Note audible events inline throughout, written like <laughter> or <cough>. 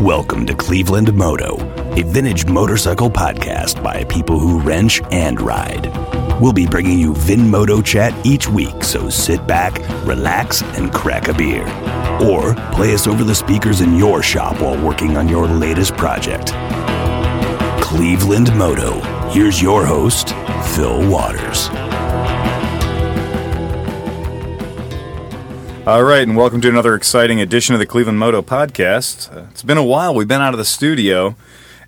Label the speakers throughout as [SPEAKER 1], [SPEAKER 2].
[SPEAKER 1] Welcome to Cleveland Moto, a vintage motorcycle podcast by people who wrench and ride. We'll be bringing you Vin Moto chat each week, so sit back, relax, and crack a beer. Or play us over the speakers in your shop while working on your latest project. Cleveland Moto. Here's your host, Phil Waters.
[SPEAKER 2] All right, and welcome to another exciting edition of the Cleveland Moto Podcast. Uh, It's been a while. We've been out of the studio,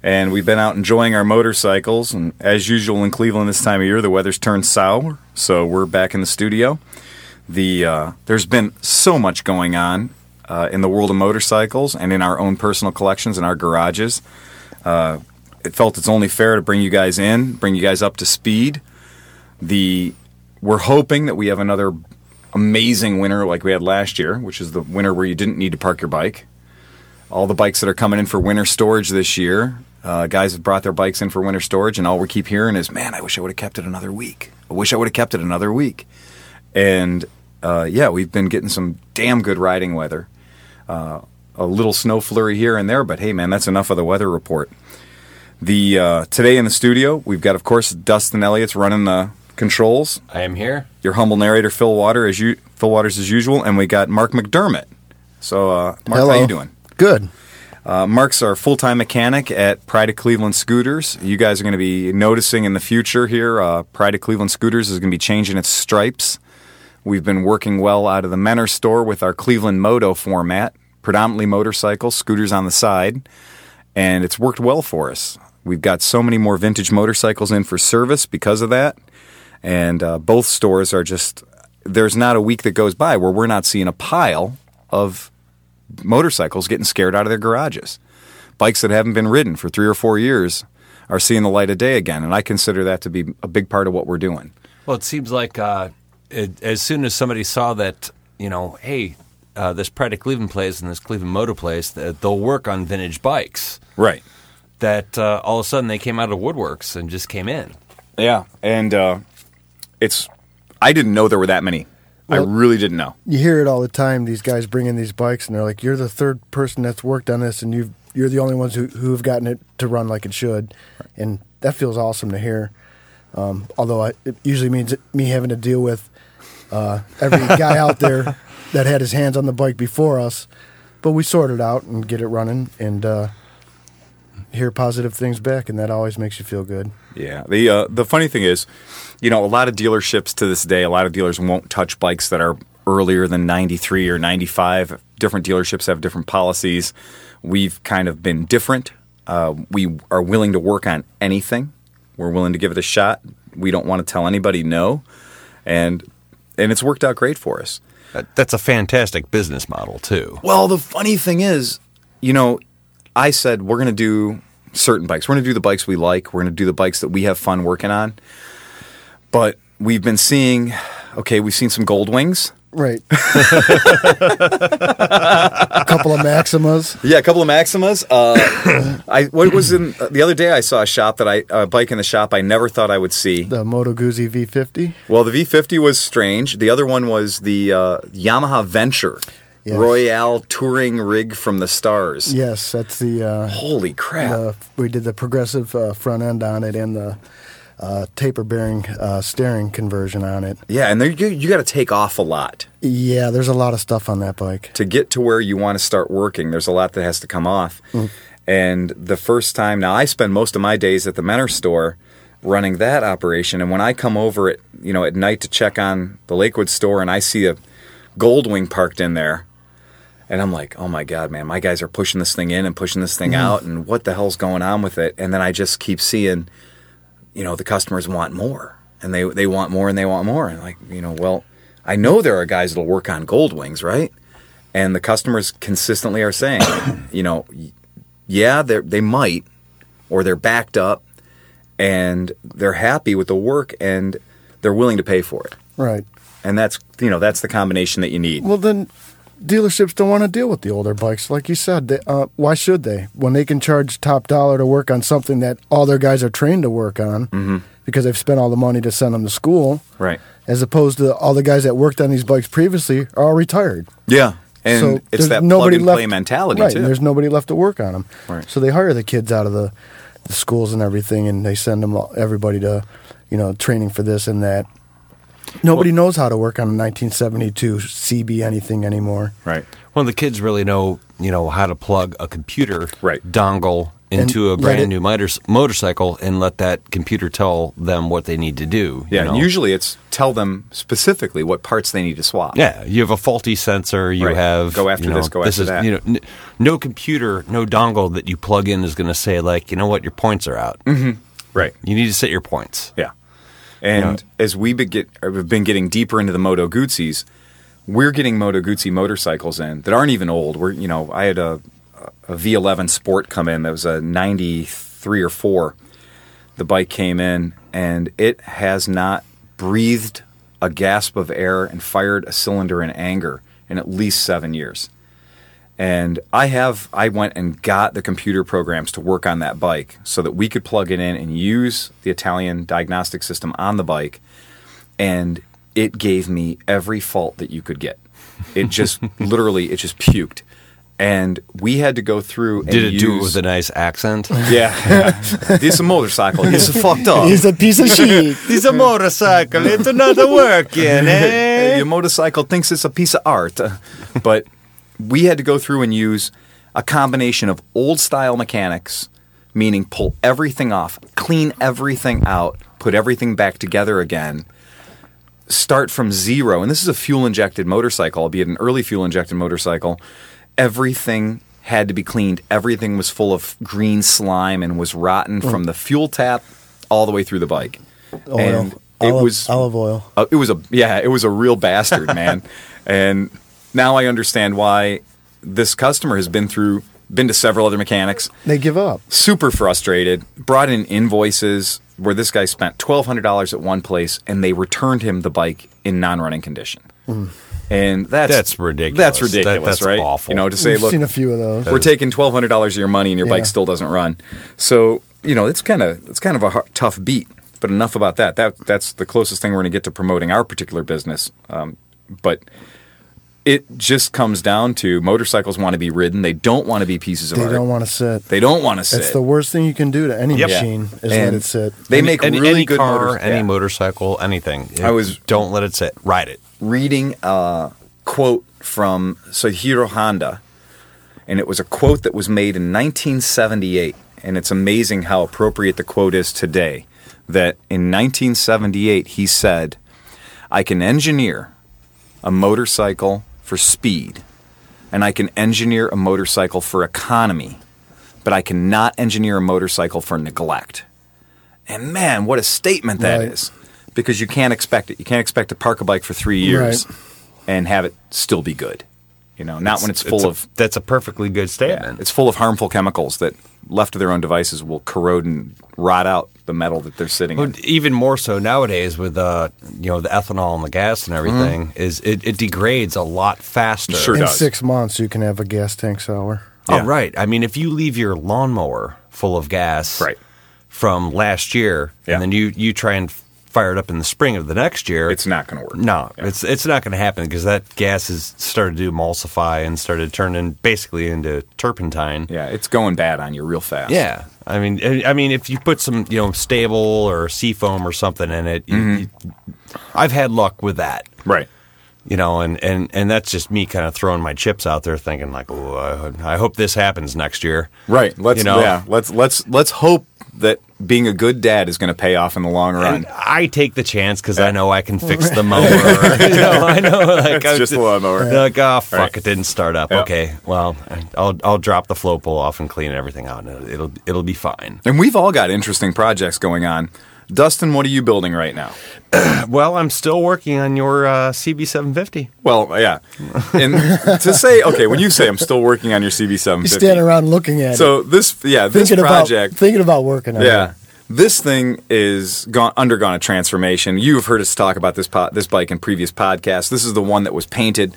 [SPEAKER 2] and we've been out enjoying our motorcycles. And as usual in Cleveland this time of year, the weather's turned sour, so we're back in the studio. The uh, there's been so much going on uh, in the world of motorcycles and in our own personal collections and our garages. Uh, it felt it's only fair to bring you guys in, bring you guys up to speed. The we're hoping that we have another amazing winter like we had last year, which is the winter where you didn't need to park your bike. All the bikes that are coming in for winter storage this year, uh, guys have brought their bikes in for winter storage, and all we keep hearing is, "Man, I wish I would have kept it another week. I wish I would have kept it another week." And uh, yeah, we've been getting some damn good riding weather. Uh, a little snow flurry here and there, but hey, man, that's enough of the weather report. The uh, today in the studio, we've got, of course, Dustin Elliott's running the controls
[SPEAKER 3] I am here.
[SPEAKER 2] your humble narrator Phil Water as you Phil Waters as usual, and we got Mark McDermott. So uh, Mark, how you doing?
[SPEAKER 4] Good.
[SPEAKER 2] Uh, Mark's our full time mechanic at Pride of Cleveland Scooters. You guys are going to be noticing in the future here. Uh, Pride of Cleveland Scooters is going to be changing its stripes. We've been working well out of the Menor store with our Cleveland Moto format, predominantly motorcycles, scooters on the side, and it's worked well for us. We've got so many more vintage motorcycles in for service because of that, and uh, both stores are just there's not a week that goes by where we're not seeing a pile of motorcycles getting scared out of their garages. Bikes that haven't been ridden for three or four years are seeing the light of day again, and I consider that to be a big part of what we're doing.
[SPEAKER 3] Well, it seems like uh, it, as soon as somebody saw that, you know, hey, uh, this Pride of Cleveland place and this Cleveland Motor place, that they'll work on vintage bikes.
[SPEAKER 2] Right.
[SPEAKER 3] That uh, all of a sudden they came out of the woodworks and just came in.
[SPEAKER 2] Yeah. And uh, it's, I didn't know there were that many. I really didn't know.
[SPEAKER 4] You hear it all the time. These guys bring in these bikes, and they're like, "You're the third person that's worked on this, and you've you're the only ones who who have gotten it to run like it should." And that feels awesome to hear. Um, although I, it usually means it, me having to deal with uh, every guy out there that had his hands on the bike before us, but we sort it out and get it running, and uh, hear positive things back, and that always makes you feel good.
[SPEAKER 2] Yeah. The uh, the funny thing is, you know, a lot of dealerships to this day, a lot of dealers won't touch bikes that are earlier than 93 or 95. Different dealerships have different policies. We've kind of been different. Uh, we are willing to work on anything. We're willing to give it a shot. We don't want to tell anybody no. And and it's worked out great for us.
[SPEAKER 5] That, that's a fantastic business model too.
[SPEAKER 2] Well, the funny thing is, you know, I said we're going to do certain bikes. We're going to do the bikes we like. We're going to do the bikes that we have fun working on. But we've been seeing, okay, we've seen some gold wings.
[SPEAKER 4] <laughs> Right. a couple of Maximas.
[SPEAKER 2] Yeah, a couple of Maximas. Uh, <coughs> I what was in uh, the other day? I saw a shop that I a bike in the shop I never thought I would see.
[SPEAKER 4] The Moto Guzzi V50.
[SPEAKER 2] Well, the V50 was strange. The other one was the uh, Yamaha Venture
[SPEAKER 4] Yes.
[SPEAKER 2] Royale touring rig from the stars.
[SPEAKER 4] Yes, that's the. Uh,
[SPEAKER 2] Holy crap!
[SPEAKER 4] the- we did the progressive uh, front end on it and the uh, taper bearing uh, steering conversion on it.
[SPEAKER 2] yeah, and there you, you got to take off a lot.
[SPEAKER 4] Yeah, there's a lot of stuff on that bike.
[SPEAKER 2] to get to where you want to start working, there's a lot that has to come off. And the first time, now I spend most of my days at the Menor store running that operation. And when I come over at you know at night to check on the Lakewood store, and I see a Goldwing parked in there, and I'm like, oh my god, man, my guys are pushing this thing in and pushing this thing out, and what the hell's going on with it? And then I just keep seeing, you know, the customers want more, and they they want more, and they want more, and like you know, well, I know there are guys that'll work on Goldwings, right? And the customers consistently are saying, <coughs> you know, y- yeah, they they might, or they're backed up, and they're happy with the work, and they're willing to pay for it,
[SPEAKER 4] Right.
[SPEAKER 2] and that's you know that's the combination that you need.
[SPEAKER 4] Well, then dealerships don't want to deal with the older bikes. Like you said, they, uh, why should they? When they can charge top dollar to work on something that all their guys are trained to work on because they've spent all the money to send them to school.
[SPEAKER 2] Right.
[SPEAKER 4] As opposed to all the guys that worked on these bikes previously are all retired.
[SPEAKER 2] Yeah. And
[SPEAKER 4] so
[SPEAKER 2] it's
[SPEAKER 4] there's
[SPEAKER 2] that
[SPEAKER 4] nobody
[SPEAKER 2] plug and play
[SPEAKER 4] left-
[SPEAKER 2] mentality
[SPEAKER 4] right,
[SPEAKER 2] too.
[SPEAKER 4] And there's nobody left to work on them.
[SPEAKER 2] Right.
[SPEAKER 4] So they hire the kids out of the, the schools and everything, and they send them all, everybody to, you know, training for this and that. Nobody knows how to work on a 1972 CB anything anymore.
[SPEAKER 2] right.
[SPEAKER 5] Well, the kids really know, you know, how to plug a computer
[SPEAKER 2] Right.
[SPEAKER 5] dongle into a
[SPEAKER 4] let
[SPEAKER 5] brand
[SPEAKER 4] it-
[SPEAKER 5] new motors- motorcycle and let that computer tell them what they need to do.
[SPEAKER 2] Yeah,
[SPEAKER 5] you know?
[SPEAKER 2] and usually it's tell them specifically what parts they need to swap.
[SPEAKER 5] Yeah, you have a faulty sensor. You
[SPEAKER 2] Right.
[SPEAKER 5] have
[SPEAKER 2] Go after
[SPEAKER 5] you know,
[SPEAKER 2] this, go after
[SPEAKER 5] is,
[SPEAKER 2] that.
[SPEAKER 5] You know, n- no computer, no dongle that you plug in is going to say like, you know what, your points are out.
[SPEAKER 2] Mm. Right.
[SPEAKER 5] You need to set your points.
[SPEAKER 2] Yeah. And as we be get, have been getting deeper into the Moto Guzzi's, we're getting Moto Guzzi motorcycles in that aren't even old. We're, you know, I had a, a V11 Sport come in that was a 93 or 4. The bike came in and it has not breathed a gasp of air and fired a cylinder in anger in at least seven years. And I have I went and got the computer programs to work on that bike so that we could plug it in and use the Italian diagnostic system on the bike and it gave me every fault that you could get. It just
[SPEAKER 5] <laughs>
[SPEAKER 2] literally it just puked. And we had to go through and
[SPEAKER 5] Did it do it
[SPEAKER 2] use-
[SPEAKER 5] with a nice
[SPEAKER 2] <laughs>
[SPEAKER 5] accent?
[SPEAKER 2] yeah. He's a motorcycle. <laughs> He's fucked up.
[SPEAKER 4] He's a piece of shit.
[SPEAKER 5] It's a motorcycle. It's another
[SPEAKER 2] <laughs>
[SPEAKER 5] working, <laughs> eh?
[SPEAKER 2] Your motorcycle thinks it's a piece of art. <laughs> But we had to go through and use a combination of old style mechanics, meaning pull everything off, clean everything out, put everything back together again, start from zero. And this is a fuel injected motorcycle, albeit an early fuel injected motorcycle. Everything had to be cleaned. Everything was full of green slime and was rotten from the fuel tap all the way through the bike.
[SPEAKER 4] Mm. Oil.
[SPEAKER 2] And it
[SPEAKER 4] olive,
[SPEAKER 2] was
[SPEAKER 4] olive oil.
[SPEAKER 2] uh, it was a yeah, it was a real bastard, man. and now I understand why this customer has been through, been to several other mechanics,
[SPEAKER 4] They give up.
[SPEAKER 2] super frustrated, brought in invoices where this guy spent twelve hundred dollars at one place, and they returned him the bike in non-running condition. And that's
[SPEAKER 6] That's ridiculous.
[SPEAKER 2] That's
[SPEAKER 6] That-
[SPEAKER 2] ridiculous,
[SPEAKER 6] that's
[SPEAKER 2] right?
[SPEAKER 6] awful.
[SPEAKER 2] You know, to say,
[SPEAKER 4] We've
[SPEAKER 2] look,
[SPEAKER 4] seen a few of those.
[SPEAKER 2] we're taking twelve hundred dollars of your money, and your bike
[SPEAKER 4] Yeah.
[SPEAKER 2] still doesn't run. So you know it's kind of it's kind of a har tough beat. But enough about that. That that's the closest thing we're going to get to promoting our particular business. Um, but it just comes down to motorcycles want to be ridden. They don't want to be pieces of
[SPEAKER 4] They
[SPEAKER 2] art.
[SPEAKER 4] don't want to sit.
[SPEAKER 2] they don't want to sit.
[SPEAKER 4] That's the worst thing you can do to any machine is let
[SPEAKER 2] And
[SPEAKER 4] it sit.
[SPEAKER 2] They make
[SPEAKER 6] any,
[SPEAKER 2] really
[SPEAKER 6] any
[SPEAKER 2] good
[SPEAKER 6] car,
[SPEAKER 2] motors-
[SPEAKER 6] any
[SPEAKER 2] yeah.
[SPEAKER 6] motorcycle, anything.
[SPEAKER 2] I was-
[SPEAKER 6] don't let it sit. Ride it.
[SPEAKER 2] reading a quote from Sahiro Honda, and it was a quote that was made in 1978. And it's amazing how appropriate the quote is today. That in 1978, he said, I can engineer a motorcycle for speed, and I can engineer a motorcycle for economy, but I cannot engineer a motorcycle for neglect. And man, what a statement that is!
[SPEAKER 4] Right.
[SPEAKER 2] Because you can't expect it. You can't expect to park a bike for three years
[SPEAKER 4] Right.
[SPEAKER 2] and have it still be good. You know, not when it's full
[SPEAKER 6] a-
[SPEAKER 2] of
[SPEAKER 6] that's a perfectly good
[SPEAKER 2] yeah,
[SPEAKER 6] statement.
[SPEAKER 2] it's full of harmful chemicals that, left to their own devices, will corrode and rot out the metal that they're sitting
[SPEAKER 5] Well,
[SPEAKER 2] in.
[SPEAKER 5] even more so nowadays with uh, you know the ethanol and the gas and everything is it, it degrades a lot faster.
[SPEAKER 2] Mm-hmm. Sure
[SPEAKER 4] In
[SPEAKER 2] does.
[SPEAKER 4] six months, you can have a gas tank sour.
[SPEAKER 5] Oh,
[SPEAKER 2] Yeah.
[SPEAKER 5] right. I mean, if you leave your lawnmower full of gas
[SPEAKER 2] Right.
[SPEAKER 5] from last year,
[SPEAKER 2] Yeah.
[SPEAKER 5] and then you, you try and fire it up in the spring of the next year,
[SPEAKER 2] It's not going to work.
[SPEAKER 5] no,
[SPEAKER 2] Yeah.
[SPEAKER 5] it's it's not going to happen because that gas has started to emulsify and started turning basically into turpentine.
[SPEAKER 2] yeah, it's going bad on you real fast.
[SPEAKER 5] Yeah, I mean, I I mean, if you put some, you know, stable or seafoam or something in it, you,
[SPEAKER 2] Mm-hmm.
[SPEAKER 5] you- I've had luck with that,
[SPEAKER 2] right.
[SPEAKER 5] you know, and and and that's just me kind of throwing my chips out there, thinking like, oh, I, I hope this happens next year,
[SPEAKER 2] Right. Let's
[SPEAKER 5] You know?
[SPEAKER 2] yeah. Let's let's let's hope that being a good dad is going to pay off in the long run.
[SPEAKER 5] And I take the chance because I know I can fix the mower. <laughs> you know, I know, like,
[SPEAKER 2] It's
[SPEAKER 5] I,
[SPEAKER 2] just a lawnmower.
[SPEAKER 5] they're Like, oh fuck,
[SPEAKER 2] Right.
[SPEAKER 5] it didn't start up.
[SPEAKER 2] Yeah.
[SPEAKER 5] Okay, well, I'll I'll drop the flow pole off and clean everything out, and it'll it'll be fine.
[SPEAKER 2] And we've all got interesting projects going on. Dustin, what are you building right now?
[SPEAKER 5] <laughs> Well, I'm still working on your uh, CB750.
[SPEAKER 2] Well,
[SPEAKER 5] <laughs>
[SPEAKER 2] yeah. And to say, okay, when you say I'm still working on your CB750,
[SPEAKER 4] You stand around looking at it,
[SPEAKER 2] So this, yeah, this
[SPEAKER 4] thinking
[SPEAKER 2] project,
[SPEAKER 4] about thinking about working on
[SPEAKER 2] yeah,
[SPEAKER 4] it.
[SPEAKER 2] this thing is gone undergone a transformation. You have heard us talk about this po- this bike in previous podcasts. This is the one that was painted.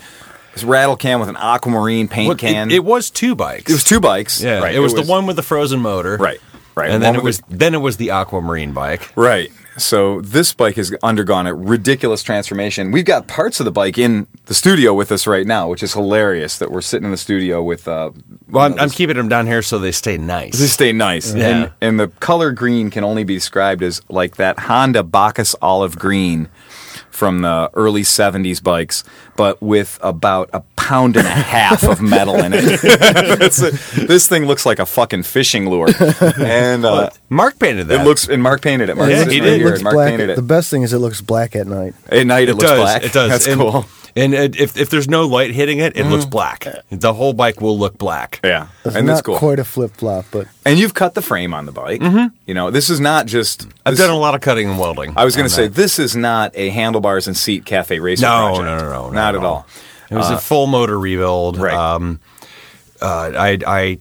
[SPEAKER 2] This rattle can with an aquamarine paint
[SPEAKER 5] Well, it-
[SPEAKER 2] can.
[SPEAKER 5] It, was two bikes.
[SPEAKER 2] It was two bikes.
[SPEAKER 5] Yeah,
[SPEAKER 2] right.
[SPEAKER 5] it, was the one with the frozen motor.
[SPEAKER 2] Right, right. One
[SPEAKER 5] And then it
[SPEAKER 2] with
[SPEAKER 5] was
[SPEAKER 2] the-
[SPEAKER 5] then it was the aquamarine bike.
[SPEAKER 2] Right. So this bike has undergone a ridiculous transformation. We've got parts of the bike in the studio with us right now, which is hilarious that we're sitting in the studio with. Uh,
[SPEAKER 5] Well, I'm, I'm keeping them down here so they stay nice.
[SPEAKER 2] they stay nice.
[SPEAKER 5] Yeah.
[SPEAKER 2] And, and the color green can only be described as like that Honda Bacchus olive green from the early 70s bikes, but with about a pound and a half of metal in it. <laughs> It's a- this thing looks like a fucking fishing
[SPEAKER 5] <laughs>
[SPEAKER 2] lure. And uh,
[SPEAKER 5] Mark painted that.
[SPEAKER 2] it looks, and Mark painted it. Mark,
[SPEAKER 5] Yeah,
[SPEAKER 2] it's
[SPEAKER 5] he
[SPEAKER 2] right
[SPEAKER 5] did.
[SPEAKER 2] here,
[SPEAKER 4] It looks
[SPEAKER 2] and Mark
[SPEAKER 4] black.
[SPEAKER 2] painted
[SPEAKER 4] At,
[SPEAKER 2] it.
[SPEAKER 4] the best thing is it looks black at night.
[SPEAKER 2] At night, it, looks
[SPEAKER 5] does.
[SPEAKER 2] black.
[SPEAKER 5] It does.
[SPEAKER 2] That's
[SPEAKER 5] and,
[SPEAKER 2] cool. Mm.
[SPEAKER 5] And it, if if there's no light hitting it, it looks black. The whole bike will look black.
[SPEAKER 2] Yeah,
[SPEAKER 4] It's
[SPEAKER 2] and
[SPEAKER 4] not
[SPEAKER 2] that's cool.
[SPEAKER 4] quite a flip flop, but
[SPEAKER 2] and you've cut the frame on the bike. You know, this is not just.
[SPEAKER 5] Mm-hmm. I've
[SPEAKER 2] this-
[SPEAKER 5] done a lot of cutting and welding.
[SPEAKER 2] I was going
[SPEAKER 5] on
[SPEAKER 2] to say
[SPEAKER 5] that.
[SPEAKER 2] this is not a handlebars and seat cafe racer.
[SPEAKER 5] no, no,
[SPEAKER 2] project.
[SPEAKER 5] no, no, no,
[SPEAKER 2] not at
[SPEAKER 5] no.
[SPEAKER 2] all.
[SPEAKER 5] It was a full motor rebuild.
[SPEAKER 2] uh, right.
[SPEAKER 5] Um, uh, I I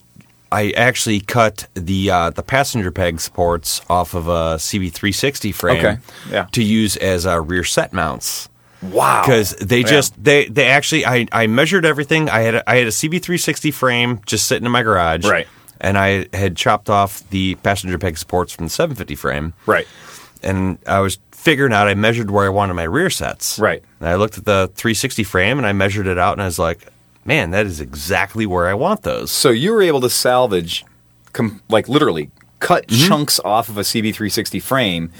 [SPEAKER 5] I actually cut the uh, the passenger peg supports off of a CB360 frame.
[SPEAKER 2] Okay, yeah.
[SPEAKER 5] To use as uh, rear set mounts.
[SPEAKER 2] Wow,
[SPEAKER 5] because
[SPEAKER 2] Oh.
[SPEAKER 5] they
[SPEAKER 2] Yeah.
[SPEAKER 5] just they they actually I, I measured everything. I had a, I had a CB360 frame just sitting in my garage,
[SPEAKER 2] Right.
[SPEAKER 5] And I had chopped off the passenger peg supports from the 750 frame,
[SPEAKER 2] right.
[SPEAKER 5] And I was figuring out. I measured where I wanted my rear sets,
[SPEAKER 2] Right.
[SPEAKER 5] And I looked at the 360 frame and I measured it out, and I was like, man, that is exactly where I want those.
[SPEAKER 2] So you were able to salvage, com- like literally, cut
[SPEAKER 5] Mm-hmm.
[SPEAKER 2] chunks off of a CB360 frame,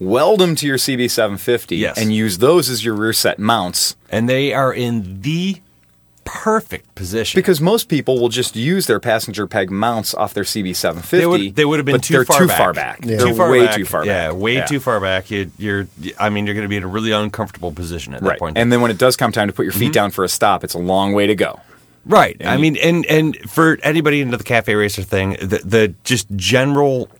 [SPEAKER 2] weld them to your CB750,
[SPEAKER 5] Yes.
[SPEAKER 2] and use those as your rear set mounts.
[SPEAKER 5] And they are in the perfect position
[SPEAKER 2] Because most people will just use their passenger peg mounts off their CB750.
[SPEAKER 5] They would, they would have been
[SPEAKER 2] but
[SPEAKER 5] too,
[SPEAKER 2] they're
[SPEAKER 5] far
[SPEAKER 2] too
[SPEAKER 5] back.
[SPEAKER 2] far back.
[SPEAKER 5] Yeah.
[SPEAKER 2] They're
[SPEAKER 5] Too far
[SPEAKER 2] way
[SPEAKER 5] back.
[SPEAKER 2] too far
[SPEAKER 5] Yeah,
[SPEAKER 2] back.
[SPEAKER 5] way too far back. You, you're, I mean, you're going to be in a really uncomfortable position at that
[SPEAKER 2] Right.
[SPEAKER 5] point. Mm-hmm.
[SPEAKER 2] And then when it does come time to put your feet down for a stop, it's a long way to go.
[SPEAKER 5] right. I mean, and and for anybody into the cafe racer thing, the, the just general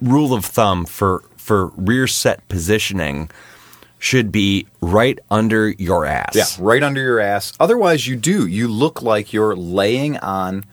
[SPEAKER 5] rule of thumb for for rear set positioning should be right under your ass.
[SPEAKER 2] Yeah, right under your ass. Otherwise, you do. You look like you're laying on.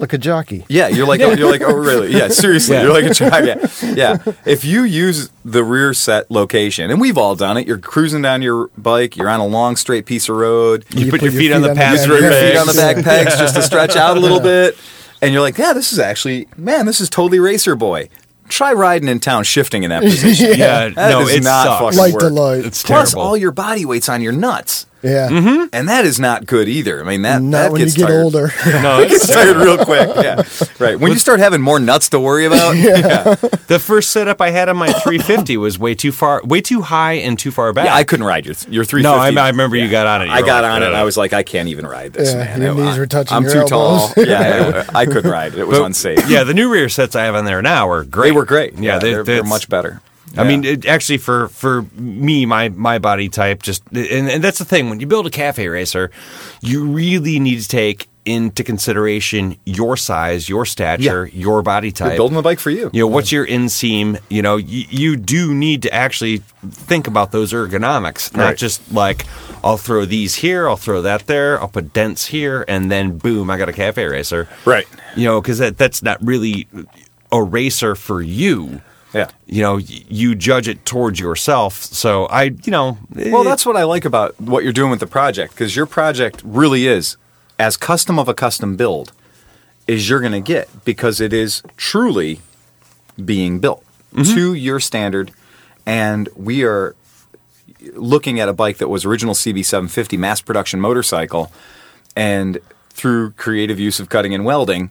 [SPEAKER 4] like a jockey.
[SPEAKER 2] Yeah, you're like you're like oh really? Yeah, seriously,
[SPEAKER 5] Yeah.
[SPEAKER 2] you're like a child. Yeah, yeah. If you use the rear set location, and we've all done it. You're cruising down your bike. You're on a long straight piece of road.
[SPEAKER 5] You, put, your, feet on the
[SPEAKER 4] back
[SPEAKER 5] passenger
[SPEAKER 2] your feet
[SPEAKER 5] pegs.
[SPEAKER 2] on the
[SPEAKER 4] <laughs>
[SPEAKER 2] back pegs just to stretch out a little bit. And you're like, yeah, this is actually, man, this is totally racer boy. Try riding in town shifting in that position.
[SPEAKER 5] Yeah,
[SPEAKER 2] That
[SPEAKER 5] no,
[SPEAKER 2] does
[SPEAKER 5] it
[SPEAKER 2] not
[SPEAKER 5] sucks.
[SPEAKER 2] fucking
[SPEAKER 4] Light
[SPEAKER 2] work.
[SPEAKER 4] to light.
[SPEAKER 5] It's
[SPEAKER 2] Plus,
[SPEAKER 5] terrible.
[SPEAKER 2] all your body weight's on your nuts.
[SPEAKER 4] Yeah.
[SPEAKER 2] And that is not good either. I mean, that,
[SPEAKER 4] Not
[SPEAKER 2] Mm-hmm. that
[SPEAKER 4] when you
[SPEAKER 2] gets
[SPEAKER 4] get
[SPEAKER 2] tired. <laughs>
[SPEAKER 4] older.
[SPEAKER 5] no,
[SPEAKER 2] It
[SPEAKER 5] it's
[SPEAKER 2] gets tired real quick.
[SPEAKER 4] <laughs>
[SPEAKER 2] Yeah. Right. When you start having more nuts to worry about, yeah.
[SPEAKER 5] The first setup I had on my 350 was way too far, way too high and too far back.
[SPEAKER 2] Yeah, I couldn't ride your, your 350.
[SPEAKER 5] No, I, I remember you got on it. You
[SPEAKER 2] I
[SPEAKER 5] were
[SPEAKER 2] got
[SPEAKER 5] like,
[SPEAKER 2] on it and
[SPEAKER 5] "Uh,
[SPEAKER 2] I was like, I can't even ride this,
[SPEAKER 4] Yeah,
[SPEAKER 2] man.
[SPEAKER 4] your
[SPEAKER 2] I-
[SPEAKER 4] knees were touching
[SPEAKER 2] I'm
[SPEAKER 4] your
[SPEAKER 2] too tall.
[SPEAKER 4] elbows. <laughs>
[SPEAKER 2] Yeah, I, I couldn't ride it. It was unsafe.
[SPEAKER 5] yeah, the new rear sets I have on there now are great.
[SPEAKER 2] They were great.
[SPEAKER 5] Yeah, they,
[SPEAKER 2] are they're
[SPEAKER 5] that's-
[SPEAKER 2] much better.
[SPEAKER 5] I mean, it, actually, for for me, my my body type, just and, and that's the thing. When you build a cafe racer, you really need to take into consideration your size, your stature, your body type.
[SPEAKER 2] You're building the bike for you.
[SPEAKER 5] you know, what's your inseam? You know, you, you do need to actually think about those ergonomics, not
[SPEAKER 2] Right.
[SPEAKER 5] just like, I'll throw these here, I'll throw that there, I'll put dents here, and then boom, I got a cafe racer.
[SPEAKER 2] Right.
[SPEAKER 5] You know, because that, that's not really a racer for you.
[SPEAKER 2] Yeah.
[SPEAKER 5] You know, y- you judge it towards yourself. So I, you know, eh,
[SPEAKER 2] Well, that's what I like about what you're doing with the project because your project really is as custom of a custom build as you're going to get because it is truly being built to your standard. And we are looking at a bike that was original CB750 mass production motorcycle. And through creative use of cutting and welding,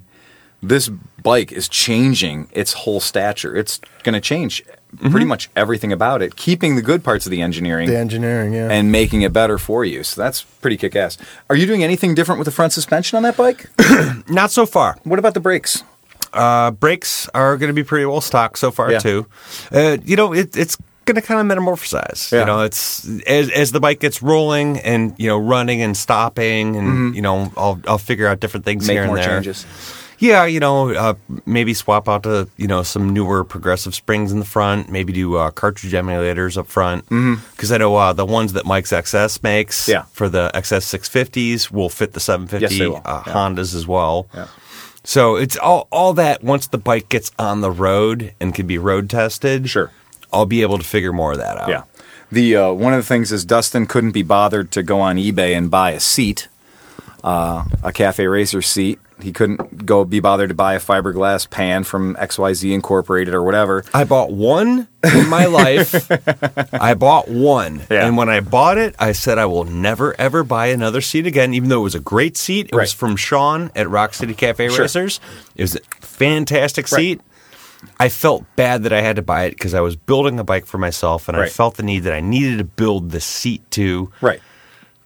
[SPEAKER 2] this bike is changing its whole stature. It's going to change pretty much everything about it, keeping the good parts of the engineering
[SPEAKER 4] The engineering, yeah.
[SPEAKER 2] and making it better for you. So that's pretty kick ass. Are you doing anything different with the front suspension on that bike?
[SPEAKER 5] not so far.
[SPEAKER 2] what about the brakes?
[SPEAKER 5] Uh, brakes are going to be pretty well stocked so far
[SPEAKER 2] Yeah.
[SPEAKER 5] too. Uh, you know, it, it's going to kind of metamorphosize.
[SPEAKER 2] Yeah.
[SPEAKER 5] You know, it's as as the bike gets rolling and you know running and stopping, and you know, I'll I'll figure out different things
[SPEAKER 2] Mm-hmm. Make
[SPEAKER 5] here
[SPEAKER 2] more
[SPEAKER 5] and there.
[SPEAKER 2] changes.
[SPEAKER 5] Yeah, you know, uh, maybe swap out to you know some newer progressive springs in the front. Maybe do uh, cartridge emulators up front because I know uh, the ones that Mike's XS makes
[SPEAKER 2] Mm-hmm. Yeah.
[SPEAKER 5] for the XS 650s will fit the 750
[SPEAKER 2] Yes, they will.
[SPEAKER 5] Uh,
[SPEAKER 2] Yeah.
[SPEAKER 5] Hondas as well.
[SPEAKER 2] Yeah.
[SPEAKER 5] So it's all all that once the bike gets on the road and can be road tested.
[SPEAKER 2] Sure.
[SPEAKER 5] I'll be able to figure more of that out.
[SPEAKER 2] Yeah. The uh, one of the things is Dustin couldn't be bothered to go on eBay and buy a seat, uh, a cafe racer seat, He couldn't go be bothered to buy a fiberglass pan from XYZ Incorporated or whatever.
[SPEAKER 5] I bought one in my
[SPEAKER 2] <laughs>
[SPEAKER 5] life. I bought one.
[SPEAKER 2] Yeah.
[SPEAKER 5] And when I bought it, I said I will never, ever buy another seat again, even though it was a great seat. It was
[SPEAKER 2] Right.
[SPEAKER 5] from Sean at Rock City Cafe
[SPEAKER 2] Sure.
[SPEAKER 5] Racers. It was a fantastic seat. I felt bad that I had to buy it because I was building a bike for myself and I
[SPEAKER 2] Right.
[SPEAKER 5] felt the need that I needed to build the seat to.
[SPEAKER 2] Right.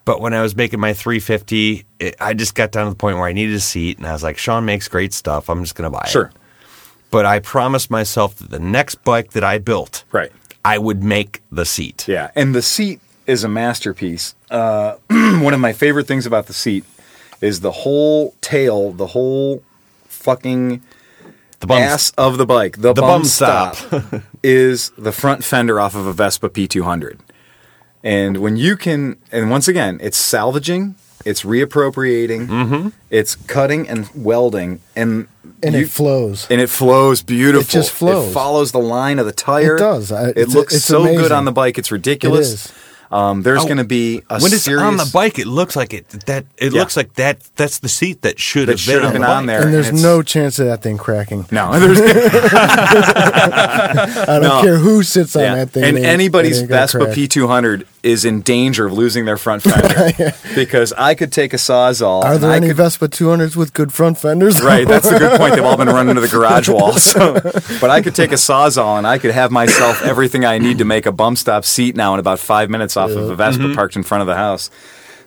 [SPEAKER 5] But when I was making my 350, it, I just got down to the point where I needed a seat and I was like, Sean makes great stuff. I'm just going to buy it
[SPEAKER 2] Sure.
[SPEAKER 5] but I promised myself that the next bike that I built,
[SPEAKER 2] Right.
[SPEAKER 5] I would make the seat.
[SPEAKER 2] Yeah, and the seat is a masterpiece. Uh, <clears throat> one of my favorite things about the seat is the whole tail, the whole fucking
[SPEAKER 5] The bum
[SPEAKER 2] ass of the bike. The,
[SPEAKER 5] The
[SPEAKER 2] bum,
[SPEAKER 5] bum
[SPEAKER 2] stop,
[SPEAKER 5] stop. <laughs>
[SPEAKER 2] is the front fender off of a Vespa P200. And when you can, and once again, it's salvaging, it's reappropriating,
[SPEAKER 5] Mm-hmm.
[SPEAKER 2] it's cutting and welding, and
[SPEAKER 4] and
[SPEAKER 2] you-
[SPEAKER 4] it flows.
[SPEAKER 2] and it flows beautiful.
[SPEAKER 4] It just flows.
[SPEAKER 2] It follows the line of the tire.
[SPEAKER 4] It does. I-
[SPEAKER 2] it
[SPEAKER 4] it's-
[SPEAKER 2] looks
[SPEAKER 4] it's
[SPEAKER 2] so good
[SPEAKER 4] amazing.
[SPEAKER 2] on the bike. It's ridiculous.
[SPEAKER 4] It is.
[SPEAKER 2] Um, there's going to be a
[SPEAKER 5] Oh, when it's
[SPEAKER 2] serious
[SPEAKER 5] on the bike, it looks like it that it
[SPEAKER 2] Yeah.
[SPEAKER 5] looks like that that's the seat that should
[SPEAKER 2] that
[SPEAKER 5] have
[SPEAKER 2] should
[SPEAKER 5] been,
[SPEAKER 2] have
[SPEAKER 5] on,
[SPEAKER 2] been
[SPEAKER 5] the
[SPEAKER 2] on
[SPEAKER 5] bike.
[SPEAKER 2] there.
[SPEAKER 4] and there's
[SPEAKER 2] it's-
[SPEAKER 4] no chance of that thing cracking.
[SPEAKER 2] no. <laughs> There's
[SPEAKER 4] I don't
[SPEAKER 2] No.
[SPEAKER 4] care who sits on that thing.
[SPEAKER 2] and
[SPEAKER 4] it ain't-
[SPEAKER 2] anybody's
[SPEAKER 4] it ain't gonna
[SPEAKER 2] Vespa
[SPEAKER 4] crack.
[SPEAKER 2] P200 is in danger of losing their front
[SPEAKER 4] <laughs>
[SPEAKER 2] fender because I could take a sawzall.
[SPEAKER 4] Are
[SPEAKER 2] and
[SPEAKER 4] there
[SPEAKER 2] I
[SPEAKER 4] any
[SPEAKER 2] could-
[SPEAKER 4] Vespa 200s with good front fenders?
[SPEAKER 2] Right, that's a good point. They've all been running to the garage wall. <laughs> So, but I could take a sawzall and I could have myself everything I need to make a bump stop seat now in about five minutes off of a Vespa
[SPEAKER 5] Mm-hmm.
[SPEAKER 2] parked in front of the house.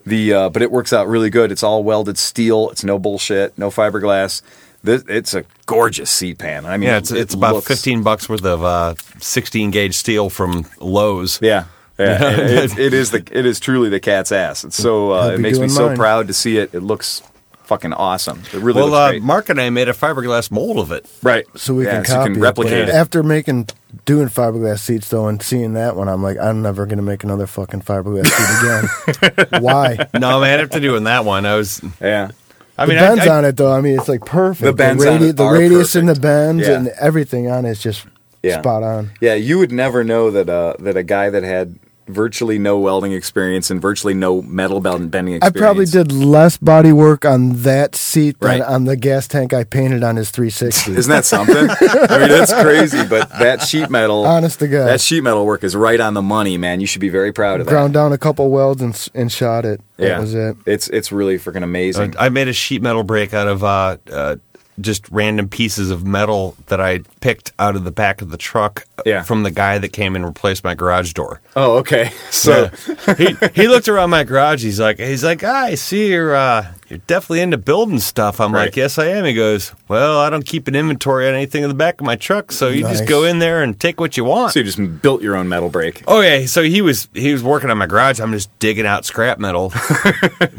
[SPEAKER 2] The uh, but it works out really good. It's all welded steel. It's no bullshit. No fiberglass. This, it's a gorgeous seat pan. I mean,
[SPEAKER 5] Yeah, it's
[SPEAKER 2] it
[SPEAKER 5] it's about
[SPEAKER 2] looks-
[SPEAKER 5] fifteen bucks worth of uh, sixteen gauge steel from Lowe's.
[SPEAKER 2] Yeah.
[SPEAKER 4] <laughs>
[SPEAKER 2] Yeah, it, it- it is the it is truly the cat's ass. It's so uh,
[SPEAKER 4] I'll
[SPEAKER 2] it
[SPEAKER 4] be
[SPEAKER 2] makes me
[SPEAKER 4] doing
[SPEAKER 2] so
[SPEAKER 4] mine.
[SPEAKER 2] proud to see it. It looks fucking awesome. It really
[SPEAKER 5] Well,
[SPEAKER 2] looks
[SPEAKER 5] uh,
[SPEAKER 2] great.
[SPEAKER 5] Mark and I made a fiberglass mold of it.
[SPEAKER 2] right,
[SPEAKER 4] So we
[SPEAKER 2] Yeah,
[SPEAKER 4] can
[SPEAKER 2] so
[SPEAKER 4] copy
[SPEAKER 2] you
[SPEAKER 4] it,
[SPEAKER 2] can
[SPEAKER 4] but
[SPEAKER 2] replicate it.
[SPEAKER 4] After making doing fiberglass seats though and seeing that one, I'm like, I'm never gonna make another fucking fiberglass
[SPEAKER 2] <laughs>
[SPEAKER 4] seat again. Why?
[SPEAKER 5] No, man, after doing that one, I was.
[SPEAKER 2] Yeah,
[SPEAKER 5] I mean,
[SPEAKER 4] the
[SPEAKER 5] I,
[SPEAKER 4] bends
[SPEAKER 5] I,
[SPEAKER 4] on it though. I mean, it's like perfect.
[SPEAKER 2] The bends on it
[SPEAKER 4] the
[SPEAKER 2] are
[SPEAKER 4] radius and the
[SPEAKER 2] perfect.
[SPEAKER 4] bends
[SPEAKER 2] Yeah.
[SPEAKER 4] and everything on it is just
[SPEAKER 2] Yeah.
[SPEAKER 4] spot on.
[SPEAKER 2] yeah. You would never know that uh, that a guy that had virtually no welding experience and virtually no metal bend bending
[SPEAKER 4] I
[SPEAKER 2] experience.
[SPEAKER 4] probably did less body work on that seat
[SPEAKER 2] Right.
[SPEAKER 4] than on the gas tank I painted on
[SPEAKER 2] <laughs>
[SPEAKER 4] his 360.
[SPEAKER 2] Isn't that something? I mean, that's crazy. But that sheet metal,
[SPEAKER 4] Honest to God.
[SPEAKER 2] that sheet metal work is right on the money, man. You should be very proud of that.
[SPEAKER 4] Ground down a couple welds and s- and shot it.
[SPEAKER 2] yeah,
[SPEAKER 4] That was it.
[SPEAKER 2] It's it's really freaking amazing.
[SPEAKER 5] I made a sheet metal break out of uh, uh, just random pieces of metal that I picked out of the back of the truck uh,
[SPEAKER 2] Yeah.
[SPEAKER 5] from the guy that came and replaced my garage door.
[SPEAKER 2] oh, okay. <laughs> So
[SPEAKER 5] he he looked around my garage. He's like, he's like, "Ah, I see you're uh, you're definitely into building stuff. I'm
[SPEAKER 2] Right.
[SPEAKER 5] like, yes, I am. He goes, well, I don't keep an inventory on anything in the back of my truck, so you just
[SPEAKER 4] Nice.
[SPEAKER 5] go in there and take what you want.
[SPEAKER 2] So you just built your own metal break.
[SPEAKER 5] Oh yeah, so he was he was working on my garage. I'm just digging out scrap
[SPEAKER 2] <laughs>
[SPEAKER 5] metal.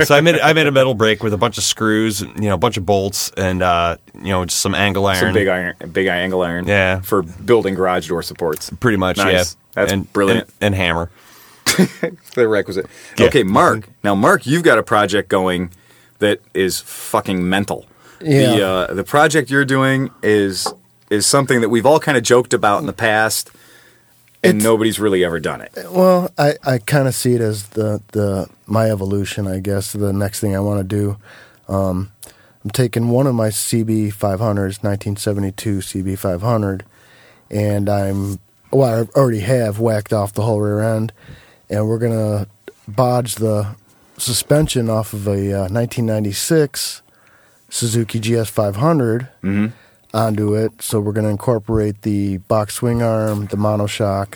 [SPEAKER 5] so I made I made a metal break with a bunch of screws, you know, a bunch of bolts, and uh, you know, just some angle iron.
[SPEAKER 2] Some big iron, big angle iron.
[SPEAKER 5] Yeah.
[SPEAKER 2] For building garage door supports.
[SPEAKER 5] Pretty much,
[SPEAKER 2] Nice.
[SPEAKER 5] yeah.
[SPEAKER 2] That's
[SPEAKER 5] and,
[SPEAKER 2] brilliant.
[SPEAKER 5] And, and hammer.
[SPEAKER 2] The requisite.
[SPEAKER 5] Yeah.
[SPEAKER 2] Okay, Mark. Now, Mark, you've got a project going that is fucking mental.
[SPEAKER 4] Yeah.
[SPEAKER 2] The uh, the project you're doing is is something that we've all kind of joked about in the past, and
[SPEAKER 4] It's-
[SPEAKER 2] nobody's really ever done it.
[SPEAKER 4] Well, I, I kind of see it as the, the my evolution, I guess, the next thing I want to do. Um, I'm taking one of my CB 500s, 1972 CB 500, and I'm, well, I already have whacked off the whole rear end, and we're going to bodge the suspension off of a uh, 1996 Suzuki GS 500
[SPEAKER 2] Mm-hmm.
[SPEAKER 4] onto it. So we're going to incorporate the box swing arm, the monoshock,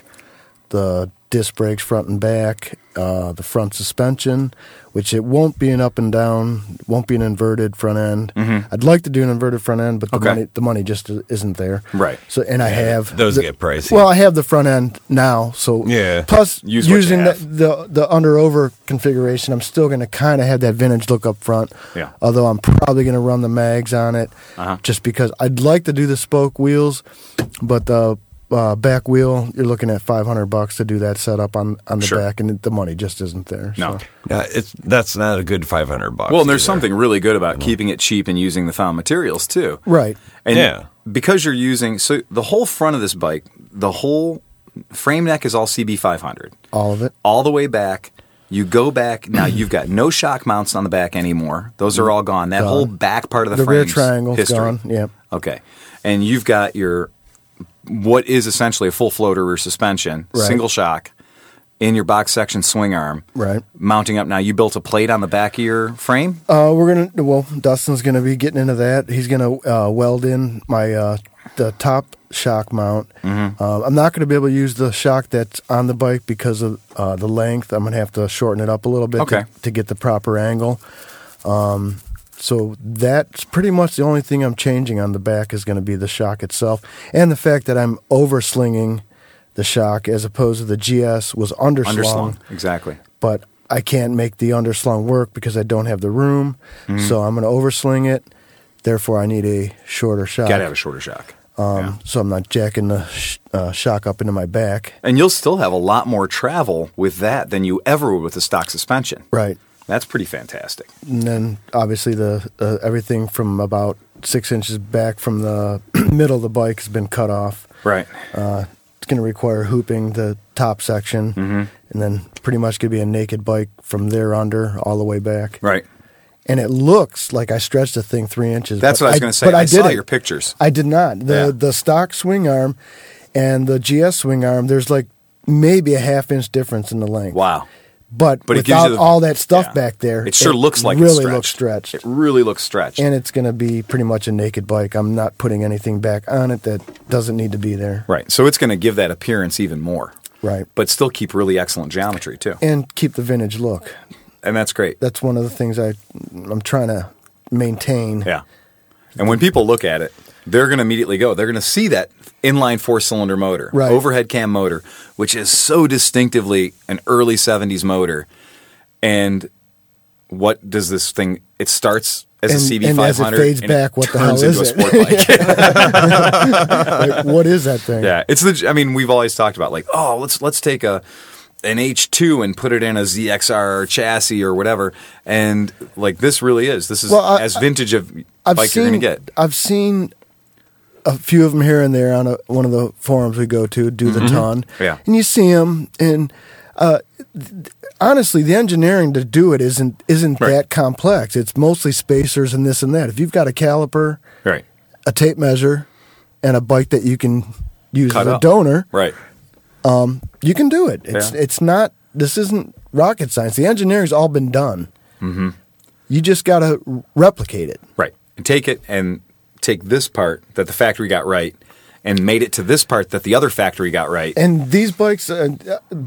[SPEAKER 4] the disc brakes front and back, uh, the front suspension, which it won't be an up and down, won't be an inverted front end. I'd like to do an inverted front end, but the
[SPEAKER 2] Mm-hmm. Okay.
[SPEAKER 4] money the money just i- isn't there.
[SPEAKER 2] Right.
[SPEAKER 4] So and I have
[SPEAKER 5] those
[SPEAKER 4] the-
[SPEAKER 5] get pricey.
[SPEAKER 4] Well, I have the front end now, so
[SPEAKER 5] Yeah.
[SPEAKER 4] Plus
[SPEAKER 2] Use what you
[SPEAKER 4] using the,
[SPEAKER 2] have.
[SPEAKER 4] the the under over configuration, I'm still going to kind of have that vintage look up front.
[SPEAKER 2] Yeah.
[SPEAKER 4] Although I'm probably going to run the mags on it,
[SPEAKER 2] Uh-huh.
[SPEAKER 4] just because I'd like to do the spoke wheels, but the uh, back wheel you're looking at 500 bucks to do that setup on on the
[SPEAKER 2] Sure.
[SPEAKER 4] back, and the money just isn't there.
[SPEAKER 2] No.
[SPEAKER 4] so.
[SPEAKER 5] Uh, it's that's not a good five hundred bucks.
[SPEAKER 2] Well, and there's
[SPEAKER 5] either.
[SPEAKER 2] something really good about keeping it cheap and using the found materials too.
[SPEAKER 4] Right.
[SPEAKER 2] And
[SPEAKER 5] Yeah.
[SPEAKER 2] because you're using so the whole front of this bike, the whole frame neck is all CB500.
[SPEAKER 4] All of it.
[SPEAKER 2] all the way back You go back
[SPEAKER 4] <clears throat>
[SPEAKER 2] now. You've got no shock mounts on the back anymore. Those are all gone. That whole back part of the,
[SPEAKER 4] The rear
[SPEAKER 2] frame's
[SPEAKER 4] triangle's
[SPEAKER 2] history.
[SPEAKER 4] gone, yep.
[SPEAKER 2] Okay, and you've got your what is essentially a full floater rear suspension,
[SPEAKER 4] Right.
[SPEAKER 2] single shock in your box section swing arm,
[SPEAKER 4] Right.
[SPEAKER 2] Mounting up now. You built a plate on the back of your frame.
[SPEAKER 4] Uh, we're gonna. Well, Dustin's gonna be getting into that. He's gonna uh, weld in my uh, the top shock mount.
[SPEAKER 2] Mm-hmm.
[SPEAKER 4] Uh, I'm not gonna be able to use the shock that's on the bike because of uh, the length. I'm gonna have to shorten it up a little bit
[SPEAKER 2] Okay.
[SPEAKER 4] to, to get the proper angle. Um, so that's pretty much the only thing I'm changing on the back is gonna be the shock itself and the fact that I'm over slinging the shock as opposed to the GS was
[SPEAKER 2] Underslung, exactly.
[SPEAKER 4] but I can't make the underslung work because I don't have the room.
[SPEAKER 2] Mm-hmm.
[SPEAKER 4] So I'm going to oversling it. Therefore, I need a shorter shock.
[SPEAKER 2] Got to have a shorter shock.
[SPEAKER 4] Um, So I'm not jacking the sh- uh, shock up into my back.
[SPEAKER 2] And you'll still have a lot more travel with that than you ever would with the stock suspension.
[SPEAKER 4] Right.
[SPEAKER 2] That's pretty fantastic.
[SPEAKER 4] And then obviously the uh, everything from about six inches back from the <clears throat> middle of the bike has been cut off.
[SPEAKER 2] Right.
[SPEAKER 4] Uh, it's going to require hooping the top section,
[SPEAKER 2] Mm-hmm.
[SPEAKER 4] and then pretty much going to be a naked bike from there under all the way back.
[SPEAKER 2] Right.
[SPEAKER 4] and it looks like I stretched the thing three inches.
[SPEAKER 2] That's
[SPEAKER 4] but
[SPEAKER 2] what I was going to say.
[SPEAKER 4] But I,
[SPEAKER 2] I, saw
[SPEAKER 4] didn't.
[SPEAKER 2] your pictures.
[SPEAKER 4] I did not. The
[SPEAKER 2] Yeah.
[SPEAKER 4] the stock swing arm and the GS swing arm. There's like maybe a half inch difference in the length.
[SPEAKER 2] Wow.
[SPEAKER 4] But,
[SPEAKER 2] But it gives
[SPEAKER 4] without
[SPEAKER 2] you the-
[SPEAKER 4] all that stuff
[SPEAKER 2] yeah.
[SPEAKER 4] back there,
[SPEAKER 2] It sure looks like it's
[SPEAKER 4] really looks
[SPEAKER 2] stretched.
[SPEAKER 4] stretched.
[SPEAKER 2] It really looks stretched.
[SPEAKER 4] and it's going to be pretty much a naked bike. I'm not putting anything back on it that doesn't need to be there.
[SPEAKER 2] right. So it's going to give that appearance even more.
[SPEAKER 4] Right.
[SPEAKER 2] But still keep really excellent geometry too. And,
[SPEAKER 4] And keep the vintage look.
[SPEAKER 2] that's great.
[SPEAKER 4] That's one of the things I I'm trying to maintain.
[SPEAKER 2] yeah. And when people look at it, they're going to immediately go. They're going to see that inline four-cylinder motor,
[SPEAKER 4] Right.
[SPEAKER 2] overhead cam motor, which is so distinctively an early '70s motor. And what does this thing? It starts as
[SPEAKER 4] And-
[SPEAKER 2] a CB500,
[SPEAKER 4] and as it fades
[SPEAKER 2] and it
[SPEAKER 4] back, what the hell
[SPEAKER 2] turns
[SPEAKER 4] is
[SPEAKER 2] into
[SPEAKER 4] it?
[SPEAKER 2] a sport
[SPEAKER 4] <laughs>
[SPEAKER 2] bike.
[SPEAKER 4] Like, what is that thing?
[SPEAKER 2] <laughs> Yeah, it's the. I mean, we've always talked about like, oh, let's let's take a an H two and put it in a ZXR chassis or whatever, and like this really is. This is
[SPEAKER 4] Well, I-
[SPEAKER 2] as vintage of
[SPEAKER 4] I've
[SPEAKER 2] bike
[SPEAKER 4] seen,
[SPEAKER 2] you're gonna get.
[SPEAKER 4] I've seen a few of them here and there on a, one of the forums we go to, do the ton.
[SPEAKER 2] Mm-hmm. Yeah.
[SPEAKER 4] And you see them, and uh, th- honestly, the engineering to do it isn't isn't
[SPEAKER 2] Right.
[SPEAKER 4] that complex. It's mostly spacers and this and that. If you've got a caliper,
[SPEAKER 2] Right,
[SPEAKER 4] a tape measure, and a bike that you can use
[SPEAKER 2] Cut
[SPEAKER 4] as a
[SPEAKER 2] up.
[SPEAKER 4] donor,
[SPEAKER 2] right.
[SPEAKER 4] you can do it. It's
[SPEAKER 2] Yeah.
[SPEAKER 4] it's not. This isn't rocket science. The engineering's all been done. Mm-hmm. You just got to replicate it.
[SPEAKER 2] Right. And take it and take this part that the factory got right and made it to this part that the other factory got right.
[SPEAKER 4] And these bikes, uh,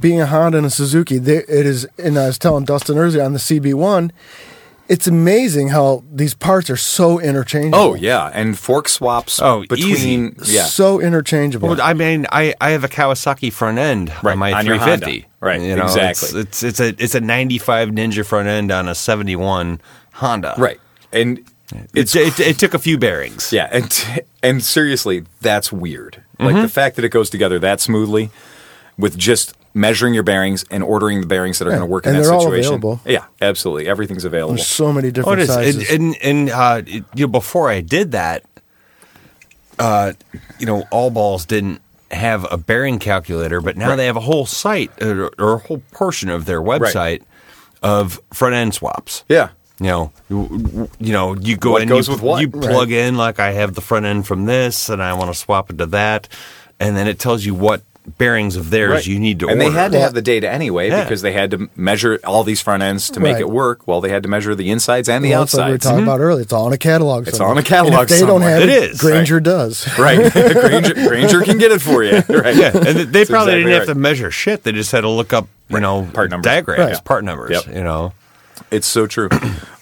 [SPEAKER 4] being a Honda and a Suzuki, they, it is. And I was telling Dustin earlier on the CB1, it's amazing how these parts are so interchangeable.
[SPEAKER 2] oh yeah, and fork swaps
[SPEAKER 5] Oh,
[SPEAKER 2] between yeah.
[SPEAKER 4] so interchangeable.
[SPEAKER 5] Well, I mean, I, I have a Kawasaki front end
[SPEAKER 2] Right,
[SPEAKER 5] on my
[SPEAKER 2] on your
[SPEAKER 5] 350.
[SPEAKER 2] Honda. Right,
[SPEAKER 5] you know,
[SPEAKER 2] exactly.
[SPEAKER 5] It's, it's it's a it's a 95 Ninja front end on a 71 Honda.
[SPEAKER 2] right. And
[SPEAKER 5] It's it, it took a few bearings.
[SPEAKER 2] Yeah, and <laughs> and seriously, that's weird. Like
[SPEAKER 4] Mm-hmm.
[SPEAKER 2] the fact that it goes together that smoothly with just measuring your bearings and ordering the bearings that are going to work in
[SPEAKER 4] and
[SPEAKER 2] that
[SPEAKER 4] they're all
[SPEAKER 2] situation.
[SPEAKER 4] available.
[SPEAKER 2] Yeah, absolutely. Everything's available.
[SPEAKER 4] There's so many
[SPEAKER 5] Oh, it
[SPEAKER 4] different
[SPEAKER 5] is.
[SPEAKER 4] sizes.
[SPEAKER 5] And, and, and uh, it- you know, before I did that, uh, you know, All Balls didn't have a bearing calculator, but now they have a whole site or, or a whole portion of their website of front end swaps.
[SPEAKER 2] Yeah.
[SPEAKER 5] You know, w- w- you know, you go
[SPEAKER 2] What
[SPEAKER 5] in,
[SPEAKER 2] goes
[SPEAKER 5] you,
[SPEAKER 2] with what?
[SPEAKER 5] you plug in like I have the front end from this, and I want to swap it to that, and then it tells you what bearings of theirs you need to
[SPEAKER 2] and
[SPEAKER 5] order.
[SPEAKER 2] they had to have the data anyway
[SPEAKER 5] Yeah.
[SPEAKER 2] because they had to measure all these front ends to make
[SPEAKER 4] Right.
[SPEAKER 2] it work. Well, they had to measure the insides and the
[SPEAKER 4] Well, that's what we were
[SPEAKER 2] outsides.
[SPEAKER 4] talking about earlier. It's all on a catalog.
[SPEAKER 2] It's
[SPEAKER 4] somewhere.
[SPEAKER 2] on a catalog
[SPEAKER 4] And if they don't
[SPEAKER 2] somewhere.
[SPEAKER 4] have
[SPEAKER 5] It
[SPEAKER 4] it.
[SPEAKER 5] is,
[SPEAKER 4] Granger does.
[SPEAKER 2] <laughs>
[SPEAKER 4] <laughs>
[SPEAKER 2] Right, <laughs> Granger, Granger can get it for
[SPEAKER 5] <laughs>
[SPEAKER 2] you. Right.
[SPEAKER 5] Yeah, <laughs> and they- they
[SPEAKER 2] That's exactly
[SPEAKER 5] probably didn't have
[SPEAKER 2] right.
[SPEAKER 5] to measure shit. They just had to look up, you know,
[SPEAKER 2] Part numbers.
[SPEAKER 5] diagrams,
[SPEAKER 4] Right.
[SPEAKER 5] part numbers.
[SPEAKER 2] Yep.
[SPEAKER 5] You know,
[SPEAKER 2] It's so true.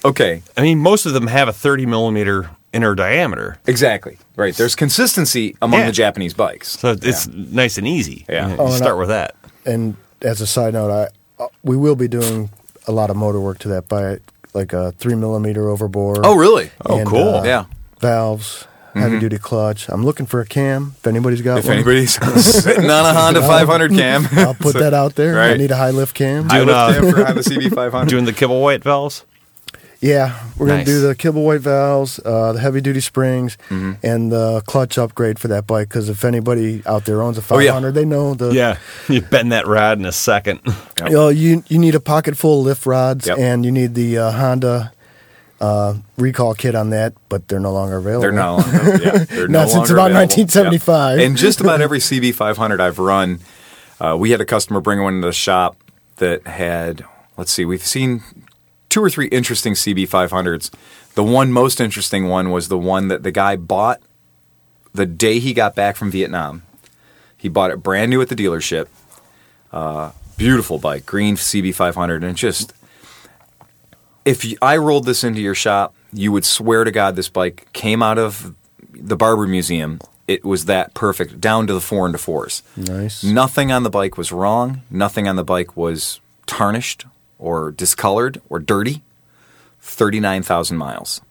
[SPEAKER 2] Okay,
[SPEAKER 5] I mean, most of them have a thirty millimeter inner diameter,
[SPEAKER 2] exactly. Right. There's consistency among
[SPEAKER 5] Yeah.
[SPEAKER 2] the Japanese bikes.
[SPEAKER 5] so it's nice and easy.
[SPEAKER 2] Yeah.
[SPEAKER 5] you
[SPEAKER 2] Oh,
[SPEAKER 4] and
[SPEAKER 5] start
[SPEAKER 4] I-
[SPEAKER 5] with that.
[SPEAKER 4] And as a side note, I uh, we will be doing a lot of motor work to that by like a three millimeter overbore.
[SPEAKER 2] oh, really?
[SPEAKER 5] Oh, cool.
[SPEAKER 4] uh,
[SPEAKER 2] Yeah.
[SPEAKER 4] Valves, heavy duty clutch. I'm looking for a cam. If anybody's got
[SPEAKER 2] If
[SPEAKER 4] one,
[SPEAKER 5] <laughs>
[SPEAKER 2] anybody's sitting on a Honda 500 cam, <laughs>
[SPEAKER 4] I'll put that out there. I
[SPEAKER 2] Right.
[SPEAKER 4] need a high lift cam.
[SPEAKER 2] I
[SPEAKER 5] Doing,
[SPEAKER 2] looked
[SPEAKER 5] uh, <laughs>
[SPEAKER 2] there for Honda CB 500.
[SPEAKER 5] Doing the kibble white valves.
[SPEAKER 4] Yeah, we're
[SPEAKER 5] Nice.
[SPEAKER 4] gonna do the Kibblewhite valves, uh, the heavy duty springs, and the clutch upgrade for that bike. Because if anybody out there owns a
[SPEAKER 2] yeah.
[SPEAKER 4] 500, they know the
[SPEAKER 5] Yeah, <laughs> you bend that rod in a second.
[SPEAKER 4] You, know, you you need a pocket full of lift rods,
[SPEAKER 2] Yep.
[SPEAKER 4] and you need the uh, Honda uh, recall kit on that, but they're no longer available.
[SPEAKER 2] They're not. Yeah,
[SPEAKER 4] <laughs>
[SPEAKER 2] they're no
[SPEAKER 4] Not since
[SPEAKER 2] longer
[SPEAKER 4] about
[SPEAKER 2] available.
[SPEAKER 4] 1975.
[SPEAKER 2] Yeah. And just about
[SPEAKER 4] <laughs>
[SPEAKER 2] every CB500 I've run, uh, we had a customer bring one to the shop that had. Let's see, we've seen two or three interesting CB500s. The one most interesting one was the one that the guy bought the day he got back from Vietnam. He bought it brand new at the dealership. Uh, beautiful bike, green CB500, and just if you, I rolled this into your shop, you would swear to God this bike came out of the Barber Museum. It was that perfect, down to the four and to fours.
[SPEAKER 4] Nice.
[SPEAKER 2] Nothing on the bike was wrong. Nothing on the bike was tarnished or discolored or dirty. 39,000 miles.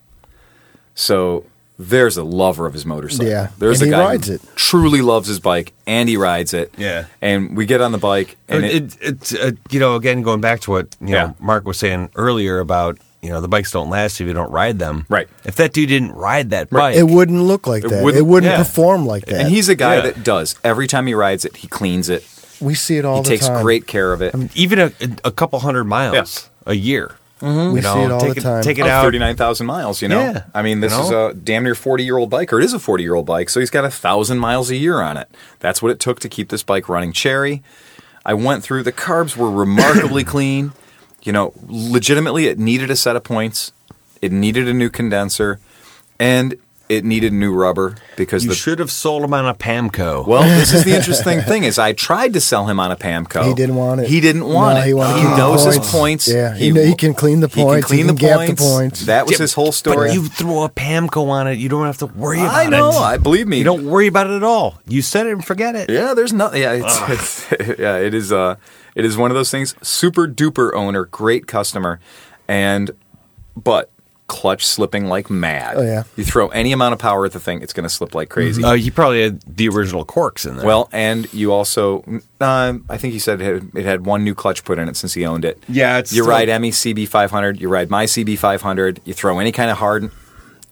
[SPEAKER 2] So there's a lover of his motorcycle.
[SPEAKER 4] Yeah.
[SPEAKER 2] There's
[SPEAKER 4] And
[SPEAKER 2] a
[SPEAKER 4] he
[SPEAKER 2] guy
[SPEAKER 4] rides
[SPEAKER 2] who
[SPEAKER 4] it.
[SPEAKER 2] truly loves his bike and he rides it.
[SPEAKER 5] Yeah.
[SPEAKER 2] And we get on the bike and it,
[SPEAKER 5] it, it's uh, you know again going back to what you
[SPEAKER 2] Yeah.
[SPEAKER 5] know Mark was saying earlier about you know the bikes don't last if you don't ride them.
[SPEAKER 2] Right.
[SPEAKER 5] If that dude didn't ride that bike,
[SPEAKER 4] It wouldn't look like that.
[SPEAKER 2] wouldn't-
[SPEAKER 4] it wouldn't
[SPEAKER 5] yeah.
[SPEAKER 4] perform like that.
[SPEAKER 2] and he's a guy
[SPEAKER 5] Yeah.
[SPEAKER 2] that does. Every time he rides it, he cleans it.
[SPEAKER 4] we see it all
[SPEAKER 2] he
[SPEAKER 4] the
[SPEAKER 2] takes
[SPEAKER 4] time.
[SPEAKER 2] great care of it.
[SPEAKER 5] even a, a couple hundred miles a year.
[SPEAKER 4] We
[SPEAKER 5] You know,
[SPEAKER 4] see it all
[SPEAKER 5] take
[SPEAKER 4] the time.
[SPEAKER 5] Take it
[SPEAKER 2] Of
[SPEAKER 5] out.
[SPEAKER 2] 39,000 miles, you know?
[SPEAKER 5] Yeah.
[SPEAKER 2] I mean, this
[SPEAKER 5] You know?
[SPEAKER 2] is a damn near 40 year old bike, or it is a 40 year old bike, so he's got a 1,000 miles a year on it. That's what it took to keep this bike running cherry. I went through, the carbs were
[SPEAKER 5] <coughs>
[SPEAKER 2] remarkably clean. You know, legitimately, it needed a set of points, it needed a new condenser, and it needed new rubber because
[SPEAKER 5] You
[SPEAKER 2] the.
[SPEAKER 5] should have sold him on a Pamco.
[SPEAKER 2] well, this
[SPEAKER 4] <laughs>
[SPEAKER 2] is the interesting thing is I tried to sell him on a Pamco.
[SPEAKER 4] He didn't want it.
[SPEAKER 2] He didn't want
[SPEAKER 4] No,
[SPEAKER 2] it.
[SPEAKER 4] he wanted to keep the
[SPEAKER 2] knows his
[SPEAKER 4] points.
[SPEAKER 2] points.
[SPEAKER 4] Yeah, he kn- he can clean the points, he can gap the points.
[SPEAKER 2] That was
[SPEAKER 5] Yeah,
[SPEAKER 2] his whole story.
[SPEAKER 5] But you throw a Pamco on it, you don't have to worry about
[SPEAKER 2] I know.
[SPEAKER 5] it.
[SPEAKER 2] I believe me.
[SPEAKER 5] You don't worry about it at all. You said it and forget it.
[SPEAKER 2] <laughs> Yeah, there's nothing. Yeah, it's, it's <laughs> yeah, it is. Uh, it is one of those things. Super duper owner, great customer, and but clutch slipping like mad.
[SPEAKER 4] Oh, yeah.
[SPEAKER 2] You throw any amount of power at the thing, it's going to slip like crazy.
[SPEAKER 5] Uh, he probably had the original corks in there.
[SPEAKER 2] well, and you also, um, I think he said it had, it had one new clutch put in it since he owned it.
[SPEAKER 5] Yeah, it's
[SPEAKER 2] you
[SPEAKER 5] still-
[SPEAKER 2] ride Emmy's CB500, you ride my CB500, you throw any kind of hard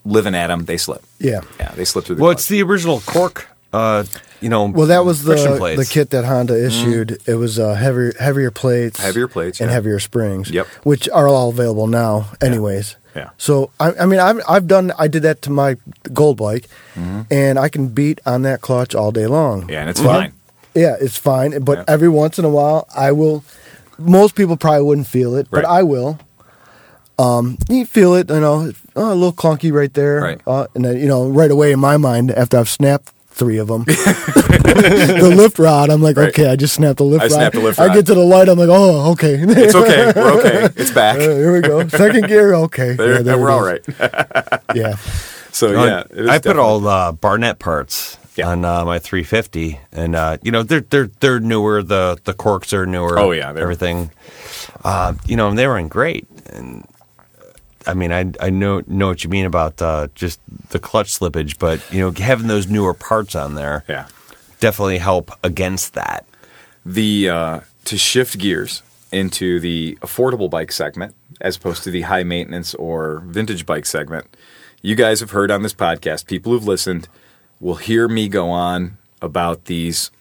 [SPEAKER 2] living at them, they slip.
[SPEAKER 4] Yeah.
[SPEAKER 2] yeah, they slip through the.
[SPEAKER 5] well,
[SPEAKER 2] clutch.
[SPEAKER 5] it's the original cork. Uh, you know.
[SPEAKER 4] Well, that was the
[SPEAKER 5] friction plates.
[SPEAKER 4] the kit that Honda issued. It was uh, heavier heavier plates,
[SPEAKER 2] Mm-hmm. Heavier plates,
[SPEAKER 4] and
[SPEAKER 2] yeah.
[SPEAKER 4] heavier springs.
[SPEAKER 2] Yep.
[SPEAKER 4] which are all available now, anyways.
[SPEAKER 2] Yeah.
[SPEAKER 4] So I, I mean, I've I've done I did that to my gold bike, and I can beat on that clutch all day long.
[SPEAKER 2] Mm-hmm. yeah, and it's
[SPEAKER 4] But-
[SPEAKER 5] Uh-huh.
[SPEAKER 2] fine.
[SPEAKER 4] Yeah, it's fine. But
[SPEAKER 2] Yeah.
[SPEAKER 4] every once in a while, I will. Most people probably wouldn't feel it, but
[SPEAKER 2] Right.
[SPEAKER 4] I will. Um, you feel it, you know, oh, a little clunky right there,
[SPEAKER 2] Right.
[SPEAKER 4] Uh, and then you know, right away in my mind, after I've snapped three
[SPEAKER 2] <laughs>
[SPEAKER 4] of them, the lift rod, I'm like,
[SPEAKER 2] Right.
[SPEAKER 4] okay, I just snapped the lift
[SPEAKER 2] I
[SPEAKER 4] rod.
[SPEAKER 2] snapped the lift
[SPEAKER 4] I
[SPEAKER 2] rod.
[SPEAKER 4] get to the light, I'm like, oh, okay, <laughs> Uh,
[SPEAKER 2] It's okay. We're okay. It's back.
[SPEAKER 5] <laughs>
[SPEAKER 4] Here we go, second gear, okay,
[SPEAKER 2] There-
[SPEAKER 4] Yeah, there
[SPEAKER 2] we're
[SPEAKER 4] it
[SPEAKER 2] all
[SPEAKER 4] is.
[SPEAKER 2] right. <laughs>
[SPEAKER 4] Yeah,
[SPEAKER 2] So
[SPEAKER 5] Uh,
[SPEAKER 2] yeah, it is
[SPEAKER 5] I put
[SPEAKER 2] definitely-
[SPEAKER 5] all uh, Barnett parts
[SPEAKER 2] Yeah.
[SPEAKER 5] on uh, my 350, and uh, you know they're they're they're newer. The the corks are newer.
[SPEAKER 2] Oh, yeah, they're-
[SPEAKER 5] everything. Uh, you know, and they were in great. And I mean, I I know know what you mean about uh, just the clutch slippage, but you know, having those newer parts on there,
[SPEAKER 2] Yeah.
[SPEAKER 5] definitely help against that.
[SPEAKER 2] the uh, to shift gears into the affordable bike segment as opposed to the high maintenance or vintage bike segment. You guys have heard on this podcast, people who've listened will hear me go on about these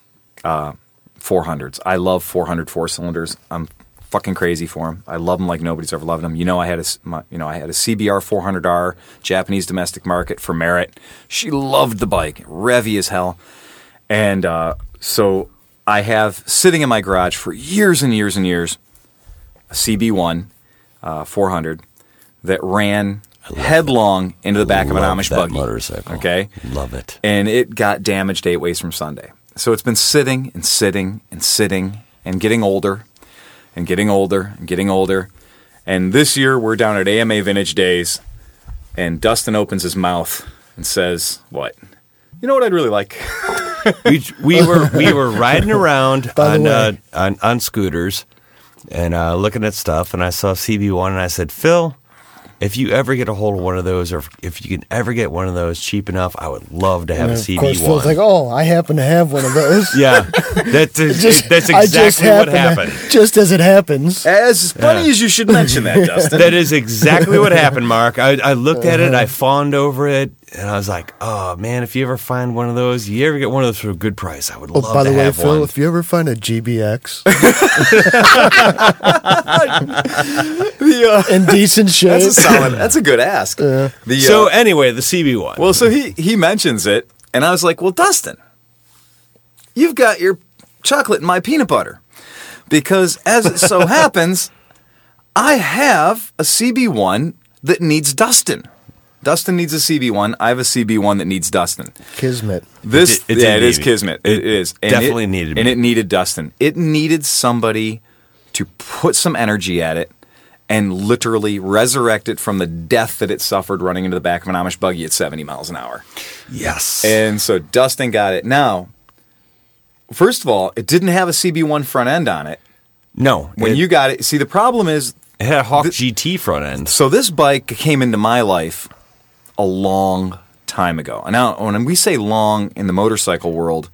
[SPEAKER 2] uh, 400s. I love 400 four cylinders. I'm fucking crazy for them. I love them like nobody's ever loved them. You know, I had a s- my, you know I had a CBR 400R Japanese domestic market for Merritt. She loved the bike, revy as hell. And uh, so I have sitting in my garage for years and years and years a CB1 uh, 400 that ran headlong into the back of an
[SPEAKER 5] Love
[SPEAKER 2] Amish
[SPEAKER 5] that
[SPEAKER 2] buggy.
[SPEAKER 5] motorcycle.
[SPEAKER 2] Okay.
[SPEAKER 5] Love it.
[SPEAKER 2] And it got damaged eight ways from Sunday. So it's been sitting and sitting and sitting and getting older and getting older and getting older. And this year we're down at AMA Vintage Days and Dustin opens his mouth and says, What? You know what I'd really like?
[SPEAKER 5] we we were
[SPEAKER 4] <laughs>
[SPEAKER 5] we were riding around
[SPEAKER 4] By the
[SPEAKER 5] on,
[SPEAKER 4] way.
[SPEAKER 5] uh, on on scooters and uh, looking at stuff, and I saw CB one, and I said, Phil, If you ever get a hold of one of those, or if- if you can ever get one of those cheap enough, I would love to have
[SPEAKER 4] And
[SPEAKER 5] a
[SPEAKER 4] of
[SPEAKER 5] CB
[SPEAKER 4] course,
[SPEAKER 5] one.
[SPEAKER 4] Phil's like, "Oh, I happen to have one of those."
[SPEAKER 2] <laughs>
[SPEAKER 5] <laughs> yeah,
[SPEAKER 4] <laughs>
[SPEAKER 5] that's that's
[SPEAKER 4] I
[SPEAKER 5] exactly what
[SPEAKER 4] happen to-
[SPEAKER 5] happened.
[SPEAKER 4] <laughs> just as it happens.
[SPEAKER 2] As Eh, funny as you should mention <laughs> that, Dustin.
[SPEAKER 5] That is exactly what happened, Mark. I, I looked at
[SPEAKER 4] Uh-huh.
[SPEAKER 5] it, I fawned over it, and I was like, "Oh man, if you ever find one of those, you ever get one of those for a good price, I would
[SPEAKER 4] Oh,
[SPEAKER 5] love
[SPEAKER 4] by
[SPEAKER 5] to
[SPEAKER 4] the way,
[SPEAKER 5] have
[SPEAKER 4] Phil,
[SPEAKER 5] one."
[SPEAKER 4] if you ever find
[SPEAKER 2] <laughs>
[SPEAKER 4] a GBX
[SPEAKER 2] The, uh,
[SPEAKER 4] in decent shape,
[SPEAKER 2] that's a solid. That's a good ask. The, uh,
[SPEAKER 5] so anyway, the CB one.
[SPEAKER 2] Well, so he he mentions it, and I was like, "Well, Dustin, you've got your chocolate and my peanut butter," because as it so <laughs> happens, I have a CB one that needs Dustin. Dustin needs a CB one. I have a CB one that needs Dustin.
[SPEAKER 4] kismet.
[SPEAKER 2] This
[SPEAKER 5] It's- it's
[SPEAKER 2] yeah, it is
[SPEAKER 5] needed.
[SPEAKER 2] kismet. it
[SPEAKER 5] It
[SPEAKER 2] is And
[SPEAKER 5] definitely
[SPEAKER 2] it,
[SPEAKER 5] needed
[SPEAKER 2] and
[SPEAKER 5] me.
[SPEAKER 2] it needed Dustin. It needed somebody to put some energy at it and literally resurrect it from the death that it suffered running into the back of an Amish buggy at 70 miles an hour.
[SPEAKER 5] yes,
[SPEAKER 2] And so Dustin got it. Now, first of all, it didn't have a CB1 front end on it.
[SPEAKER 5] no.
[SPEAKER 2] When
[SPEAKER 5] it,
[SPEAKER 2] you got it, see the problem is
[SPEAKER 5] it had a Hawk GT front end,
[SPEAKER 2] so this bike came into my life a long time ago. And now when we say long in the motorcycle world,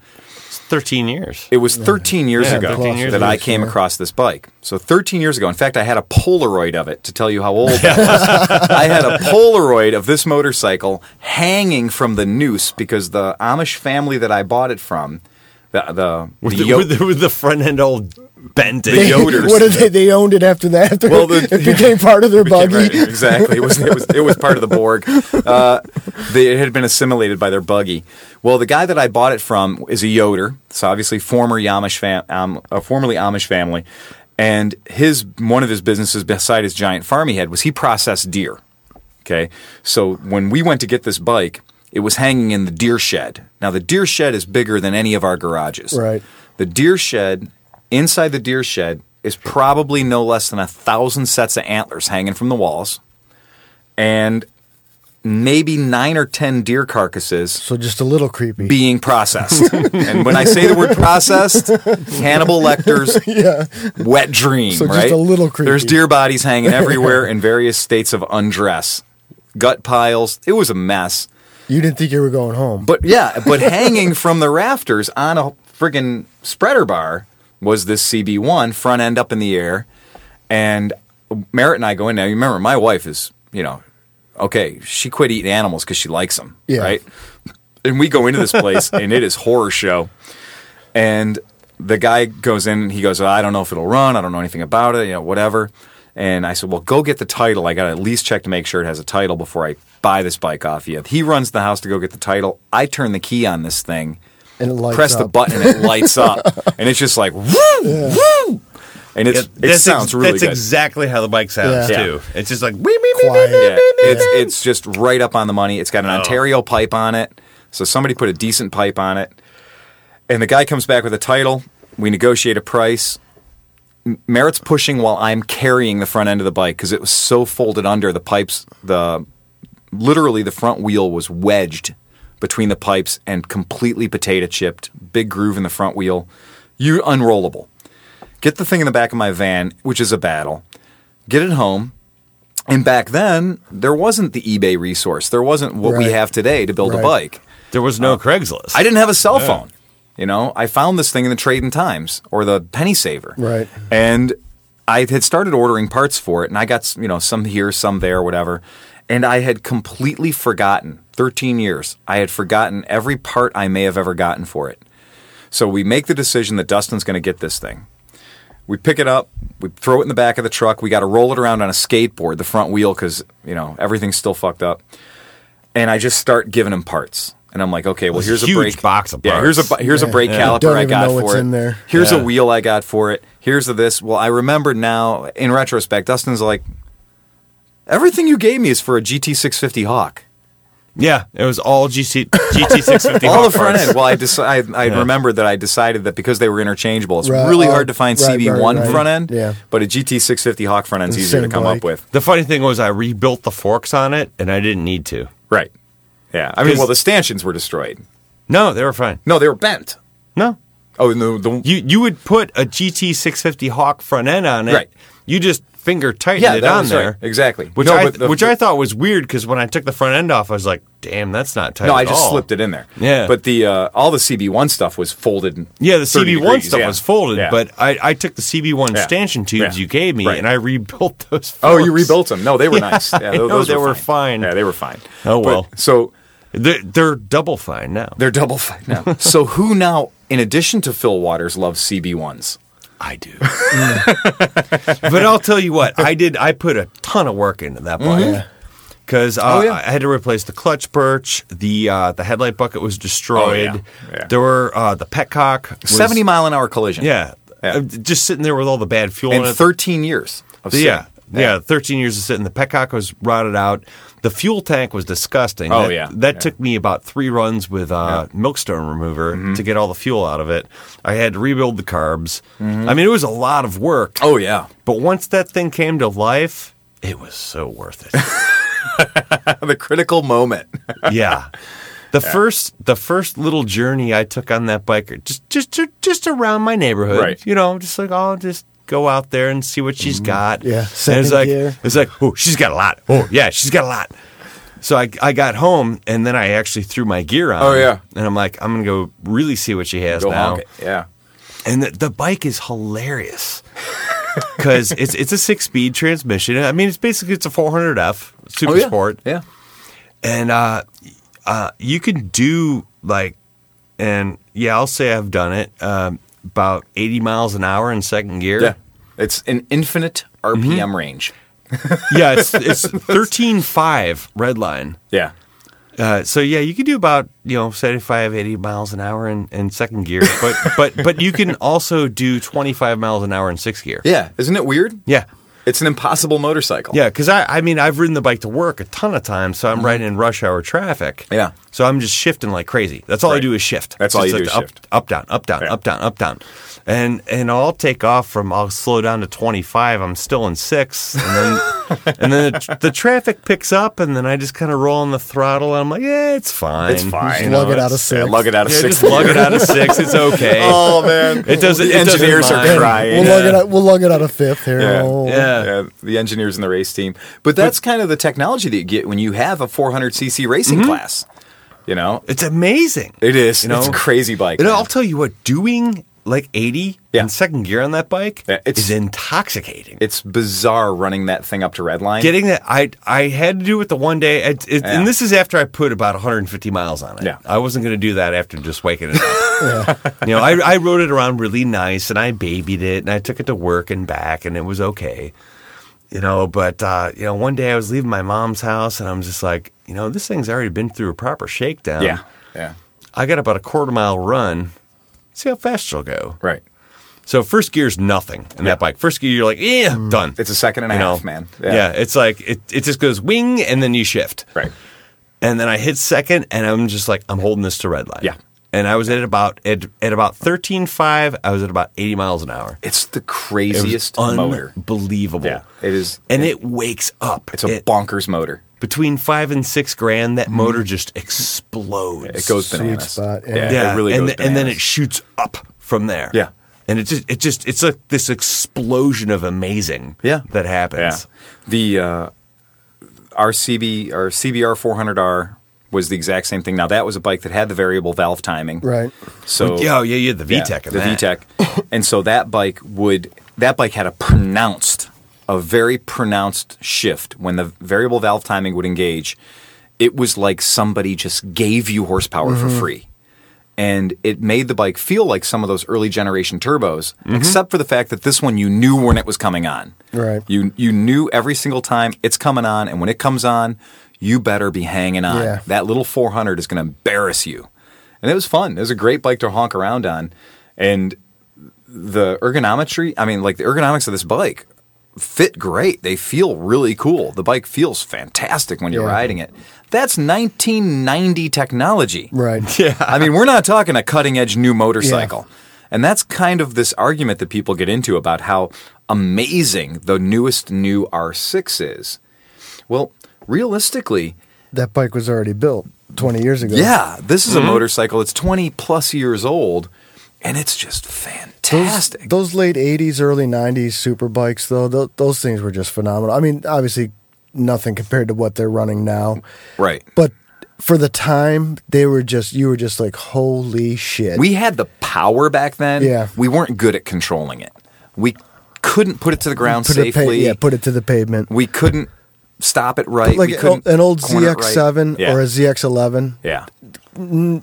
[SPEAKER 5] it's thirteen years.
[SPEAKER 2] It was 13 years
[SPEAKER 5] Yeah,
[SPEAKER 2] ago
[SPEAKER 5] 13 years
[SPEAKER 2] that
[SPEAKER 5] ago.
[SPEAKER 2] I came across this bike. So 13 years ago, in fact, I had a Polaroid of it to tell you how old it
[SPEAKER 5] <laughs>
[SPEAKER 2] was. I had a Polaroid of this motorcycle hanging from the noose because the Amish family that I bought it from, the the,
[SPEAKER 5] With
[SPEAKER 2] the
[SPEAKER 5] the,
[SPEAKER 2] yo-
[SPEAKER 5] with the, with the front end all bent.
[SPEAKER 2] The yo- Yoders.
[SPEAKER 4] <laughs> what did they? They owned it after that. After
[SPEAKER 2] Well, the-
[SPEAKER 4] it became part of their
[SPEAKER 2] <laughs> Right,
[SPEAKER 4] buggy.
[SPEAKER 2] right, exactly. It was, it was it was part of the Borg. Uh, they, it had been assimilated by their buggy. Well, the guy that I bought it from is a Yoder. So obviously former Amish fam, um, uh, formerly Amish family, and his one of his businesses beside his giant farm he had was he processed deer. Okay, so when we went to get this bike, it was hanging in the deer shed. Now the deer shed is bigger than any of our garages.
[SPEAKER 4] Right.
[SPEAKER 2] The deer shed, inside the deer shed, is probably no less than a thousand sets of antlers hanging from the walls, and maybe nine or ten deer carcasses
[SPEAKER 4] So just a little creepy.
[SPEAKER 2] being processed. and when I say the word processed, Hannibal
[SPEAKER 4] <laughs>
[SPEAKER 2] Lecter's wet dream,
[SPEAKER 4] So just
[SPEAKER 2] right?
[SPEAKER 4] a little creepy.
[SPEAKER 2] There's deer bodies
[SPEAKER 4] <laughs>
[SPEAKER 2] hanging everywhere in various states of undress, gut piles. It was a mess.
[SPEAKER 4] you didn't think you were going home.
[SPEAKER 2] But yeah, but hanging from the rafters on a friggin' spreader bar was this CB1 front end up in the air. And Merritt and I go in now. You remember, my wife is, you know, okay, she quit eating animals because she likes them,
[SPEAKER 4] Yeah.
[SPEAKER 2] right? And we go into this place and it is horror show. And the guy goes in and he goes, I don't know if it'll run. I don't know anything about it, you know, whatever. And I said, Well, go get the title. I got to at least check to make sure it has a title before I buy this bike off you. He runs the house to go get the title. I turn the key on this thing,
[SPEAKER 4] And it lights
[SPEAKER 2] press the
[SPEAKER 4] up.
[SPEAKER 2] button, and it lights up. And it's just like,
[SPEAKER 4] <laughs>
[SPEAKER 2] woo, woo. And it's, it sounds really
[SPEAKER 5] That's
[SPEAKER 2] good.
[SPEAKER 5] exactly how the bike sounds
[SPEAKER 4] Yeah.
[SPEAKER 5] too. It's just like wee, wee, wee, wee,
[SPEAKER 4] Quiet.
[SPEAKER 5] wee,
[SPEAKER 2] yeah,
[SPEAKER 5] wee, wee,
[SPEAKER 2] it's,
[SPEAKER 5] wee.
[SPEAKER 2] it's just right up on the money. It's got an Ontario pipe on it. So somebody put a decent pipe on it. And the guy comes back with a title. We negotiate a price. M- Merritt's pushing while I'm carrying the front end of the bike because it was so folded under the pipes. The literally the front wheel was wedged between the pipes and completely potato chipped. Big groove in the front wheel. You unrollable. Get the thing in the back of my van, which is a battle. Get it home. And back then, there wasn't the eBay resource. There wasn't what we
[SPEAKER 4] Right.
[SPEAKER 2] have today to build a
[SPEAKER 4] Right.
[SPEAKER 2] bike.
[SPEAKER 5] There was
[SPEAKER 2] Oh.
[SPEAKER 5] no Craigslist.
[SPEAKER 2] I didn't have a cell phone. You know, I found this thing in the Trading Times or the Penny Saver.
[SPEAKER 4] Right.
[SPEAKER 2] And I had started ordering parts for it, and I got s- you know some here, some there, whatever. And I had completely forgotten. Thirteen years, I had forgotten every part I may have ever gotten for it. So we make the decision that Dustin's going to get this thing. We pick it up, we throw it in the back of the truck. We got to roll it around on a skateboard, the front wheel, because you know everything's still fucked up. And I just start giving him parts, and I'm like, okay, well here's a
[SPEAKER 5] huge
[SPEAKER 2] brake
[SPEAKER 5] box of
[SPEAKER 2] Yeah, here's a
[SPEAKER 5] parts.
[SPEAKER 2] bu- here's a brake caliper
[SPEAKER 4] Don't
[SPEAKER 2] I
[SPEAKER 4] even
[SPEAKER 2] got
[SPEAKER 4] know what's
[SPEAKER 2] for it.
[SPEAKER 4] in there.
[SPEAKER 2] Here's
[SPEAKER 5] Yeah.
[SPEAKER 2] a wheel I got for it. Here's a this. Well, I remember now in retrospect, Dustin's like, everything you gave me is for a GT650 Hawk.
[SPEAKER 5] yeah, it was all GC, <laughs> GT650.
[SPEAKER 2] All
[SPEAKER 5] hot
[SPEAKER 2] the front
[SPEAKER 5] parts.
[SPEAKER 2] end. Well, I deci- I, I remembered that I decided that because they were interchangeable, it's
[SPEAKER 4] Right,
[SPEAKER 2] really
[SPEAKER 4] oh,
[SPEAKER 2] hard to find
[SPEAKER 4] right, right,
[SPEAKER 2] CB1
[SPEAKER 4] right.
[SPEAKER 2] front end,
[SPEAKER 4] Yeah.
[SPEAKER 2] but a GT650 Hawk front end's
[SPEAKER 4] The
[SPEAKER 2] easier to
[SPEAKER 4] same
[SPEAKER 2] come up
[SPEAKER 4] bike.
[SPEAKER 2] with.
[SPEAKER 5] The funny thing was, I rebuilt the forks on it, and I didn't need to.
[SPEAKER 2] Right. Yeah. I mean,
[SPEAKER 5] 'Cause-
[SPEAKER 2] well, the stanchions were destroyed.
[SPEAKER 5] No, they were fine.
[SPEAKER 2] No, they were bent.
[SPEAKER 5] No,
[SPEAKER 2] Oh, and the, the
[SPEAKER 5] you you would put a GT650 Hawk front end on it.
[SPEAKER 2] Right.
[SPEAKER 5] You just finger tightened
[SPEAKER 2] Yeah,
[SPEAKER 5] it
[SPEAKER 2] that
[SPEAKER 5] on
[SPEAKER 2] was right.
[SPEAKER 5] there.
[SPEAKER 2] Exactly.
[SPEAKER 5] Which
[SPEAKER 2] No,
[SPEAKER 5] I
[SPEAKER 2] but the-
[SPEAKER 5] which I thought was weird because when I took the front end off, I was like, "Damn, that's not tight."
[SPEAKER 2] No, I
[SPEAKER 5] at
[SPEAKER 2] just
[SPEAKER 5] all.
[SPEAKER 2] slipped it in there.
[SPEAKER 5] Yeah.
[SPEAKER 2] but the uh, all the CB1 stuff was folded. in
[SPEAKER 5] Yeah, the
[SPEAKER 2] 30
[SPEAKER 5] CB one
[SPEAKER 2] degrees,
[SPEAKER 5] stuff
[SPEAKER 2] yeah.
[SPEAKER 5] was folded,
[SPEAKER 2] Yeah.
[SPEAKER 5] but I, I took the CB one
[SPEAKER 2] Yeah.
[SPEAKER 5] stanchion tubes
[SPEAKER 2] Yeah.
[SPEAKER 5] you gave me
[SPEAKER 2] Right.
[SPEAKER 5] and I rebuilt <laughs> those. Forks.
[SPEAKER 2] oh, you rebuilt them. No, they
[SPEAKER 5] <laughs>
[SPEAKER 2] were nice. Yeah,
[SPEAKER 5] I
[SPEAKER 2] tho-
[SPEAKER 5] know,
[SPEAKER 2] those
[SPEAKER 5] they were fine.
[SPEAKER 2] Yeah, they were fine.
[SPEAKER 5] Oh,
[SPEAKER 2] But-
[SPEAKER 5] well.
[SPEAKER 2] so
[SPEAKER 5] They're, they're double fine now.
[SPEAKER 2] they're double fine
[SPEAKER 5] <laughs>
[SPEAKER 2] now. so who now, in addition to Phil Waters, loves CB1s?
[SPEAKER 5] I do. <laughs> but I'll tell you what, I did. I put a ton of work into that bike because uh,
[SPEAKER 2] Mm-hmm. Oh, yeah.
[SPEAKER 5] I had to replace the clutch perch. the uh, The headlight bucket was destroyed.
[SPEAKER 2] Oh, Yeah.
[SPEAKER 5] There were uh, the petcock was-
[SPEAKER 2] Seventy mile an hour collision.
[SPEAKER 5] Yeah,
[SPEAKER 2] Yeah.
[SPEAKER 5] Uh, just sitting there with all the bad fuel in
[SPEAKER 2] and
[SPEAKER 5] it.
[SPEAKER 2] thirteen years. Of
[SPEAKER 5] The- yeah,
[SPEAKER 2] sitting.
[SPEAKER 5] yeah, Thirteen years of sitting. The petcock was rotted out. The fuel tank was disgusting.
[SPEAKER 2] Oh,
[SPEAKER 5] that,
[SPEAKER 2] yeah.
[SPEAKER 5] that
[SPEAKER 2] Yeah.
[SPEAKER 5] took me about three runs with uh, milkstone remover
[SPEAKER 2] Mm-hmm.
[SPEAKER 5] to get all the fuel out of it. I had to rebuild the carbs.
[SPEAKER 2] Mm-hmm.
[SPEAKER 5] I mean, it was a lot of work.
[SPEAKER 2] Oh yeah, <laughs>
[SPEAKER 5] But once that thing came to life, it was so worth
[SPEAKER 2] <laughs>
[SPEAKER 5] it.
[SPEAKER 2] the critical moment.
[SPEAKER 5] yeah. The first the first little journey I took on that bike just just ju- just around my neighborhood.
[SPEAKER 2] Right. Mm-hmm.
[SPEAKER 5] You know, just like oh just go out there and see what she's got.
[SPEAKER 4] Yeah,
[SPEAKER 5] And it's
[SPEAKER 4] second
[SPEAKER 5] like
[SPEAKER 4] gear.
[SPEAKER 5] it's like, oh, she's got a lot. Oh yeah, she's got a lot. So I, I got home and then I actually threw my gear on.
[SPEAKER 2] Oh, yeah.
[SPEAKER 5] And I'm like, I'm gonna go really see what she has
[SPEAKER 2] Go
[SPEAKER 5] now.
[SPEAKER 2] honk it. Yeah.
[SPEAKER 5] and the, the bike is hilarious <laughs> because it's it's a six speed transmission. I mean, it's basically it's a 400F Super
[SPEAKER 2] Oh, yeah.
[SPEAKER 5] Sport,
[SPEAKER 2] Yeah.
[SPEAKER 5] and uh, uh, you can do like, and yeah, I'll say I've done it um, about 80 miles an hour in second gear.
[SPEAKER 2] Yeah. It's an infinite RPM
[SPEAKER 5] Mm-hmm.
[SPEAKER 2] range.
[SPEAKER 5] <laughs> yeah, it's it's 13.5 red line.
[SPEAKER 2] Yeah.
[SPEAKER 5] Uh, so yeah, you can do about you know 75, 80 miles an hour in, in second gear, but but but you can also do 25 miles an hour in sixth gear.
[SPEAKER 2] Yeah. Isn't it weird?
[SPEAKER 5] yeah.
[SPEAKER 2] It's an impossible motorcycle.
[SPEAKER 5] Yeah, because I, I mean, I've ridden the bike to work a ton of times, so I'm riding in rush hour traffic.
[SPEAKER 2] Mm-hmm. Yeah.
[SPEAKER 5] So I'm just shifting like crazy. That's all I
[SPEAKER 2] Right.
[SPEAKER 5] do is shift.
[SPEAKER 2] That's
[SPEAKER 5] It's
[SPEAKER 2] all
[SPEAKER 5] just
[SPEAKER 2] you do
[SPEAKER 5] like
[SPEAKER 2] is
[SPEAKER 5] up,
[SPEAKER 2] shift.
[SPEAKER 5] Up, down, up, down,
[SPEAKER 2] Yeah.
[SPEAKER 5] up, down, up, down. And and I'll take off from, I'll slow down to 25. I'm still in six. And
[SPEAKER 2] <laughs>
[SPEAKER 5] then, and then the, tr- the traffic picks up, and then I just kind of roll on the throttle, and I'm like, yeah, it's fine.
[SPEAKER 2] It's fine.
[SPEAKER 5] You
[SPEAKER 4] lug
[SPEAKER 5] know,
[SPEAKER 4] it out of
[SPEAKER 5] it's-
[SPEAKER 4] six.
[SPEAKER 2] Yeah, lug it out of
[SPEAKER 5] Yeah,
[SPEAKER 2] six.
[SPEAKER 5] just lug
[SPEAKER 2] <laughs>
[SPEAKER 5] it out of six. It's okay.
[SPEAKER 2] Oh man.
[SPEAKER 5] It doesn't-
[SPEAKER 2] The
[SPEAKER 5] it doesn't
[SPEAKER 2] engineers
[SPEAKER 5] mind.
[SPEAKER 2] are crying.
[SPEAKER 4] We'll lug it out. We'll lug it out of fifth here.
[SPEAKER 2] Yeah.
[SPEAKER 4] Oh.
[SPEAKER 5] Yeah.
[SPEAKER 2] Yeah, the engineers and the race team. But that's kind of the technology that you get when you have a 400cc racing
[SPEAKER 5] Mm-hmm.
[SPEAKER 2] class. You know,
[SPEAKER 5] It's amazing.
[SPEAKER 2] it is.
[SPEAKER 5] You know?
[SPEAKER 2] It's a crazy bike.
[SPEAKER 5] And
[SPEAKER 2] man.
[SPEAKER 5] I'll tell you what, doing like 80
[SPEAKER 2] Yeah.
[SPEAKER 5] in second gear on that bike
[SPEAKER 2] Yeah, it's-
[SPEAKER 5] is intoxicating.
[SPEAKER 2] it's bizarre running that thing up to redline.
[SPEAKER 5] Getting that, I I had to do it the one day, it, it,
[SPEAKER 2] Yeah.
[SPEAKER 5] and this is after I put about 150 miles on it.
[SPEAKER 2] Yeah.
[SPEAKER 5] I wasn't going to do that after just waking
[SPEAKER 2] <laughs>
[SPEAKER 5] it up. <laughs> You know, I, I rode it around really nice, and I babied it, and I took it to work and back, and it was okay. You know, but uh, you know, one day I was leaving my mom's house, and I'm just like, you know, this thing's already been through a proper shakedown.
[SPEAKER 2] Yeah, yeah,
[SPEAKER 5] I got about a quarter mile run. See how fast she'll go.
[SPEAKER 2] right.
[SPEAKER 5] So first gear's nothing in that bike. First gear, you're like, yeah,
[SPEAKER 2] Mm.
[SPEAKER 5] done.
[SPEAKER 2] It's a second and a
[SPEAKER 5] You
[SPEAKER 2] half, man.
[SPEAKER 5] Yeah. it's like it, it just goes wing and then you shift.
[SPEAKER 2] right.
[SPEAKER 5] And then I hit second, and I'm just like, I'm holding this to red line.
[SPEAKER 2] Yeah.
[SPEAKER 5] And I was at about at, at about thirteen five. I was at about eighty miles an hour.
[SPEAKER 2] It's the
[SPEAKER 5] It was
[SPEAKER 2] craziest motor.
[SPEAKER 5] unbelievable.
[SPEAKER 2] Yeah, it is-
[SPEAKER 5] and it, wakes up.
[SPEAKER 2] It's a
[SPEAKER 5] It-
[SPEAKER 2] bonkers motor.
[SPEAKER 5] between five and six grand. That motor just explodes.
[SPEAKER 2] It goes
[SPEAKER 4] Sweet
[SPEAKER 2] bananas.
[SPEAKER 4] spot, yeah.
[SPEAKER 2] Yeah,
[SPEAKER 5] Yeah,
[SPEAKER 2] it really
[SPEAKER 5] and,
[SPEAKER 2] goes
[SPEAKER 5] th- and then it
[SPEAKER 2] bananas.
[SPEAKER 5] shoots up from there.
[SPEAKER 2] Yeah.
[SPEAKER 5] and it just it just it's like this explosion of amazing.
[SPEAKER 2] Yeah.
[SPEAKER 5] that happens.
[SPEAKER 2] Yeah. The uh, our CB our CBR 400R was the exact same thing. Now that was a bike that had the variable valve timing,
[SPEAKER 4] Right.
[SPEAKER 2] So
[SPEAKER 5] Yeah, oh, yeah, yeah. The VTEC, in
[SPEAKER 2] the
[SPEAKER 5] that.
[SPEAKER 2] VTEC, and so that bike would that bike had a pronounced, a very pronounced shift when the variable valve timing would engage. It was like somebody just gave you horsepower for free. And it made the bike feel like some of those early generation turbos, except for the fact that this one you knew when it was coming on.
[SPEAKER 4] Right.
[SPEAKER 2] You you knew every single time it's coming on, and when it comes on, you better be hanging on.
[SPEAKER 4] Yeah.
[SPEAKER 2] That little 400 is going to embarrass you. And it was fun. It was a great bike to honk around on, and the ergonometry. I mean, like the ergonomics of this bike fit great. They feel really cool. The bike feels fantastic when you're
[SPEAKER 4] Yeah.
[SPEAKER 2] riding it. That's 1990 technology. <laughs>
[SPEAKER 4] Right.
[SPEAKER 2] I mean, we're not talking a cutting edge new motorcycle. And that's kind of this argument that people get into about how amazing the newest new R6 is. Well, realistically,
[SPEAKER 4] That bike was already built 20 years ago.
[SPEAKER 2] yeah, this is a motorcycle that's 20 plus years old. and it's just fantastic.
[SPEAKER 4] Those, those late '80s, early '90s super bikes, though, th- those things were just phenomenal. I mean, obviously, nothing compared to what they're running now,
[SPEAKER 2] right.
[SPEAKER 4] but for the time, they were just you were just like, holy shit.
[SPEAKER 2] We had the power back then.
[SPEAKER 4] Yeah.
[SPEAKER 2] We weren't good at controlling it. We couldn't put it to the ground
[SPEAKER 4] put it pa-
[SPEAKER 2] safely.
[SPEAKER 4] yeah, put it to the pavement.
[SPEAKER 2] we couldn't stop it right.
[SPEAKER 4] like
[SPEAKER 2] we
[SPEAKER 4] an,
[SPEAKER 2] couldn't
[SPEAKER 4] an old
[SPEAKER 2] corner it right.
[SPEAKER 4] ZX7
[SPEAKER 2] Yeah.
[SPEAKER 4] or a ZX11,
[SPEAKER 2] yeah.
[SPEAKER 4] no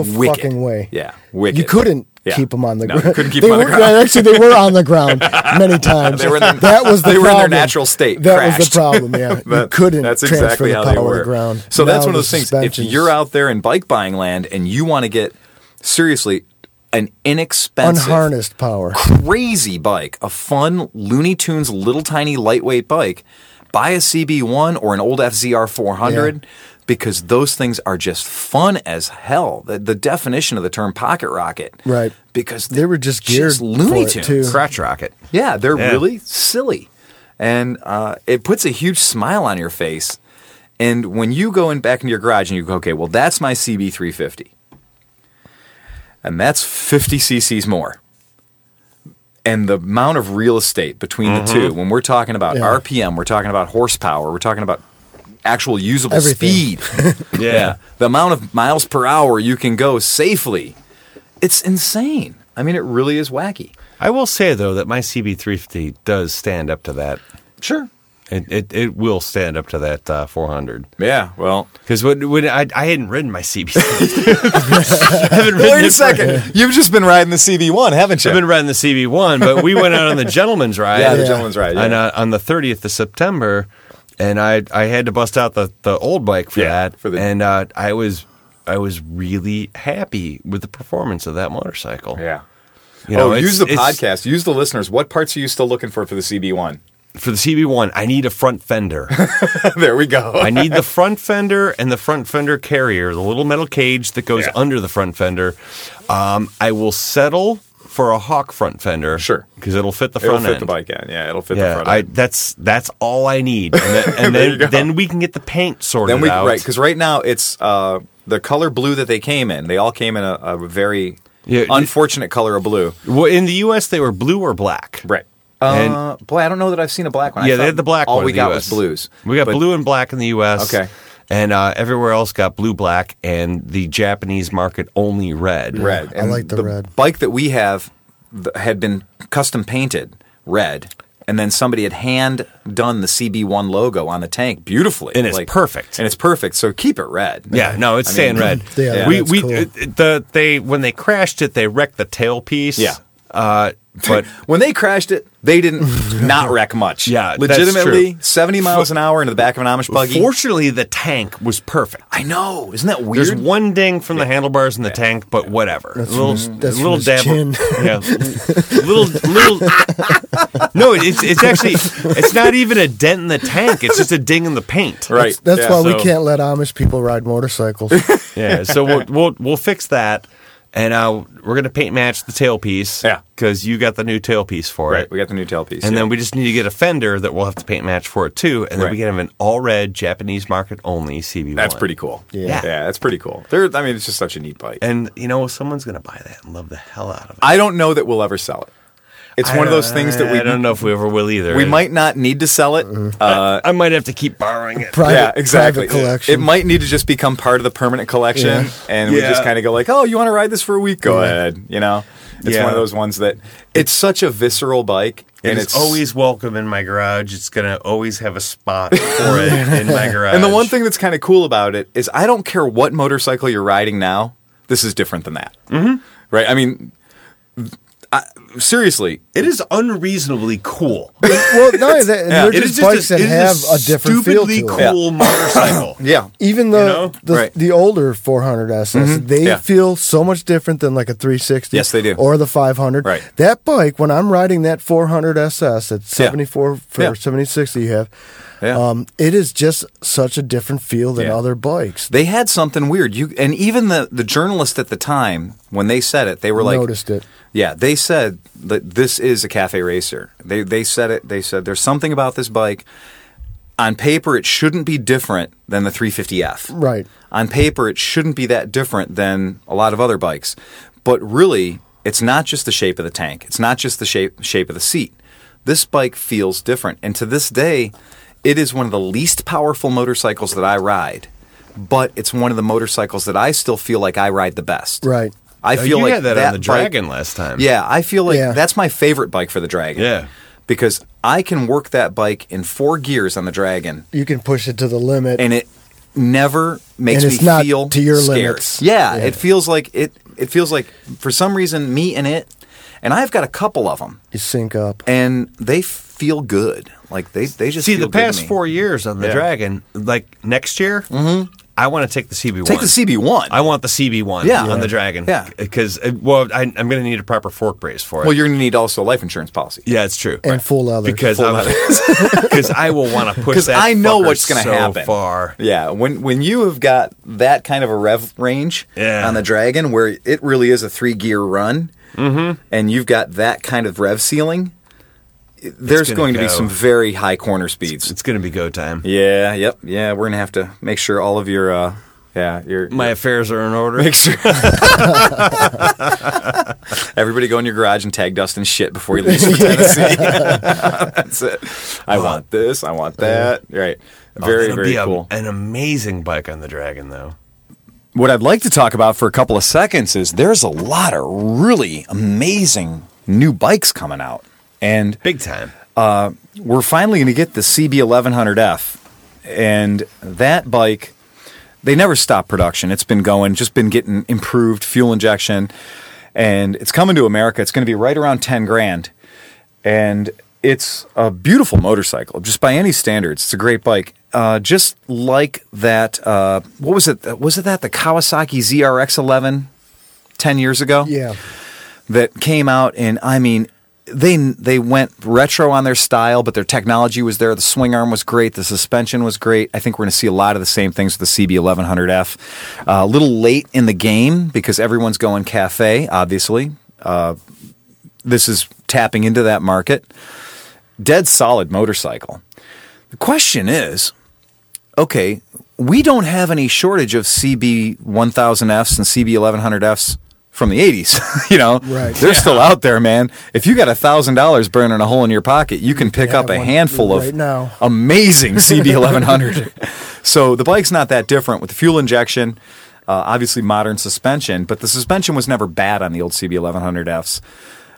[SPEAKER 2] Wicked.
[SPEAKER 4] fucking way.
[SPEAKER 2] Yeah. Wicked.
[SPEAKER 4] You couldn't
[SPEAKER 2] Yeah.
[SPEAKER 4] keep them on the
[SPEAKER 2] No,
[SPEAKER 4] ground.
[SPEAKER 2] couldn't keep
[SPEAKER 4] They
[SPEAKER 2] 'em on the
[SPEAKER 4] were-
[SPEAKER 2] ground.
[SPEAKER 4] Actually, they were on
[SPEAKER 2] <laughs>
[SPEAKER 4] the ground many times.
[SPEAKER 2] They were in their-
[SPEAKER 4] that was the
[SPEAKER 2] <laughs> they were in their
[SPEAKER 4] problem.
[SPEAKER 2] natural state,
[SPEAKER 4] That was
[SPEAKER 2] crashed.
[SPEAKER 4] the problem.
[SPEAKER 2] <laughs>
[SPEAKER 4] Yeah, you
[SPEAKER 2] That-
[SPEAKER 4] couldn't
[SPEAKER 2] That's
[SPEAKER 4] transfer
[SPEAKER 2] exactly
[SPEAKER 4] the
[SPEAKER 2] how
[SPEAKER 4] power
[SPEAKER 2] they
[SPEAKER 4] to
[SPEAKER 2] were.
[SPEAKER 4] the ground.
[SPEAKER 2] So that's
[SPEAKER 4] Now
[SPEAKER 2] one of
[SPEAKER 4] the
[SPEAKER 2] those things. If
[SPEAKER 4] suspensions-
[SPEAKER 2] you're out there in bike buying land and you want to get seriously an inexpensive,
[SPEAKER 4] unharnessed power,
[SPEAKER 2] crazy bike, a fun Looney Tunes little tiny lightweight bike, buy a CB1 or an old FZR 400 because those things are just fun as hell. The, the definition of the term pocket rocket,
[SPEAKER 4] Right.
[SPEAKER 2] Because
[SPEAKER 4] They were just geared
[SPEAKER 2] Looney
[SPEAKER 4] for it,
[SPEAKER 2] Tunes.
[SPEAKER 4] too.
[SPEAKER 5] Crotch rocket.
[SPEAKER 2] Yeah, they're
[SPEAKER 5] Yeah.
[SPEAKER 2] really silly. And uh, it puts a huge smile on your face. And when you go in back into your garage and you go, okay, well, that's my CB350. And that's 50 cc's more. And the amount of real estate between the two,
[SPEAKER 5] Mm-hmm.
[SPEAKER 2] when we're talking about
[SPEAKER 4] Yeah.
[SPEAKER 2] RPM, we're talking about horsepower, we're talking about actual usable
[SPEAKER 4] <laughs> Everything.
[SPEAKER 2] speed,
[SPEAKER 5] Yeah.
[SPEAKER 2] the amount of miles per hour you can go safely, it's insane. I mean, it really is wacky.
[SPEAKER 5] I will say though that my CB350 does stand up to that.
[SPEAKER 2] Sure.
[SPEAKER 5] It it, it will stand up to that uh, 400.
[SPEAKER 2] Yeah, well,
[SPEAKER 5] Because when, when I, I hadn't ridden my CB, <laughs> I haven't
[SPEAKER 2] <laughs>
[SPEAKER 5] ridden
[SPEAKER 2] Wait a
[SPEAKER 5] it for-
[SPEAKER 2] second. You've just been riding the CB1, haven't you?
[SPEAKER 5] I've been riding the CB1, but we went out on the gentleman's ride.
[SPEAKER 2] yeah, the
[SPEAKER 4] Yeah.
[SPEAKER 2] gentleman's right.
[SPEAKER 5] on,
[SPEAKER 2] Yeah.
[SPEAKER 5] uh, on the 30th of September, and I I had to bust out the, the old bike for
[SPEAKER 2] Yeah,
[SPEAKER 5] that,
[SPEAKER 2] for the-
[SPEAKER 5] and uh, I was I was really happy with the performance of that motorcycle.
[SPEAKER 2] yeah.
[SPEAKER 5] you know,
[SPEAKER 2] oh, use
[SPEAKER 5] it's-
[SPEAKER 2] the
[SPEAKER 5] it's-
[SPEAKER 2] podcast. Use the listeners. What parts are you still looking for for the CB1?
[SPEAKER 5] for the CB1. I need a front fender.
[SPEAKER 2] <laughs> there we go.
[SPEAKER 5] I need the front fender and the front fender carrier, the little metal cage that goes
[SPEAKER 2] Yeah.
[SPEAKER 5] under the front fender. Um, I will settle for a Hawk front fender,
[SPEAKER 2] Sure.
[SPEAKER 5] because it'll fit the
[SPEAKER 2] it'll
[SPEAKER 5] front
[SPEAKER 2] fit
[SPEAKER 5] end.
[SPEAKER 2] the bike in. Yeah, it'll fit the
[SPEAKER 5] Yeah,
[SPEAKER 2] front
[SPEAKER 5] I,
[SPEAKER 2] end.
[SPEAKER 5] that's that's all I need,
[SPEAKER 2] <laughs>
[SPEAKER 5] and, then- and
[SPEAKER 2] There you go.
[SPEAKER 5] then then we can get the paint sorted
[SPEAKER 2] then we
[SPEAKER 5] out.
[SPEAKER 2] right because right now it's uh, the color blue that they came in. They all came in a, a very
[SPEAKER 5] Yeah, it-
[SPEAKER 2] unfortunate color of blue.
[SPEAKER 5] Well, in the U.S., they were blue or black.
[SPEAKER 2] Right.
[SPEAKER 5] And-
[SPEAKER 2] Uh, boy, I don't know that I've seen a black one. I
[SPEAKER 5] Yeah, they
[SPEAKER 2] thought
[SPEAKER 5] had the black
[SPEAKER 2] All
[SPEAKER 5] one.
[SPEAKER 2] we
[SPEAKER 5] in the
[SPEAKER 2] got was
[SPEAKER 5] US.
[SPEAKER 2] blues.
[SPEAKER 5] We got
[SPEAKER 2] But-
[SPEAKER 5] blue and black in the U.S.
[SPEAKER 2] Okay.
[SPEAKER 5] And uh, everywhere else got blue, black, and the Japanese market only red.
[SPEAKER 2] red.
[SPEAKER 4] I like the red.
[SPEAKER 2] bike that we have th- had been custom painted red, and then somebody had hand done the CB1 logo on the tank beautifully,
[SPEAKER 5] And it's perfect.
[SPEAKER 2] And it's perfect. So keep it red.
[SPEAKER 5] Yeah, no, it's
[SPEAKER 2] I
[SPEAKER 5] staying
[SPEAKER 2] mean,
[SPEAKER 5] red.
[SPEAKER 4] <laughs> Yeah, Yeah.
[SPEAKER 5] we
[SPEAKER 4] that's
[SPEAKER 5] we
[SPEAKER 4] cool.
[SPEAKER 5] uh, the they when they crashed it, they wrecked the tailpiece.
[SPEAKER 2] Yeah.
[SPEAKER 5] uh,
[SPEAKER 4] <laughs>
[SPEAKER 5] but
[SPEAKER 2] <laughs> When they crashed it, they didn't not wreck much.
[SPEAKER 5] Yeah, that's
[SPEAKER 2] legitimately
[SPEAKER 5] true.
[SPEAKER 2] seventy miles an hour into the back of an Amish buggy.
[SPEAKER 5] fortunately, the tank was perfect.
[SPEAKER 2] I know. Isn't that weird?
[SPEAKER 5] There's one ding from the handlebars in the tank, but whatever.
[SPEAKER 4] That's
[SPEAKER 5] little,
[SPEAKER 4] from his- that's from
[SPEAKER 5] little
[SPEAKER 4] his
[SPEAKER 5] dab.
[SPEAKER 4] chin. <laughs>
[SPEAKER 5] Yeah, little, little. <laughs> no, it's it's actually it's not even a dent in the tank. It's just a ding in the paint.
[SPEAKER 2] right.
[SPEAKER 4] That's
[SPEAKER 2] yeah,
[SPEAKER 4] why
[SPEAKER 2] so-
[SPEAKER 4] we can't let Amish people
[SPEAKER 2] <laughs>
[SPEAKER 4] ride motorcycles.
[SPEAKER 5] Yeah. So we'll we'll, we'll fix that, and uh, we're gonna paint match the tailpiece.
[SPEAKER 2] Yeah.
[SPEAKER 5] Because you got the new tailpiece for
[SPEAKER 2] Right.
[SPEAKER 5] it.
[SPEAKER 2] We got the new tailpiece.
[SPEAKER 5] and
[SPEAKER 2] yeah.
[SPEAKER 5] then we just need to get a fender that we'll have to paint match for it too, and then we
[SPEAKER 2] Right.
[SPEAKER 5] can have an all red Japanese market only CB.
[SPEAKER 2] that's pretty cool.
[SPEAKER 5] Yeah.
[SPEAKER 2] Yeah, that's pretty cool. There, I mean, it's just such a neat bike.
[SPEAKER 5] And you know someone's gonna buy that and love the hell out of it.
[SPEAKER 2] I don't know that we'll ever sell it. It's one of those things that we
[SPEAKER 5] I don't know if we ever will either.
[SPEAKER 2] We might not need to sell it. Uh,
[SPEAKER 5] I might have to keep borrowing it.
[SPEAKER 4] Mm-hmm. private,
[SPEAKER 2] yeah, exactly.
[SPEAKER 4] Private collection.
[SPEAKER 2] It might need to just become part of the permanent collection,
[SPEAKER 4] Yeah.
[SPEAKER 2] and we
[SPEAKER 5] Yeah.
[SPEAKER 2] just kind of go like, "Oh, you want to ride this for a week? Go ahead." You know, it's
[SPEAKER 5] Yeah.
[SPEAKER 2] one of those ones that it's such a visceral bike, and it's
[SPEAKER 5] always welcome in my garage. It's gonna always have a spot for
[SPEAKER 2] <laughs>
[SPEAKER 5] it in my garage.
[SPEAKER 2] And the one thing that's kind of cool about it is I don't care what motorcycle you're riding now. This is different than that, mm-hmm. right? I mean, I, seriously,
[SPEAKER 5] it is unreasonably cool.
[SPEAKER 4] well, no, that, and they're
[SPEAKER 5] It
[SPEAKER 4] just,
[SPEAKER 5] is
[SPEAKER 4] bikes
[SPEAKER 5] a-
[SPEAKER 4] that
[SPEAKER 5] it is
[SPEAKER 4] have a different feel
[SPEAKER 5] stupidly
[SPEAKER 4] to it.
[SPEAKER 2] <coughs>
[SPEAKER 5] cool motorcycle.
[SPEAKER 2] yeah,
[SPEAKER 4] Even the
[SPEAKER 5] You know?
[SPEAKER 4] the,
[SPEAKER 2] Right. Mm-hmm.
[SPEAKER 4] the older 400 SS, they
[SPEAKER 2] Yeah.
[SPEAKER 4] feel so much different than like a 360.
[SPEAKER 2] Yes, they do.
[SPEAKER 4] Or the 500.
[SPEAKER 2] Right.
[SPEAKER 4] That bike, when I'm riding that 400 SS at 74 for
[SPEAKER 2] Yeah.
[SPEAKER 4] 76 that you have,
[SPEAKER 2] Yeah.
[SPEAKER 4] um, it is just such a different feel than
[SPEAKER 2] Yeah.
[SPEAKER 4] other bikes.
[SPEAKER 2] they had something weird. You and even the the journalist at the time when they said it, they were like,
[SPEAKER 4] noticed it.
[SPEAKER 2] Yeah, they said that this is a cafe racer. They they said it. They said there's something about this bike. On paper, it shouldn't be different than the 350F.
[SPEAKER 4] Right.
[SPEAKER 2] On paper, it shouldn't be that different than a lot of other bikes. But really, it's not just the shape of the tank. It's not just the shape shape of the seat. This bike feels different, and to this day, it is one of the least powerful motorcycles that I ride. But it's one of the motorcycles that I still feel like I ride the best.
[SPEAKER 4] Right.
[SPEAKER 2] I
[SPEAKER 5] Oh,
[SPEAKER 2] feel
[SPEAKER 5] you
[SPEAKER 2] like
[SPEAKER 5] had that on the
[SPEAKER 2] bike-
[SPEAKER 5] Dragon last time.
[SPEAKER 2] Yeah, I feel like
[SPEAKER 4] Yeah.
[SPEAKER 2] that's my favorite bike for the Dragon.
[SPEAKER 5] Yeah.
[SPEAKER 2] Because I can work that bike in four gears on the Dragon
[SPEAKER 4] You can push it to the limit.
[SPEAKER 2] and it never makes
[SPEAKER 4] And it's
[SPEAKER 2] me
[SPEAKER 4] not
[SPEAKER 2] feel
[SPEAKER 4] to your
[SPEAKER 2] scared.
[SPEAKER 4] limits.
[SPEAKER 2] Yeah,
[SPEAKER 4] Yeah.
[SPEAKER 2] it feels like it. It feels like for some reason me and it, and I've got a couple of them,
[SPEAKER 4] you sync up.
[SPEAKER 2] and they feel good. Like they they just
[SPEAKER 5] See,
[SPEAKER 2] feel
[SPEAKER 5] the
[SPEAKER 2] good to
[SPEAKER 5] past
[SPEAKER 2] me.
[SPEAKER 5] four years on the
[SPEAKER 2] Yeah.
[SPEAKER 5] Dragon, like next year, mm-hmm. I want to take the CB1.
[SPEAKER 2] Take the CB one.
[SPEAKER 5] I want the CB one
[SPEAKER 2] Yeah.
[SPEAKER 5] on the Dragon.
[SPEAKER 2] Yeah.
[SPEAKER 5] Because, well, I, I'm going to need a proper fork brace for it.
[SPEAKER 2] Well, you're gonna need also a life insurance policy.
[SPEAKER 5] yeah, it's true.
[SPEAKER 4] And full leather.
[SPEAKER 5] Because I'm- <laughs> 'cause I will
[SPEAKER 2] <laughs>
[SPEAKER 5] want to push
[SPEAKER 2] Because
[SPEAKER 5] that
[SPEAKER 2] I know
[SPEAKER 5] fucker
[SPEAKER 2] what's going to
[SPEAKER 5] so
[SPEAKER 2] happen.
[SPEAKER 5] far.
[SPEAKER 2] Yeah, when when you have got that kind of a rev range
[SPEAKER 5] Yeah.
[SPEAKER 2] on the Dragon, where it really is a three gear run,
[SPEAKER 5] Mm-hmm.
[SPEAKER 2] and you've got that kind of rev ceiling, there's
[SPEAKER 5] gonna
[SPEAKER 2] going to be
[SPEAKER 5] go.
[SPEAKER 2] some very high corner speeds.
[SPEAKER 5] It's going to be go time.
[SPEAKER 2] Yeah, yep, yeah. We're gonna have to make sure all of your, uh, yeah, your
[SPEAKER 5] My affairs are in order.
[SPEAKER 2] make sure. Everybody go in your garage and tag dust and shit before you leave
[SPEAKER 5] <laughs>
[SPEAKER 2] for Tennessee. <laughs> That's it. I want this. I want that. Right.
[SPEAKER 5] Oh,
[SPEAKER 2] Very
[SPEAKER 5] that'll
[SPEAKER 2] very
[SPEAKER 5] be a-
[SPEAKER 2] cool.
[SPEAKER 5] an amazing bike on the Dragon, though.
[SPEAKER 2] What I'd like to talk about for a couple of seconds is there's a lot of really amazing new bikes coming out, and
[SPEAKER 5] Big time.
[SPEAKER 2] we're finally going to get the CB1100F, and that bike, they never stopped production. It's been going, just been getting improved fuel injection, and it's coming to America. It's going to be right around ten grand, and it's a beautiful motorcycle, just by any standards. It's a great bike, uh, just like that. Uh, what was it? Was it that the Kawasaki ZRX11 ten years ago?
[SPEAKER 4] yeah.
[SPEAKER 2] that came out and I mean they they went retro on their style, but their technology was there. The swing arm was great. The suspension was great. I think we're going to see a lot of the same things with the CB1100F. Uh, a little late in the game because everyone's going cafe. Obviously, uh, this is tapping into that market. Dead solid motorcycle. The question is, okay, we don't have any shortage of CB 1000Fs and CB 1100Fs from the 80s. <laughs> you know,
[SPEAKER 4] Right.
[SPEAKER 2] they're still out there, man. If you got $1,000 burning a hole in your pocket, you can pick
[SPEAKER 4] Yeah,
[SPEAKER 2] up a
[SPEAKER 4] one
[SPEAKER 2] handful of
[SPEAKER 4] right now.
[SPEAKER 2] amazing
[SPEAKER 4] <laughs>
[SPEAKER 2] CB 1100. so the bike's not that different with the fuel injection. Uh, obviously, modern suspension, but the suspension was never bad on the old CB 1100Fs.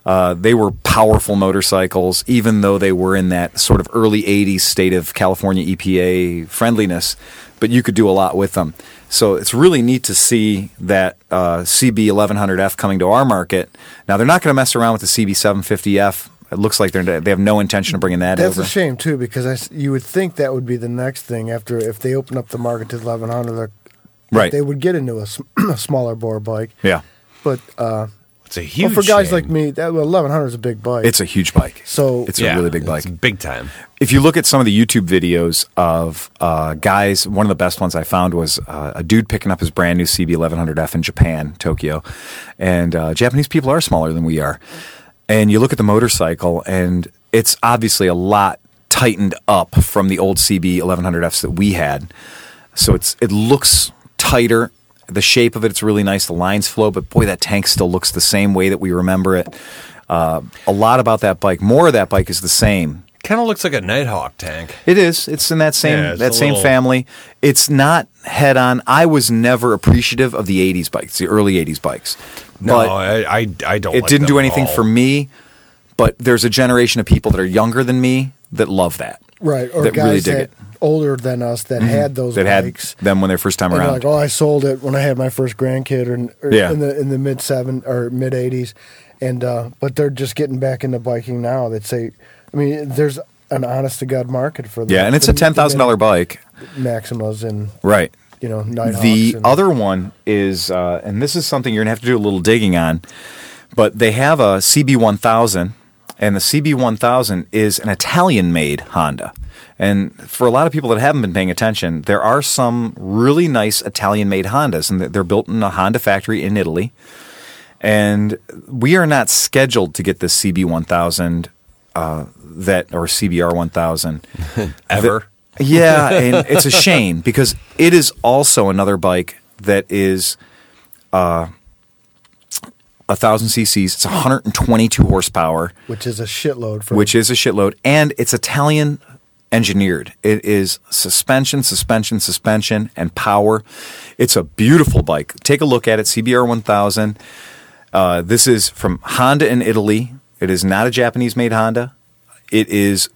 [SPEAKER 2] Uh, they were powerful motorcycles, even though they were in that sort of early 80s state of California EPA friendliness, but you could do a lot with them. So it's really neat to see that uh, CB 1100F coming to our market. Now, they're not going to mess around with the CB 750F. It looks like they're, they have no intention of bringing that
[SPEAKER 4] That's
[SPEAKER 2] over.
[SPEAKER 4] a shame too, because I s you would think that would be the next thing after if they open up the market to eleven hundred, they're
[SPEAKER 2] Right.
[SPEAKER 4] They would get into a, sm- <clears throat> a smaller bore bike.
[SPEAKER 2] Yeah.
[SPEAKER 4] But uh,
[SPEAKER 5] It's a huge
[SPEAKER 4] well, for guys
[SPEAKER 5] shame.
[SPEAKER 4] like me, that eleven hundred is a big bike.
[SPEAKER 2] It's a huge bike.
[SPEAKER 4] So-
[SPEAKER 2] it's
[SPEAKER 5] Yeah,
[SPEAKER 2] a really big
[SPEAKER 5] it's
[SPEAKER 2] bike.
[SPEAKER 5] Big time.
[SPEAKER 2] If you look at some of the YouTube videos of uh, guys, one of the best ones I found was uh, a dude picking up his brand new CB1100F in Japan, Tokyo. And uh, Japanese people are smaller than we are. And you look at the motorcycle, and it's obviously a lot tightened up from the old CB1100Fs that we had. So it's it looks tighter. The shape of it, it's really nice. The lines flow, but boy, that tank still looks the same way that we remember it. Uh, a lot about that bike. More of that bike is the same.
[SPEAKER 5] Kind of looks like a Nighthawk tank.
[SPEAKER 2] It is. It's in that same
[SPEAKER 5] Yeah, it's
[SPEAKER 2] that
[SPEAKER 5] a
[SPEAKER 2] same
[SPEAKER 5] little-
[SPEAKER 2] family. It's not head on. I was never appreciative of the '80s bikes, the early '80s bikes.
[SPEAKER 5] No,
[SPEAKER 2] but
[SPEAKER 5] I, I, I don't.
[SPEAKER 2] it
[SPEAKER 5] like
[SPEAKER 2] didn't
[SPEAKER 5] them
[SPEAKER 2] do
[SPEAKER 5] at
[SPEAKER 2] anything
[SPEAKER 5] all.
[SPEAKER 2] for me. But there's a generation of people that are younger than me that love that.
[SPEAKER 4] right or
[SPEAKER 2] that
[SPEAKER 4] guys
[SPEAKER 2] really dig
[SPEAKER 4] that
[SPEAKER 2] it. Mm-hmm.
[SPEAKER 4] older than us that had those
[SPEAKER 2] That had
[SPEAKER 4] bikes.
[SPEAKER 2] them when their first time
[SPEAKER 4] and they're
[SPEAKER 2] around.
[SPEAKER 4] like, oh, I sold it when I had my first grandkid, or, or
[SPEAKER 2] Yeah.
[SPEAKER 4] in the in the mid seven or mid eighties, and uh, but they're just getting back into biking now. That say, I mean, there's an honest to god market for that.
[SPEAKER 2] yeah, and it's a
[SPEAKER 4] The-
[SPEAKER 2] ten thousand dollar
[SPEAKER 4] the
[SPEAKER 2] bike,
[SPEAKER 4] Maximas and
[SPEAKER 2] right?
[SPEAKER 4] you know Nighthawks.
[SPEAKER 2] The
[SPEAKER 4] and-
[SPEAKER 2] other one is, uh, and this is something you're gonna have to do a little digging on, but they have a CB1000, and the CB1000 is an Italian-made Honda. And for a lot of people that haven't been paying attention, there are some really nice Italian-made Hondas, and they're- they're built in a Honda factory in Italy. And we are not scheduled to get this CB1000 uh, that or CBR1000
[SPEAKER 5] Ever.
[SPEAKER 2] That- yeah, and it's a shame because it is also another bike that is 1,000 uh, cc's. It's 122 horsepower,
[SPEAKER 4] which is a shitload for
[SPEAKER 2] which is a shitload. And it's Italian engineered. It is suspension, suspension, suspension, and power. It's a beautiful bike. Take a look at it. CBR 1000. Uh, this is from Honda in Italy. It is not a Japanese made Honda. It is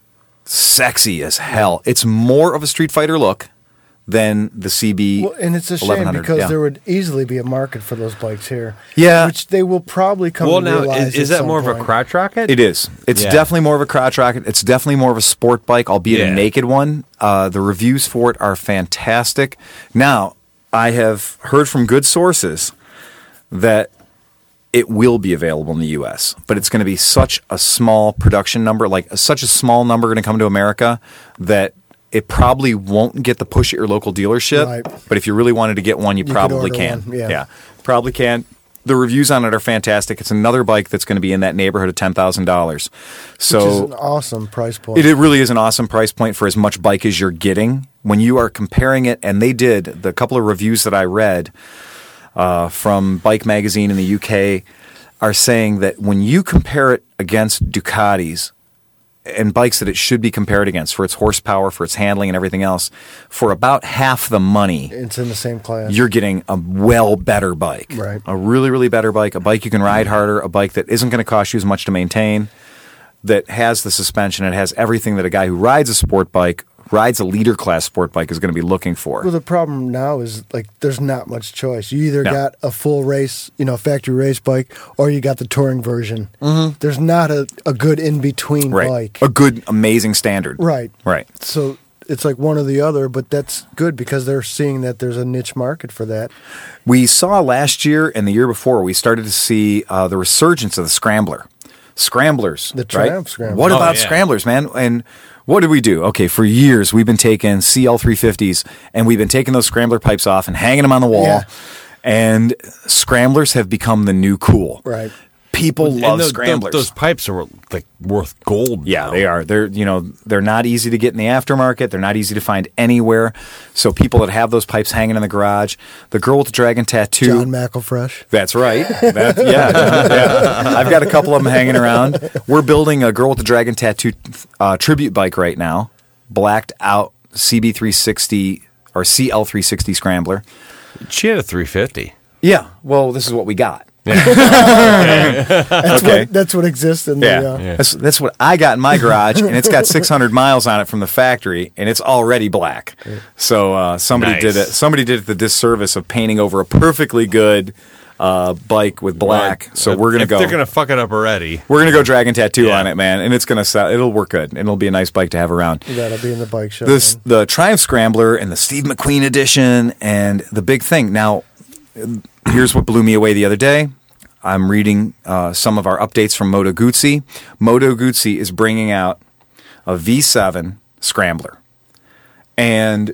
[SPEAKER 2] sexy as hell. It's more of a Street Fighter look than the CB.
[SPEAKER 4] Well, and it's a shame
[SPEAKER 2] 1100.
[SPEAKER 4] because
[SPEAKER 2] Yeah.
[SPEAKER 4] there would easily be a market for those bikes here.
[SPEAKER 2] Yeah.
[SPEAKER 4] which they will probably come.
[SPEAKER 5] Well,
[SPEAKER 4] to
[SPEAKER 5] now
[SPEAKER 4] realize
[SPEAKER 5] is, is
[SPEAKER 4] at
[SPEAKER 5] that
[SPEAKER 4] some
[SPEAKER 5] more of a
[SPEAKER 4] point.
[SPEAKER 5] crotch rocket?
[SPEAKER 2] It is. It's
[SPEAKER 5] Yeah.
[SPEAKER 2] definitely more of a crotch rocket. It's definitely more of a sport bike, albeit
[SPEAKER 5] Yeah.
[SPEAKER 2] a naked one. Uh, the reviews for it are fantastic. Now, I have heard from good sources that it will be available in the U.S., but it's going to be such a small production number, like such a small number going to come to America that it probably won't get the push at your local dealership.
[SPEAKER 4] Right.
[SPEAKER 2] But if you really wanted to get one, you,
[SPEAKER 4] could
[SPEAKER 2] probably
[SPEAKER 4] order
[SPEAKER 2] can.
[SPEAKER 4] one, yeah.
[SPEAKER 2] probably can. The reviews on it are fantastic. It's another bike that's going to be in that neighborhood of ten thousand dollars.
[SPEAKER 4] Which is an
[SPEAKER 2] So
[SPEAKER 4] awesome price point.
[SPEAKER 2] it, it really is an awesome price point for as much bike as you're getting when you are comparing it. And they did the couple of reviews that I read uh, from Bike Magazine in the UK are saying that when you compare it against Ducatis and bikes that it should be compared against for its horsepower, for its handling, and everything else, for about half the money
[SPEAKER 4] It's in the same class.
[SPEAKER 2] you're getting a well better bike.
[SPEAKER 4] Right.
[SPEAKER 2] A really, really better bike, a bike you can ride harder, a bike that isn't going to cost you as much to maintain, that has the suspension, it has everything that a guy who rides a sport bike, rides a leader class sport bike, is going to be looking for.
[SPEAKER 4] well, the problem now is like there's not much choice. You either
[SPEAKER 2] No.
[SPEAKER 4] got a full race, you know, factory race bike, or you got the touring version. Mm-hmm. There's not a, a good in between
[SPEAKER 2] right.
[SPEAKER 4] bike.
[SPEAKER 2] A good, amazing standard.
[SPEAKER 4] Right.
[SPEAKER 2] Right.
[SPEAKER 4] So it's like one or the other, but that's good because they're seeing that there's a niche market for that.
[SPEAKER 2] We saw last year and the year before, we started to see uh, the resurgence of the scrambler. Scramblers.
[SPEAKER 4] The
[SPEAKER 2] right?
[SPEAKER 4] Triumph Scrambler.
[SPEAKER 2] What
[SPEAKER 5] Oh,
[SPEAKER 2] about
[SPEAKER 5] yeah.
[SPEAKER 2] scramblers, man? And what did we do? Okay, for years we've been taking CL350s and we've been taking those scrambler pipes off and hanging them on the wall.
[SPEAKER 4] Yeah.
[SPEAKER 2] And scramblers have become the new cool.
[SPEAKER 4] Right.
[SPEAKER 2] People
[SPEAKER 5] And
[SPEAKER 2] love
[SPEAKER 5] tho- tho-
[SPEAKER 2] scramblers.
[SPEAKER 5] Those pipes are like worth gold.
[SPEAKER 2] Yeah,
[SPEAKER 5] now.
[SPEAKER 2] they are. They're you know they're not easy to get in the aftermarket. They're not easy to find anywhere. So people that have those pipes hanging in the garage, the girl with the dragon tattoo,
[SPEAKER 4] John McElfresh.
[SPEAKER 2] that's right. That, yeah, yeah. <laughs> I've got a couple of them hanging around. We're building a girl with the dragon tattoo uh, tribute bike right now, blacked out CB360 or CL360 Scrambler.
[SPEAKER 5] She had a 350.
[SPEAKER 2] Yeah. Well, this is what we got. <laughs>
[SPEAKER 4] That's
[SPEAKER 2] Okay.
[SPEAKER 4] what that's what exists in
[SPEAKER 2] Yeah.
[SPEAKER 4] the uh,
[SPEAKER 2] That's, that's what I got in my garage, and it's got 600 miles on it from the factory, and it's already black. So uh, somebody
[SPEAKER 5] Nice.
[SPEAKER 2] did it. Somebody did it the disservice of painting over a perfectly good uh, bike with black. so we're gonna
[SPEAKER 5] if
[SPEAKER 2] go.
[SPEAKER 5] They're gonna fuck it up already.
[SPEAKER 2] We're gonna go dragon tattoo
[SPEAKER 5] Yeah.
[SPEAKER 2] on it, man, and it's gonna sell. It'll work good, and it'll be a nice bike to have around.
[SPEAKER 4] that'll be in the bike show.
[SPEAKER 2] This
[SPEAKER 4] then.
[SPEAKER 2] the Triumph Scrambler and the Steve McQueen edition, and the big thing. Now, here's what blew me away the other day. I'm reading uh, some of our updates from Moto Guzzi. Moto Guzzi is bringing out a V7 Scrambler, and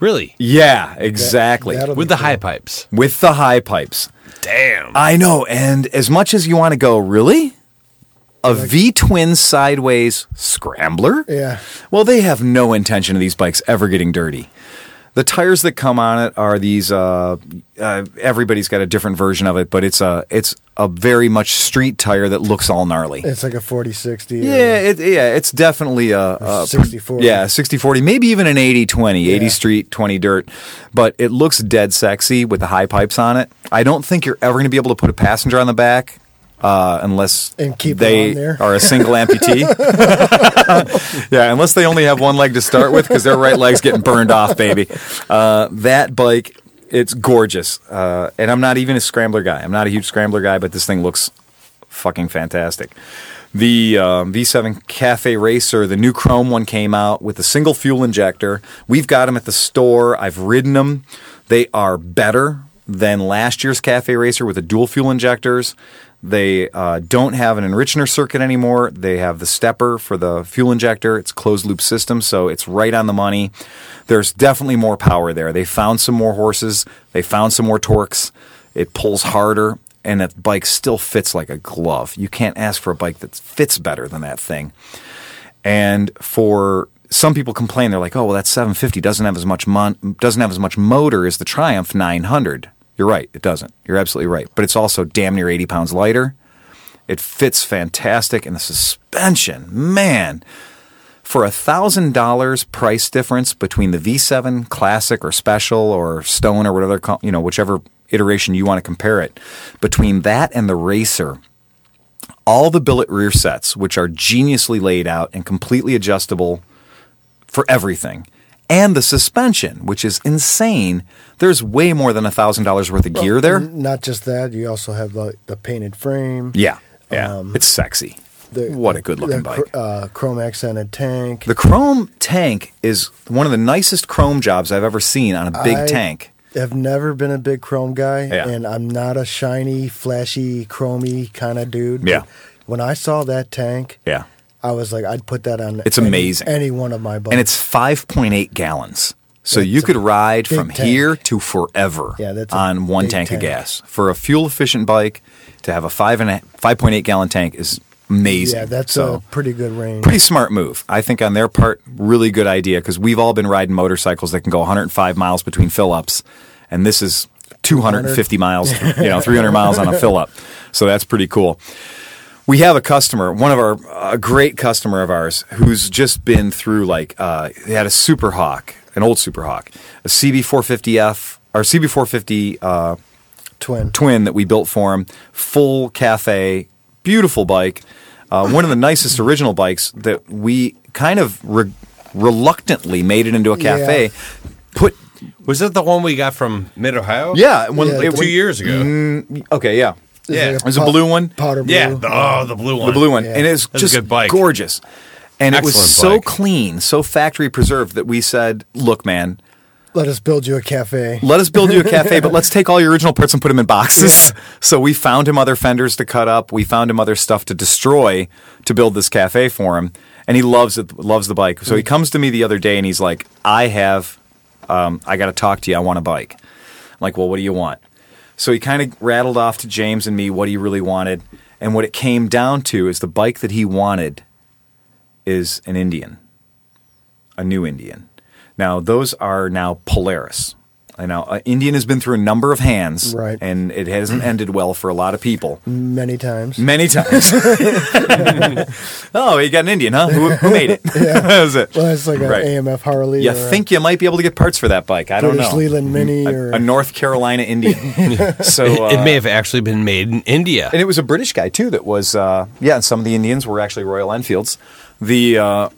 [SPEAKER 5] Really?
[SPEAKER 2] yeah, exactly
[SPEAKER 4] that'll
[SPEAKER 5] With the high pipes.
[SPEAKER 2] with the high pipes.
[SPEAKER 5] Damn.
[SPEAKER 2] I know. And as much as you want to go, really? A V twin sideways scrambler?
[SPEAKER 4] Yeah.
[SPEAKER 2] Well, they have no intention of these bikes ever getting dirty. The tires that come on it are these. Uh, uh, everybody's got a different version of it, but it's a it's a very much street tire that looks all gnarly.
[SPEAKER 4] It's like a 40 60.
[SPEAKER 2] Yeah, Uh, it, yeah, it's definitely a,
[SPEAKER 4] uh,
[SPEAKER 2] a
[SPEAKER 4] 60-40.
[SPEAKER 2] Yeah, 60 40, maybe even an 80 20, 80 street, 20 dirt. But it looks dead sexy with the high pipes on it. I don't think you're ever going to be able to put a passenger on the back. Uh, unless
[SPEAKER 4] And keep it
[SPEAKER 2] they
[SPEAKER 4] on there.
[SPEAKER 2] are a single
[SPEAKER 4] <laughs>
[SPEAKER 2] amputee, <laughs> yeah. Unless they only have one leg to start with, because their right leg's getting burned off, baby. Uh, that bike, it's gorgeous, uh, and I'm not even a scrambler guy. I'm not a huge scrambler guy, but this thing looks fucking fantastic. The um, V7 Cafe Racer, the new Chrome one came out with a single fuel injector. We've got them at the store. I've ridden them. They are better than last year's Cafe Racer with the dual fuel injectors. They uh, don't have an enrichener circuit anymore. They have the stepper for the fuel injector. It's closed loop system, so it's right on the money. There's definitely more power there. They found some more horses. They found some more torques. It pulls harder and that bike still fits like a glove. You can't ask for a bike that fits better than that thing. And for some people complain, they're like, "Oh, well, that 750 doesn't have as much mon- doesn't have as much motor as the Triumph 900." You're You're right. It doesn't. You're absolutely right. But it's also damn near 80 pounds lighter. It fits fantastic. And the suspension, man, for a $1,000 price difference between the V7 Classic or Special or Stone or whatever, co- you know, whichever iteration you want to compare it, between that and the Racer, all the billet rear sets, which are geniusly laid out and completely adjustable for everything, and the suspension, which is insane. There's way more than $1,000 worth of gear there.
[SPEAKER 4] Not just that, you also have the, the painted frame.
[SPEAKER 2] Yeah, yeah, it's sexy.
[SPEAKER 4] the-
[SPEAKER 2] what a good looking
[SPEAKER 4] the
[SPEAKER 2] bike.
[SPEAKER 4] cr- Uh, chrome accented tank.
[SPEAKER 2] the chrome tank is one of the nicest chrome jobs I've ever seen on a big
[SPEAKER 4] I
[SPEAKER 2] tank.
[SPEAKER 4] I've never been a big chrome guy,
[SPEAKER 2] Yeah.
[SPEAKER 4] and I'm not a shiny, flashy, chromy kind of dude.
[SPEAKER 2] Yeah.
[SPEAKER 4] When I saw that tank,
[SPEAKER 2] Yeah,
[SPEAKER 4] I was like, I'd put that on.
[SPEAKER 2] It's
[SPEAKER 4] any-
[SPEAKER 2] amazing.
[SPEAKER 4] Any one of my bikes,
[SPEAKER 2] and it's 5.8 gallons. So
[SPEAKER 4] That's
[SPEAKER 2] you
[SPEAKER 4] a
[SPEAKER 2] could ride
[SPEAKER 4] big
[SPEAKER 2] from
[SPEAKER 4] tank.
[SPEAKER 2] here to forever
[SPEAKER 4] Yeah, that's a
[SPEAKER 2] on one
[SPEAKER 4] big
[SPEAKER 2] tank, of
[SPEAKER 4] tank.
[SPEAKER 2] gas. For a fuel efficient bike to have a five and a 5.8 gallon tank is amazing.
[SPEAKER 4] yeah, that's
[SPEAKER 2] so,
[SPEAKER 4] a pretty good
[SPEAKER 2] <laughs>
[SPEAKER 4] range.
[SPEAKER 2] pretty smart move. I think on their part, really good idea because we've all been riding motorcycles that can go 105 miles between fill ups, and this is 250 miles, you know, 300 miles on a fill up. So that's pretty cool. We have a customer, one of our a great customer of ours, who's just been through like uh, they had a Super Hawk, an old Super Hawk, a CB450F or CB450 uh,
[SPEAKER 4] Twin.
[SPEAKER 2] twin that we built for him. Full cafe, beautiful bike. Uh, one of the nicest original bikes that we kind of re- reluctantly made it into a cafe. Put
[SPEAKER 5] Was that the one we got from Mid Ohio?
[SPEAKER 2] yeah, Mm. when
[SPEAKER 4] Yeah,
[SPEAKER 2] it,
[SPEAKER 5] two years ago.
[SPEAKER 2] Okay, yeah,
[SPEAKER 4] It's
[SPEAKER 5] Yeah.
[SPEAKER 2] It's a blue one?
[SPEAKER 4] Powder blue.
[SPEAKER 5] yeah, the, oh, the blue one.
[SPEAKER 2] the blue one, and it's
[SPEAKER 5] That's a
[SPEAKER 2] just
[SPEAKER 5] good bike.
[SPEAKER 2] gorgeous. And it was
[SPEAKER 5] Excellent
[SPEAKER 2] so
[SPEAKER 5] bike.
[SPEAKER 2] clean, so factory preserved that we said, "Look, man,
[SPEAKER 4] Let us build you a cafe.
[SPEAKER 2] let us build you a cafe, but let's take all your original parts and put them in boxes. <laughs> So we found him other fenders to cut up. We found him other stuff to destroy to build this cafe for him. And he loves it, loves the bike. So he comes to me the other day and he's like, I have, um, I got to talk to you. I want a bike. I'm like, well, what do you want? So he kind of rattled off to James and me what he really wanted. And what it came down to is the bike that he wanted is an Indian a new Indian. Now those are now Polaris. I know uh, Indian has been through a number of hands,
[SPEAKER 4] Right.
[SPEAKER 2] and it
[SPEAKER 4] <clears throat>
[SPEAKER 2] hasn't ended well for a lot of people.
[SPEAKER 4] Many times.
[SPEAKER 2] Many
[SPEAKER 4] <laughs>
[SPEAKER 2] times. oh, you got an Indian, huh? Who, who made it? <laughs> that was it.
[SPEAKER 4] Well, it's like an
[SPEAKER 2] Right.
[SPEAKER 4] AMF Harley.
[SPEAKER 2] You
[SPEAKER 4] or a
[SPEAKER 2] think you might be able to get parts for that bike? I don't
[SPEAKER 4] British
[SPEAKER 2] know. Mm,
[SPEAKER 4] Leland Mini or
[SPEAKER 2] A North Carolina
[SPEAKER 4] <laughs>
[SPEAKER 2] Indian. so uh,
[SPEAKER 5] It may have actually been made in India.
[SPEAKER 2] and it was a British guy too that was uh, yeah. And some of the Indians were actually Royal Enfields. The uh,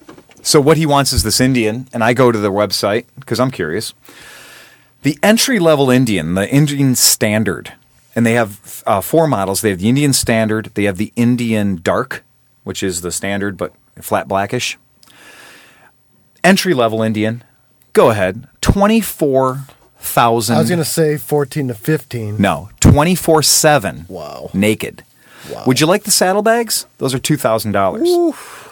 [SPEAKER 2] so what he wants is this Indian, and I go to the website because I'm curious. The entry level Indian, the Indian Standard, and they have uh, four models. They have the Indian Standard, they have the Indian Dark, which is the standard but flat blackish. Entry level Indian, go ahead, twenty four thousand.
[SPEAKER 4] I was gonna say fourteen to fifteen.
[SPEAKER 2] No, 24 7.
[SPEAKER 4] Mm-hmm. Wow.
[SPEAKER 2] Naked. Would you like the saddlebags? Those are two thousand dollars.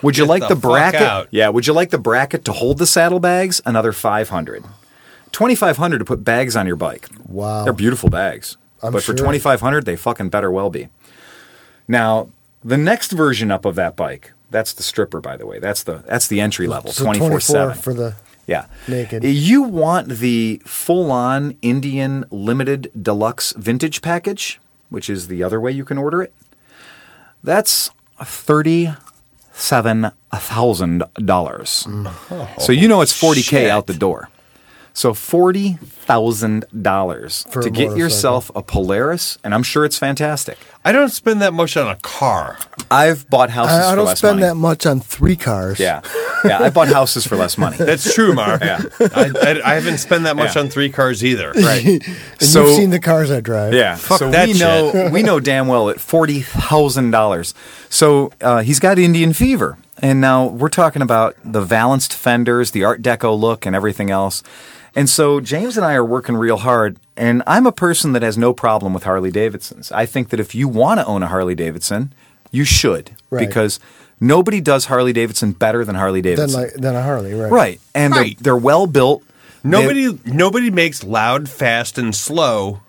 [SPEAKER 2] Would you
[SPEAKER 5] Get
[SPEAKER 2] like
[SPEAKER 5] the
[SPEAKER 2] the,
[SPEAKER 5] fuck
[SPEAKER 2] bracket?
[SPEAKER 5] out.
[SPEAKER 2] Yeah. Would you like the bracket to hold the saddlebags? Another five hundred. Twenty five hundred to put bags on your bike.
[SPEAKER 4] Wow.
[SPEAKER 2] They're beautiful bags.
[SPEAKER 4] I'm
[SPEAKER 2] but for
[SPEAKER 4] sure.
[SPEAKER 2] twenty five hundred, they fucking better well be. Now the next version up of that bike. That's the stripper, by the way. That's the that's the entry level.
[SPEAKER 4] So
[SPEAKER 2] Twenty four seven
[SPEAKER 4] for the
[SPEAKER 2] yeah. Uh,
[SPEAKER 4] Naked.
[SPEAKER 2] You want the full on Indian limited deluxe vintage package, which is the other way you can order it. That's $37,000. dollars so you know it's 40K out the door. So $40,000
[SPEAKER 4] For
[SPEAKER 2] to
[SPEAKER 4] a
[SPEAKER 2] get
[SPEAKER 4] motorcycle.
[SPEAKER 2] yourself a Polaris, and I'm sure it's fantastic.
[SPEAKER 5] I don't spend that much on a car.
[SPEAKER 2] I've bought houses
[SPEAKER 4] I, I
[SPEAKER 2] for
[SPEAKER 4] don't
[SPEAKER 2] less
[SPEAKER 4] spend
[SPEAKER 2] money.
[SPEAKER 4] that much on three cars.
[SPEAKER 2] yeah. Yeah, I bought houses for less
[SPEAKER 4] <laughs>
[SPEAKER 2] money.
[SPEAKER 5] That's
[SPEAKER 2] <laughs>
[SPEAKER 5] true, Mark. yeah. I, I, I haven't spent that much
[SPEAKER 2] Yeah.
[SPEAKER 5] on three cars either.
[SPEAKER 2] Right.
[SPEAKER 4] And you've seen the cars I drive.
[SPEAKER 2] Yeah,
[SPEAKER 5] Fuck
[SPEAKER 2] so
[SPEAKER 5] that
[SPEAKER 2] we know <laughs> we know damn well at forty thousand dollars. So uh, he's got Indian fever, and now we're talking about the valanced fenders, the Art Deco look, and everything else. And so James and I are working real hard, and I'm a person that has no problem with Harley Davidsons. I think that if you want to own a Harley Davidson, you should
[SPEAKER 4] Right.
[SPEAKER 2] because nobody does Harley Davidson better than Harley
[SPEAKER 4] Than
[SPEAKER 2] Davidson.
[SPEAKER 4] like than a Harley, right?
[SPEAKER 2] right, and
[SPEAKER 5] Right.
[SPEAKER 2] they're they're well built.
[SPEAKER 5] Nobody, nobody makes loud, fast, and slow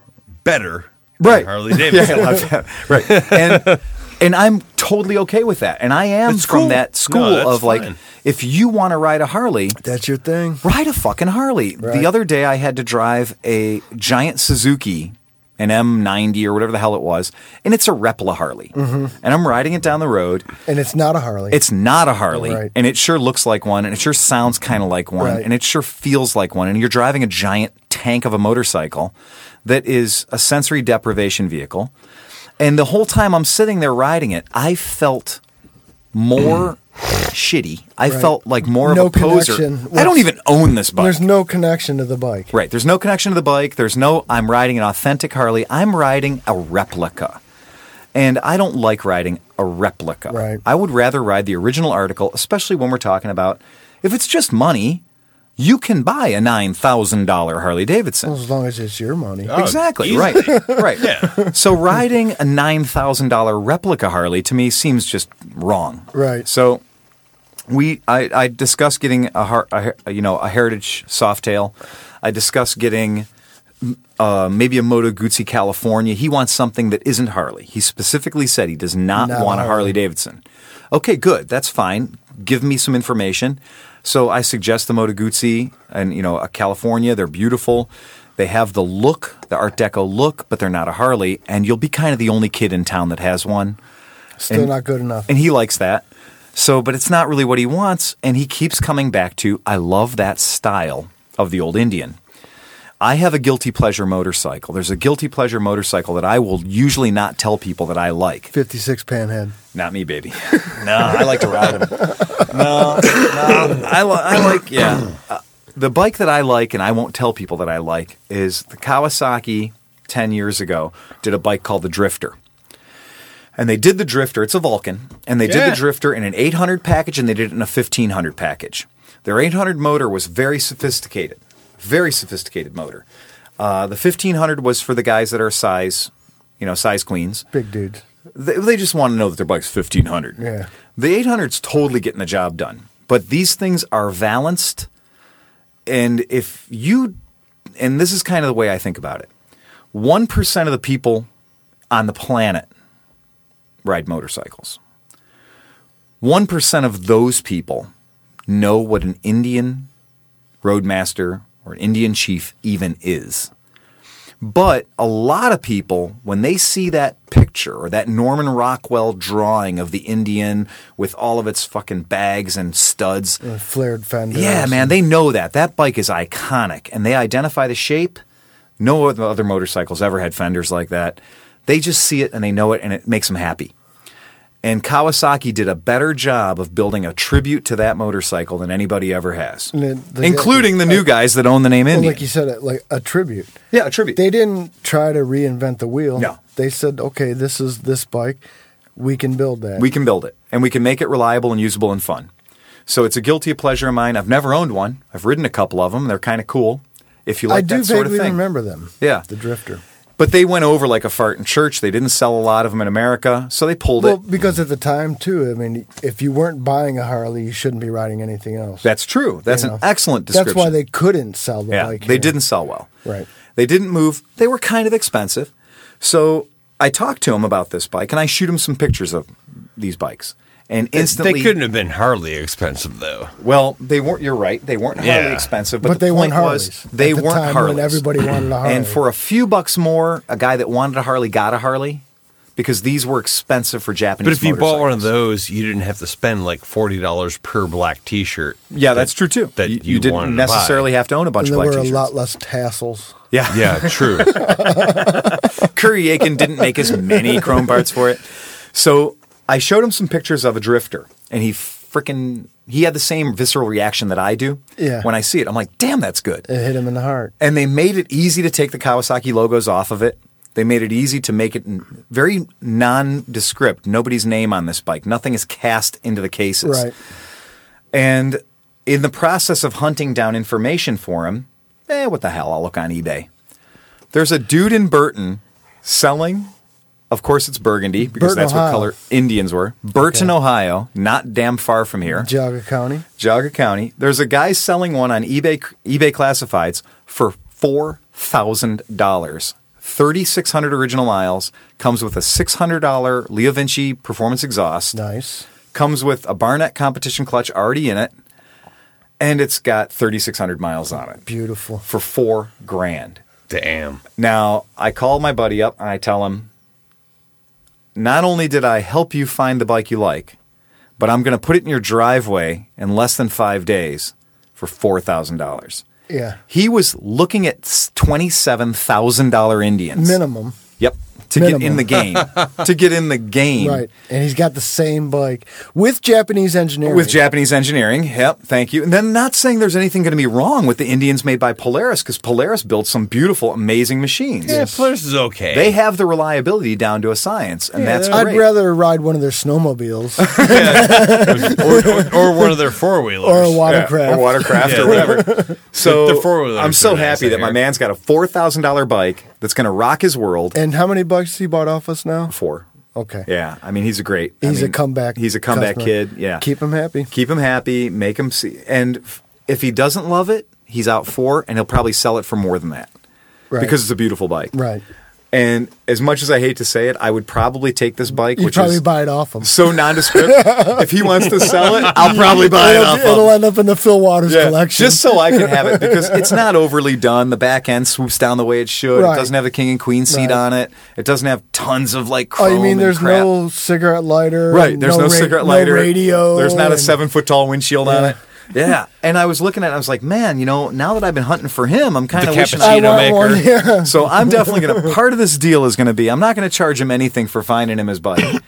[SPEAKER 5] better. than
[SPEAKER 2] right
[SPEAKER 5] Harley
[SPEAKER 2] <laughs>
[SPEAKER 5] Davidson.
[SPEAKER 2] Yeah, I love that. right
[SPEAKER 5] <laughs>
[SPEAKER 2] and and i'm totally okay with that and i am
[SPEAKER 5] That's
[SPEAKER 2] from
[SPEAKER 5] cool.
[SPEAKER 2] that
[SPEAKER 5] No,
[SPEAKER 2] school
[SPEAKER 5] that's
[SPEAKER 2] of like
[SPEAKER 5] fine.
[SPEAKER 2] if you want to ride a harley
[SPEAKER 4] That's your thing.
[SPEAKER 2] ride a fucking harley
[SPEAKER 4] Right.
[SPEAKER 2] the other day i had to drive a giant suzuki an M90 or whatever the hell it was, and it's a Repla Harley.
[SPEAKER 5] Mm-hmm.
[SPEAKER 2] And I'm riding it down the road.
[SPEAKER 4] and it's not a Harley.
[SPEAKER 2] It's not a Harley,
[SPEAKER 4] Right.
[SPEAKER 2] and it sure looks like one, and it sure sounds kind of like one,
[SPEAKER 4] Right.
[SPEAKER 2] and it sure feels like one. And you're driving a giant tank of a motorcycle that is a sensory deprivation vehicle. And the whole time I'm sitting there riding it, I felt
[SPEAKER 4] <clears throat>
[SPEAKER 2] more shitty. I felt like more
[SPEAKER 4] No
[SPEAKER 2] of a poser.
[SPEAKER 4] connection
[SPEAKER 2] I don't
[SPEAKER 4] with-
[SPEAKER 2] even own this bike.
[SPEAKER 4] There's no connection to the bike.
[SPEAKER 2] Right. There's no connection to the bike. There's no, I'm riding an authentic Harley. I'm riding a replica. And I don't like riding a replica.
[SPEAKER 4] Right.
[SPEAKER 2] I would rather ride the original article, especially when we're talking about if it's just money, you can buy a $9,000 Harley Davidson.
[SPEAKER 4] As long as it's your money.
[SPEAKER 2] Exactly. Right. Right. yeah. So riding a nine thousand dollar replica Harley to me seems just wrong.
[SPEAKER 4] Right.
[SPEAKER 2] So we, I, I discussed getting a, har- a her- you know a heritage softail. I discussed getting uh, maybe a Moto Guzzi California. He wants something that isn't Harley. He specifically said he does not
[SPEAKER 4] Not
[SPEAKER 2] want a
[SPEAKER 4] Harley.
[SPEAKER 2] Harley Davidson. Okay, good. That's fine. Give me some information. So I suggest the Moto Guzzi and you know a California. They're beautiful. They have the look, the Art Deco look, but they're not a Harley. And you'll be kind of the only kid in town that has one
[SPEAKER 4] Still
[SPEAKER 2] And-
[SPEAKER 4] not good enough.
[SPEAKER 2] and he likes that. So, but it's not really what he wants, and he keeps coming back to I love that style of the old Indian. I have a guilty pleasure motorcycle. There's a guilty pleasure motorcycle that I will usually not tell people that I like.
[SPEAKER 4] 56 panhead.
[SPEAKER 2] Not me, baby. no, I like to ride them. No, no, Um, I, li- I like yeah. Uh, the bike that I like, and I won't tell people that I like, is the Kawasaki. Ten years ago, did a bike called the Drifter, and they did the Drifter. It's a Vulcan, and they did
[SPEAKER 5] Yeah.
[SPEAKER 2] the Drifter in an 800 package, and they did it in a 1500 package. Their 800 motor was very sophisticated, very sophisticated motor. Uh, the 1500 was for the guys that are size, you know, size queens
[SPEAKER 4] Big dudes.
[SPEAKER 2] they, they just want to know that their bike's 1500
[SPEAKER 4] Yeah.
[SPEAKER 2] the 800's totally getting the job done but these things are balanced and if you and this is kind of the way i think about it 1% of the people on the planet ride motorcycles 1% of those people know what an indian roadmaster or an indian chief even is but a lot of people, when they see that picture or that Norman Rockwell drawing of the Indian with all of its fucking bags and studs,
[SPEAKER 4] And flared fenders.
[SPEAKER 2] yeah, man, they know that. That bike is iconic and they identify the shape. No other other motorcycles ever had fenders like that. They just see it and they know it and it makes them happy. And Kawasaki did a better job of building a tribute to that motorcycle than anybody ever has,
[SPEAKER 4] And it- the-
[SPEAKER 2] including the new guys that own the name
[SPEAKER 4] Well,
[SPEAKER 2] Indian.
[SPEAKER 4] like you said, like a tribute.
[SPEAKER 2] yeah, a tribute.
[SPEAKER 4] They didn't try to reinvent the wheel.
[SPEAKER 2] No.
[SPEAKER 4] They said, okay, this is this bike. We can build that.
[SPEAKER 2] We can build it and we can make it reliable and usable and fun. So it's a guilty pleasure of mine. I've never owned one. I've ridden a couple of them. They're kind of cool. If you like
[SPEAKER 4] I do
[SPEAKER 2] that sort of
[SPEAKER 4] vaguely
[SPEAKER 2] thing.
[SPEAKER 4] remember them.
[SPEAKER 2] Yeah.
[SPEAKER 4] The Drifter.
[SPEAKER 2] But they went over like a fart in church. They didn't sell a lot of them in America, so they pulled
[SPEAKER 4] Well,
[SPEAKER 2] it.
[SPEAKER 4] because at the time, too, I mean, if you weren't buying a Harley, you shouldn't be riding anything else.
[SPEAKER 2] That's true. That's
[SPEAKER 4] You
[SPEAKER 2] an
[SPEAKER 4] know?
[SPEAKER 2] excellent description.
[SPEAKER 4] That's why they couldn't sell the
[SPEAKER 2] yeah,
[SPEAKER 4] bike.
[SPEAKER 2] they
[SPEAKER 4] here.
[SPEAKER 2] didn't sell well.
[SPEAKER 4] Right.
[SPEAKER 2] They didn't move. They were kind of expensive. So I talked to him about this bike and I shoot him some pictures of these bikes. And instantly,
[SPEAKER 5] They couldn't have been hardly expensive though.
[SPEAKER 2] Well, they weren't. You're right. They weren't
[SPEAKER 5] Yeah.
[SPEAKER 2] Harley expensive, but,
[SPEAKER 4] But,
[SPEAKER 2] the
[SPEAKER 4] they
[SPEAKER 2] point
[SPEAKER 4] weren't Harleys.
[SPEAKER 2] was they
[SPEAKER 4] at the
[SPEAKER 2] weren't
[SPEAKER 4] time
[SPEAKER 2] Harleys.
[SPEAKER 4] When everybody
[SPEAKER 2] <laughs>
[SPEAKER 4] wanted a Harley.
[SPEAKER 2] And for a few bucks more, a guy that wanted a Harley got a Harley because these were expensive for Japanese.
[SPEAKER 5] But if you bought one of
[SPEAKER 2] motorcycles.
[SPEAKER 5] those, you didn't have to spend like forty dollars per black T-shirt.
[SPEAKER 2] yeah, that's true too.
[SPEAKER 5] That
[SPEAKER 2] you,
[SPEAKER 5] you wanted
[SPEAKER 2] didn't
[SPEAKER 5] to buy.
[SPEAKER 2] necessarily have to own a bunch
[SPEAKER 4] and
[SPEAKER 2] of
[SPEAKER 4] there
[SPEAKER 2] black
[SPEAKER 4] were
[SPEAKER 2] t-shirts.
[SPEAKER 4] a lot less tassels. <laughs>
[SPEAKER 2] Yeah,
[SPEAKER 5] Yeah, true.
[SPEAKER 2] <laughs> Curry Aiken didn't make as many chrome parts for it. So I showed him some pictures of a drifter, and he freaking he had the same visceral reaction that I do.
[SPEAKER 4] Yeah.
[SPEAKER 2] When I see it, I'm like, damn, that's good.
[SPEAKER 4] It hit him in the heart.
[SPEAKER 2] and they made it easy to take the Kawasaki logos off of it. They made it easy to make it n- very nondescript. Nobody's name on this bike. Nothing is cast into the cases.
[SPEAKER 4] Right.
[SPEAKER 2] And in the process of hunting down information for him, eh, what the hell? I'll look on eBay. There's a dude in Burton selling. Of course, it's burgundy because
[SPEAKER 4] Burton,
[SPEAKER 2] that's what
[SPEAKER 4] Ohio.
[SPEAKER 2] color Indians were. Burton, Ohio, not damn far from here.
[SPEAKER 4] Jaga County.
[SPEAKER 2] Jogger County. There's a guy selling one on eBay eBay classifieds for four thousand dollars. Thirty six hundred original miles. Comes with a six hundred dollar Leo Vinci performance exhaust.
[SPEAKER 4] Nice.
[SPEAKER 2] Comes with a Barnett competition clutch already in it, and it's got thirty six hundred miles on it
[SPEAKER 4] Beautiful.
[SPEAKER 2] for four grand.
[SPEAKER 5] Damn.
[SPEAKER 2] Now, I call my buddy up and I tell him, not only did I help you find the bike you like, but I'm going to put it in your driveway in less than five days for $4,000.
[SPEAKER 4] Yeah.
[SPEAKER 2] He was looking at $27,000 Indians.
[SPEAKER 4] Minimum.
[SPEAKER 2] Yep. To get in
[SPEAKER 4] Minimum.
[SPEAKER 2] the game.
[SPEAKER 4] <laughs>
[SPEAKER 2] to get in the game.
[SPEAKER 4] Right. And he's got the same bike with Japanese engineering.
[SPEAKER 2] With Japanese engineering. Yep. Thank you. And then not saying there's anything going to be wrong with the Indians made by Polaris because Polaris built some beautiful, amazing machines.
[SPEAKER 5] Yeah, Polaris is okay.
[SPEAKER 2] They have the reliability down to a science, and that's
[SPEAKER 4] I'd
[SPEAKER 2] great.
[SPEAKER 4] rather ride one of their <laughs> snowmobiles
[SPEAKER 5] or, or, or one of their four wheelers.
[SPEAKER 4] or a
[SPEAKER 2] Yeah,
[SPEAKER 4] watercraft.
[SPEAKER 2] or watercraft
[SPEAKER 5] Yeah.
[SPEAKER 2] or <laughs> whatever. So
[SPEAKER 5] The- the four-wheelers
[SPEAKER 2] I'm so
[SPEAKER 5] are nice
[SPEAKER 2] happy
[SPEAKER 5] out
[SPEAKER 2] that my
[SPEAKER 5] here.
[SPEAKER 2] man's got a four thousand dollar bike that's going to rock his world.
[SPEAKER 4] And how many bucks he bought off us now?
[SPEAKER 2] Four.
[SPEAKER 4] Okay.
[SPEAKER 2] Yeah, I mean he's a great. I
[SPEAKER 4] He's a
[SPEAKER 2] mean,
[SPEAKER 4] comeback.
[SPEAKER 2] He's a comeback
[SPEAKER 4] customer.
[SPEAKER 2] kid. Yeah.
[SPEAKER 4] Keep him happy.
[SPEAKER 2] keep him happy, make him see. And f- if he doesn't love it, he's out four, and he'll probably sell it for more than that
[SPEAKER 4] Right.
[SPEAKER 2] because it's a beautiful bike.
[SPEAKER 4] right.
[SPEAKER 2] And as much as I hate to say it, I would probably take this bike,
[SPEAKER 4] You'd
[SPEAKER 2] which
[SPEAKER 4] probably
[SPEAKER 2] is
[SPEAKER 4] buy it off him.
[SPEAKER 2] so nondescript. if he wants to sell it, I'll probably buy it
[SPEAKER 4] it'll,
[SPEAKER 2] off.
[SPEAKER 4] it'll
[SPEAKER 2] him.
[SPEAKER 4] end up in the Phil Waters
[SPEAKER 2] Yeah,
[SPEAKER 4] collection.
[SPEAKER 2] Just so I can have it because it's not overly done. The back end swoops down the way it should.
[SPEAKER 4] Right.
[SPEAKER 2] It doesn't have the king and queen seat
[SPEAKER 4] Right.
[SPEAKER 2] on it. It doesn't have tons of like
[SPEAKER 4] oh,
[SPEAKER 2] chrome.
[SPEAKER 4] you mean
[SPEAKER 2] and
[SPEAKER 4] there's
[SPEAKER 2] crap.
[SPEAKER 4] no cigarette lighter?
[SPEAKER 2] right?
[SPEAKER 4] and
[SPEAKER 2] There's no,
[SPEAKER 4] ra-
[SPEAKER 2] cigarette lighter.
[SPEAKER 4] No radio.
[SPEAKER 2] There's not a
[SPEAKER 4] and-
[SPEAKER 2] seven foot tall windshield on
[SPEAKER 4] Yeah.
[SPEAKER 2] it. Yeah, and I was looking at. it, I was like, man, you know, now that I've been hunting for him, I'm kind
[SPEAKER 5] The
[SPEAKER 2] of wishing.
[SPEAKER 5] cappuccino
[SPEAKER 4] I
[SPEAKER 5] Gino
[SPEAKER 4] want
[SPEAKER 5] maker.
[SPEAKER 4] one. Yeah.
[SPEAKER 2] <laughs> So I'm definitely gonna. Part of this deal is gonna be I'm not gonna charge him anything for finding him his
[SPEAKER 4] <coughs>
[SPEAKER 2] bike,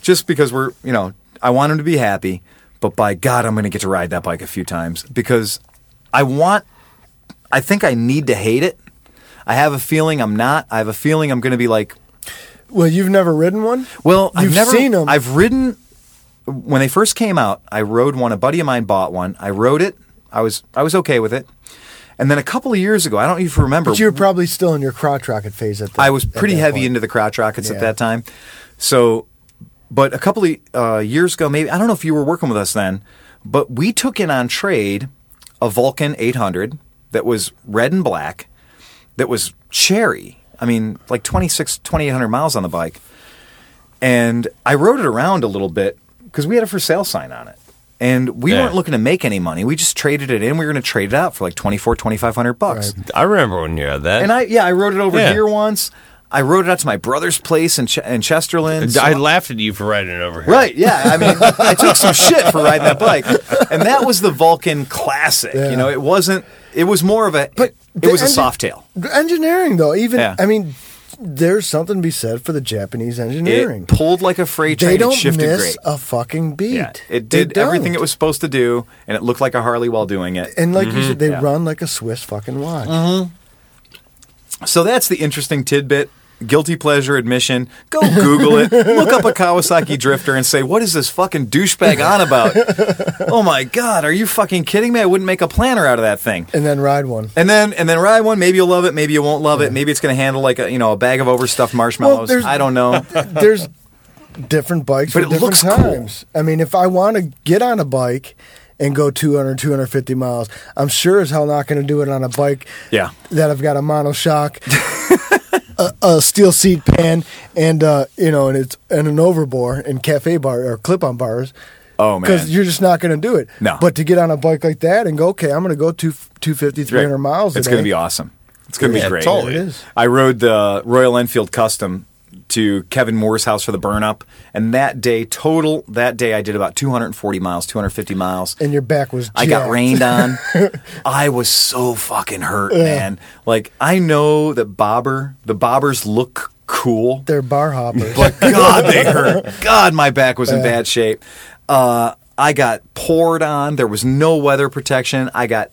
[SPEAKER 2] just because we're you know I want him to be happy. But by God, I'm gonna get to ride that bike a few times because I want. I think I need to hate it. I have a feeling I'm not. I have a feeling I'm gonna be like.
[SPEAKER 4] Well, you've never ridden one.
[SPEAKER 2] Well,
[SPEAKER 4] you've
[SPEAKER 2] I've never
[SPEAKER 4] seen them.
[SPEAKER 2] I've ridden when they first came out. I rode one. A buddy of mine bought one. I rode it. I was I was okay with it. And then a couple of years ago, I don't even remember.
[SPEAKER 4] But you're probably still in your crotch rocket phase at that.
[SPEAKER 2] I was pretty
[SPEAKER 4] at that
[SPEAKER 2] heavy
[SPEAKER 4] point.
[SPEAKER 2] into the crotch rockets
[SPEAKER 4] Yeah.
[SPEAKER 2] at that time. So, but a couple of uh, years ago, maybe I don't know if you were working with us then, but we took in on trade a Vulcan 800 that was red and black, that was cherry. I mean, like 26, 2800 miles on the bike, and I rode it around a little bit because we had a for sale sign on it. And we
[SPEAKER 5] Yeah.
[SPEAKER 2] weren't looking to make any money. We just traded it in. We were going to trade it out for like 24, 2500 bucks.
[SPEAKER 5] I remember when you had that.
[SPEAKER 2] And I yeah, I rode it over
[SPEAKER 5] Yeah.
[SPEAKER 2] here once. I rode it out to my brother's place in, Ch- in Chesterland.
[SPEAKER 5] I
[SPEAKER 2] So-
[SPEAKER 5] laughed at you for riding it over here.
[SPEAKER 2] right, yeah. I mean, I took some shit for riding that bike, and that was the Vulcan classic.
[SPEAKER 4] Yeah.
[SPEAKER 2] You know, it wasn't. It was more of a. But it,
[SPEAKER 4] the
[SPEAKER 2] was a
[SPEAKER 4] engine-
[SPEAKER 2] soft tail.
[SPEAKER 4] engineering, though. Even
[SPEAKER 2] Yeah.
[SPEAKER 4] I mean, there's something to be said for the Japanese engineering.
[SPEAKER 2] It pulled like a freight train.
[SPEAKER 4] they don't
[SPEAKER 2] it shifted
[SPEAKER 4] miss
[SPEAKER 2] great.
[SPEAKER 4] a fucking beat.
[SPEAKER 2] yeah, it
[SPEAKER 4] They
[SPEAKER 2] did everything it
[SPEAKER 4] don't.
[SPEAKER 2] was supposed to do, and it looked like a Harley while doing it.
[SPEAKER 4] And like you said, they
[SPEAKER 2] Mm-hmm. yeah. Mm-hmm.
[SPEAKER 4] run like a Swiss fucking watch.
[SPEAKER 2] So that's the interesting tidbit. Guilty pleasure admission. Go Google it. Look up a Kawasaki drifter and say, "What is this fucking douchebag on about?" oh my god, are you fucking kidding me? I wouldn't make a planner out of that thing.
[SPEAKER 4] And then ride one.
[SPEAKER 2] And then and then ride one. Maybe you'll love it. Maybe you won't love it. Maybe it's going to handle like a you know a bag of overstuffed marshmallows.
[SPEAKER 4] there's-
[SPEAKER 2] I don't know. <laughs>
[SPEAKER 4] There's different bikes
[SPEAKER 2] But
[SPEAKER 4] for
[SPEAKER 2] it
[SPEAKER 4] different
[SPEAKER 2] looks cool.
[SPEAKER 4] times. I mean, if I want to get on a bike and go 200, 250 miles, I'm sure as hell not going to do it on a bike
[SPEAKER 2] Yeah.
[SPEAKER 4] that I've got a
[SPEAKER 2] <laughs>
[SPEAKER 4] mono shock, a, a steel seat pan, and uh, you know, and it's and an overbore and cafe bar or clip-on bars.
[SPEAKER 2] Oh,
[SPEAKER 4] <laughs>
[SPEAKER 2] man.
[SPEAKER 4] because you're just not going to do it.
[SPEAKER 2] No.
[SPEAKER 4] but to get on a bike like that and go, okay, I'm going to go two 250, 300 miles.
[SPEAKER 2] It's
[SPEAKER 4] going to
[SPEAKER 2] be awesome. It's going to
[SPEAKER 5] Yeah,
[SPEAKER 2] be great.
[SPEAKER 5] totally.
[SPEAKER 4] It is.
[SPEAKER 2] I rode the Royal Enfield Custom to Kevin Moore's house for the burn up, and that day total that day I did about 240 miles, 250 miles.
[SPEAKER 4] And your back was.
[SPEAKER 2] I got
[SPEAKER 4] jacked.
[SPEAKER 2] rained
[SPEAKER 4] <laughs>
[SPEAKER 2] on. I was so fucking hurt, man. Like I know that bobber, the bobbers look cool,
[SPEAKER 4] They're bar hoppers. <laughs>
[SPEAKER 2] but God, they hurt. God, my back was in bad shape. Uh, I got poured on. There was no weather protection. I got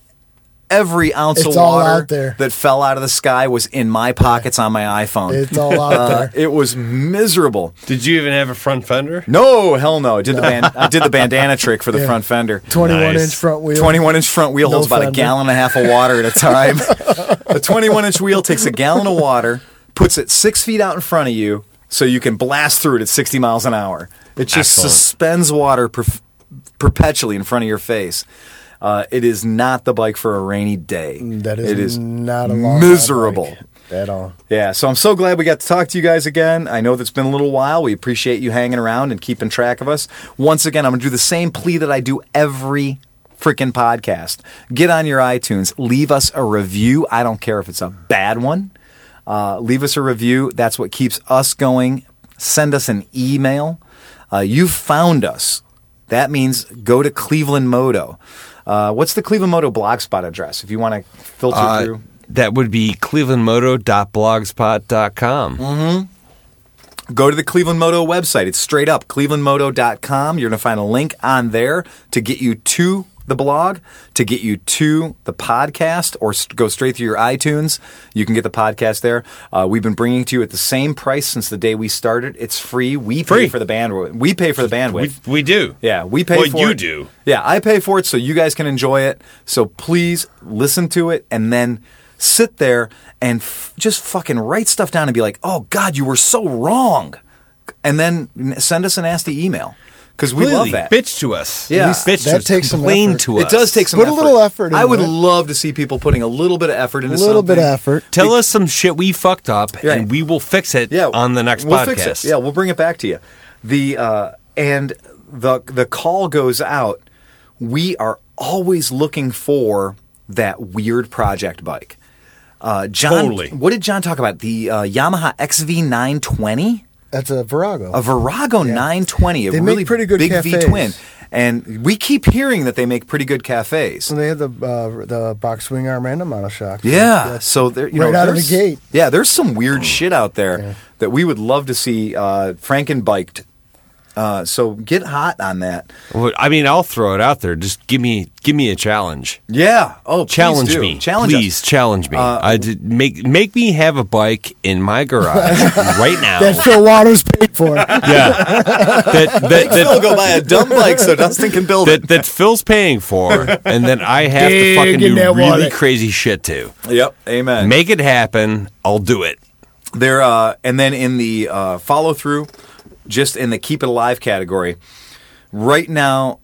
[SPEAKER 2] every ounce
[SPEAKER 4] It's
[SPEAKER 2] of
[SPEAKER 4] all
[SPEAKER 2] water
[SPEAKER 4] out there.
[SPEAKER 2] that fell out of the sky was in my pockets on my iPhone.
[SPEAKER 4] it's all
[SPEAKER 2] <laughs>
[SPEAKER 4] out
[SPEAKER 2] uh,
[SPEAKER 4] there.
[SPEAKER 2] it was miserable.
[SPEAKER 5] Did you even have a front fender?
[SPEAKER 2] No, hell no. I did the ban- I
[SPEAKER 4] <laughs>
[SPEAKER 2] did the bandana trick for the
[SPEAKER 4] Yeah.
[SPEAKER 2] front fender.
[SPEAKER 4] 21
[SPEAKER 5] Nice.
[SPEAKER 4] inch front wheel.
[SPEAKER 2] 21 inch front wheel
[SPEAKER 4] No
[SPEAKER 2] holds about a
[SPEAKER 4] fender.
[SPEAKER 2] gallon and a half of water at a
[SPEAKER 4] <laughs>
[SPEAKER 2] time. a 21 inch wheel takes a gallon of water, puts it six feet out in front of you, so you can blast through it at 60 miles an hour. It just
[SPEAKER 5] Excellent.
[SPEAKER 2] suspends water perf- perpetually in front of your face. Uh, it is not the bike for a rainy day.
[SPEAKER 4] That is,
[SPEAKER 2] it is
[SPEAKER 4] not a long ride
[SPEAKER 2] miserable.
[SPEAKER 4] bike at all.
[SPEAKER 2] Yeah, so I'm so glad we got to talk to you guys again. I know that's been a little while. We appreciate you hanging around and keeping track of us. Once again, I'm going to do the same plea that I do every freaking podcast. Get on your iTunes, leave us a review. I don't care if it's a bad one. Uh, leave us a review. That's what keeps us going. Send us an email. Uh, you found us. That means go to Cleveland Moto. Uh, what's the Cleveland Moto blogspot address if you want to filter
[SPEAKER 5] Uh,
[SPEAKER 2] through?
[SPEAKER 5] that would be clevelandmoto.blogspot.com.
[SPEAKER 2] Mm-hmm. go to the Cleveland Moto website. It's straight up clevelandmoto.com. You're going to find a link on there to get you to the blog, to get you to the podcast, or s go straight through your iTunes. You can get the podcast there. Uh, we've been bringing it to you at the same price since the day we started. It's free. We pay
[SPEAKER 5] Free.
[SPEAKER 2] for the bandwidth. We pay for the bandwidth.
[SPEAKER 5] We, we do.
[SPEAKER 2] Yeah, we pay
[SPEAKER 5] Well,
[SPEAKER 2] for
[SPEAKER 5] you
[SPEAKER 2] it.
[SPEAKER 5] do.
[SPEAKER 2] Yeah, I pay for it so you guys can enjoy it. So please listen to it and then sit there and f- just fucking write stuff down and be like, "Oh God, you were so wrong," and then n- send us a nasty email because we love
[SPEAKER 5] Completely
[SPEAKER 2] that.
[SPEAKER 5] Bitch to us.
[SPEAKER 2] Yeah.
[SPEAKER 5] Bitch
[SPEAKER 4] That
[SPEAKER 5] to us.
[SPEAKER 4] takes some
[SPEAKER 5] Complain
[SPEAKER 4] effort.
[SPEAKER 5] to
[SPEAKER 2] it
[SPEAKER 5] us.
[SPEAKER 2] does take some
[SPEAKER 4] Put a little effort into
[SPEAKER 2] I would
[SPEAKER 4] it.
[SPEAKER 2] love to see people putting a little bit of effort into
[SPEAKER 4] A little bit of
[SPEAKER 2] something.
[SPEAKER 4] effort.
[SPEAKER 5] Tell us some shit we fucked up,
[SPEAKER 2] Yeah.
[SPEAKER 5] and we will fix it
[SPEAKER 2] yeah,
[SPEAKER 5] on the next
[SPEAKER 2] we'll
[SPEAKER 5] podcast.
[SPEAKER 2] Fix it. Yeah, we'll bring it back to you. The uh, and the the call goes out. We are always looking for that weird project bike. Uh, John,
[SPEAKER 5] Totally.
[SPEAKER 2] what did John talk about? The uh, Yamaha XV920,
[SPEAKER 4] That's a Virago.
[SPEAKER 2] a Virago 920, a
[SPEAKER 4] They make
[SPEAKER 2] really
[SPEAKER 4] pretty good
[SPEAKER 2] big
[SPEAKER 4] cafes.
[SPEAKER 2] V twin, and we keep hearing that they make pretty good cafes.
[SPEAKER 4] And they had the uh, the box swing arm and a monoshock.
[SPEAKER 2] Yeah. So there, you
[SPEAKER 4] Right
[SPEAKER 2] know,
[SPEAKER 4] out of the
[SPEAKER 2] there's-
[SPEAKER 4] gate.
[SPEAKER 2] Yeah, there's some weird shit out there that we would love to see uh, Frankenbiked. Uh, so get hot on that.
[SPEAKER 5] Well, I mean, I'll throw it out there. Just give me give me a challenge.
[SPEAKER 2] Yeah. Oh, please
[SPEAKER 5] Challenge
[SPEAKER 2] do.
[SPEAKER 5] me,
[SPEAKER 2] Challenge us. Uh,
[SPEAKER 5] please. Challenge me. I did, make make me have a bike in my garage
[SPEAKER 2] <laughs>
[SPEAKER 5] right now.
[SPEAKER 4] That Phil Waters paid for.
[SPEAKER 5] yeah, that that
[SPEAKER 2] Phil,
[SPEAKER 5] that,
[SPEAKER 2] go buy a dumb bike so Dustin can build
[SPEAKER 5] that
[SPEAKER 2] it.
[SPEAKER 5] that Phil's paying
[SPEAKER 4] <laughs>
[SPEAKER 5] for, and then I have to
[SPEAKER 4] Dig
[SPEAKER 5] fucking
[SPEAKER 4] in
[SPEAKER 5] do
[SPEAKER 4] that
[SPEAKER 5] really
[SPEAKER 4] wallet.
[SPEAKER 5] crazy shit to
[SPEAKER 2] Yep. Amen.
[SPEAKER 5] make it happen. I'll do it.
[SPEAKER 2] There, uh, and then in the uh, follow through, just in the keep it alive category, right now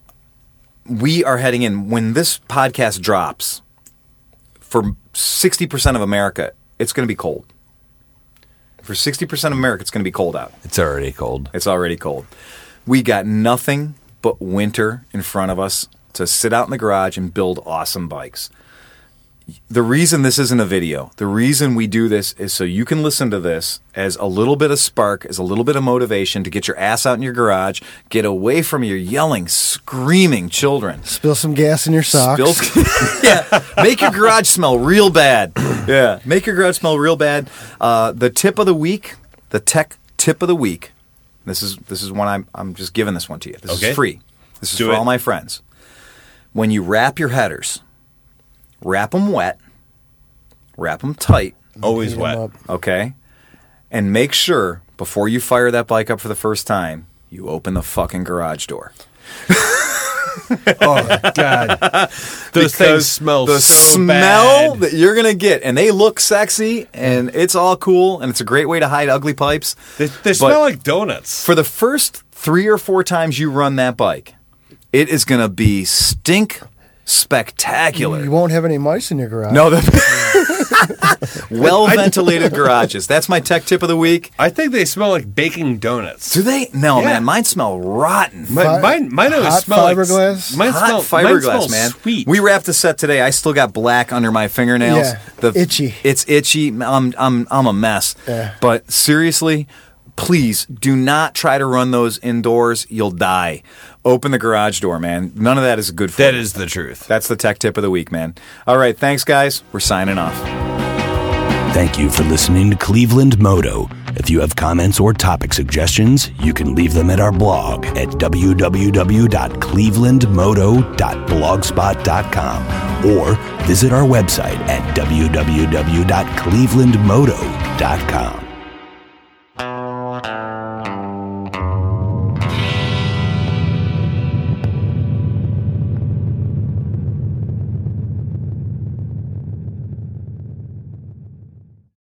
[SPEAKER 2] we are heading in when this podcast drops for sixty percent of America, it's going to be cold. For sixty percent of America, it's going to be cold out.
[SPEAKER 5] It's already cold.
[SPEAKER 2] It's already cold. We got nothing but winter in front of us to sit out in the garage and build awesome bikes. The reason this isn't a video, the reason we do this is so you can listen to this as a little bit of spark, as a little bit of motivation to get your ass out in your garage, get away from your yelling, screaming children.
[SPEAKER 4] Spill some gas in your socks.
[SPEAKER 2] Spill- <laughs> yeah, make your garage smell real
[SPEAKER 5] <clears throat>
[SPEAKER 2] bad. Yeah, make your garage smell real bad. Uh, the tip of the week, the tech tip of the week. This is this is one I'm I'm just giving this one to you. This
[SPEAKER 5] Okay.
[SPEAKER 2] is free. This is
[SPEAKER 5] Do
[SPEAKER 2] for
[SPEAKER 5] it.
[SPEAKER 2] all my friends. When you wrap your headers, wrap them wet, wrap them tight,
[SPEAKER 5] Always
[SPEAKER 4] Heat 'em up.
[SPEAKER 2] okay, and make sure before you fire that bike up for the first time, you open the fucking garage door.
[SPEAKER 5] Oh God, those things
[SPEAKER 2] because
[SPEAKER 5] smell
[SPEAKER 2] the
[SPEAKER 5] so
[SPEAKER 2] smell
[SPEAKER 5] bad.
[SPEAKER 2] that you're gonna get, and they look sexy, and it's all cool, and it's a great way to hide ugly pipes.
[SPEAKER 5] They, they
[SPEAKER 2] But
[SPEAKER 5] smell like donuts.
[SPEAKER 2] for the first three or four times you run that bike, it is gonna be stink spectacular.
[SPEAKER 4] You won't have any mice in your garage.
[SPEAKER 2] no,
[SPEAKER 5] <laughs>
[SPEAKER 2] the well ventilated garages. That's my tech tip of the week.
[SPEAKER 5] I think they smell like baking donuts.
[SPEAKER 2] Do they? No,
[SPEAKER 5] Yeah.
[SPEAKER 2] man, mine smell rotten.
[SPEAKER 5] Mi-
[SPEAKER 4] Fi-
[SPEAKER 5] mine, mine always
[SPEAKER 4] hot
[SPEAKER 5] smell
[SPEAKER 4] fiberglass?
[SPEAKER 5] Like, mine
[SPEAKER 2] Hot
[SPEAKER 5] smell, mine
[SPEAKER 2] fiberglass,
[SPEAKER 5] smells
[SPEAKER 2] man.
[SPEAKER 5] Sweet.
[SPEAKER 2] We wrapped a set today. I still got black under my fingernails.
[SPEAKER 4] Yeah, itchy.
[SPEAKER 2] It's itchy. I'm I'm I'm a mess.
[SPEAKER 4] Yeah.
[SPEAKER 2] But seriously, please do not try to run those indoors. You'll die. Open the garage door, man. None of that is good for
[SPEAKER 5] that
[SPEAKER 2] you.
[SPEAKER 5] is the truth.
[SPEAKER 2] That's the tech tip of the week, man. All right, thanks guys. We're signing off.
[SPEAKER 1] Thank you for listening to Cleveland Moto. If you have comments or topic suggestions, you can leave them at our blog at www.clevelandmoto.blogspot.com or visit our website at www.clevelandmoto.com.